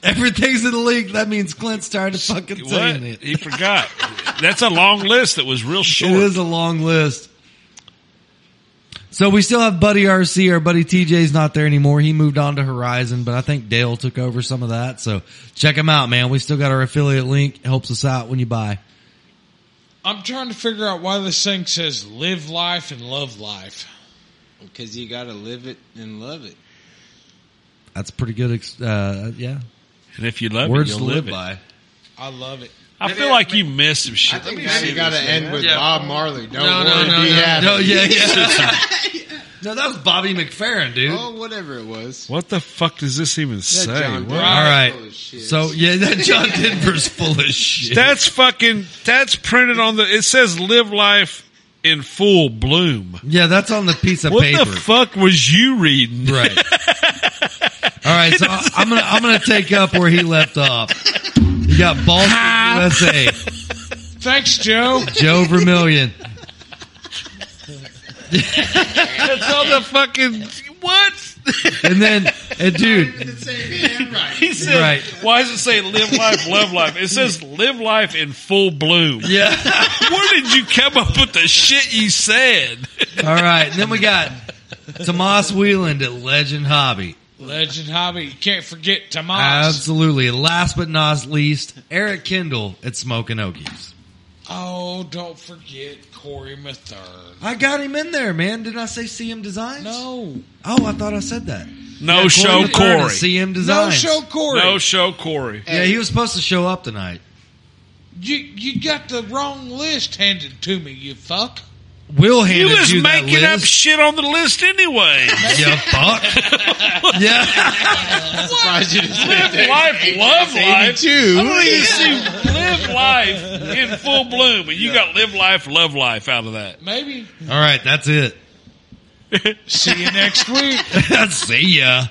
S1: Everything's in the league. That means Clint's tired of fucking
S2: What?
S1: saying it.
S2: He forgot. That's a long list that was real short.
S1: It is a long list. So we still have Buddy RC. Our buddy TJ's not there anymore. He moved on to Horizon, but I think Dale took over some of that. So check him out, man. We still got our affiliate link. It helps us out when you buy.
S3: I'm trying to figure out why this thing says live life and love life.
S5: Because you got to live it and love it.
S1: That's pretty good. Ex- uh, yeah.
S2: And if you love
S1: Words
S2: it,
S1: to
S2: you'll
S1: live
S2: live, it.
S1: by.
S3: I love it.
S2: I feel like you missed some shit.
S5: I think
S2: Let me
S5: you got to end with
S1: Yeah.
S5: Bob Marley. Don't
S1: No, no,
S5: worry,
S1: no,
S5: be
S1: no.
S5: happy.
S1: No,
S2: (laughs)
S1: yeah, yeah. no, that was Bobby McFerrin, dude.
S5: Oh, whatever it was.
S2: What the fuck does this even say?
S5: John
S2: What?
S5: Denver.
S1: All right.
S5: Full of shit.
S1: So yeah, that John Denver's full of shit.
S2: (laughs) That's fucking. That's printed on the. It says "Live life in full bloom."
S1: yeah, that's on the piece of
S2: What
S1: paper.
S2: the fuck was you
S1: (laughs)
S2: reading?
S1: right. All right, so I'm gonna I'm gonna take up where he left off. You got Boston, USA,
S3: Thanks, Joe.
S1: Joe Vermillion.
S2: That's on the fucking what?
S1: And then, and dude,
S2: He said,
S1: Right.
S2: "Why does it say live life, love life?" It says "live life in full bloom."
S1: yeah.
S2: Where did you come up with the shit you said?
S1: All right, and then we got Tomas Wheeland at Legend Hobby.
S3: Legend Hobby. You can't forget Tomas.
S1: Absolutely. And last but not least, Eric Kendall at Smoking Okies.
S3: oh, don't forget Corey Mathur.
S1: I got him in there, man. Didn't I say CM Designs?
S3: No.
S1: Oh, I thought I said that.
S2: No
S1: Yeah,
S2: show,
S1: Mathern at
S2: Corey.
S1: CM
S3: No
S1: Designs.
S3: show Corey.
S2: No show, Corey.
S1: Yeah, he was supposed to show up tonight.
S3: You you got the wrong list handed to me, you fuck.
S1: Will handed
S2: He
S1: you,
S2: was
S1: that
S2: making up
S1: list.
S2: shit on the list anyway.
S1: you fuck. (laughs) yeah.
S5: Surprised you didn't say
S2: live life, love life.
S5: Eighty-two.
S2: (laughs) I don't even see live life in full bloom, and you got live life, love life out of that.
S3: Maybe
S1: All right, that's it. (laughs)
S3: See you next week.
S1: See ya.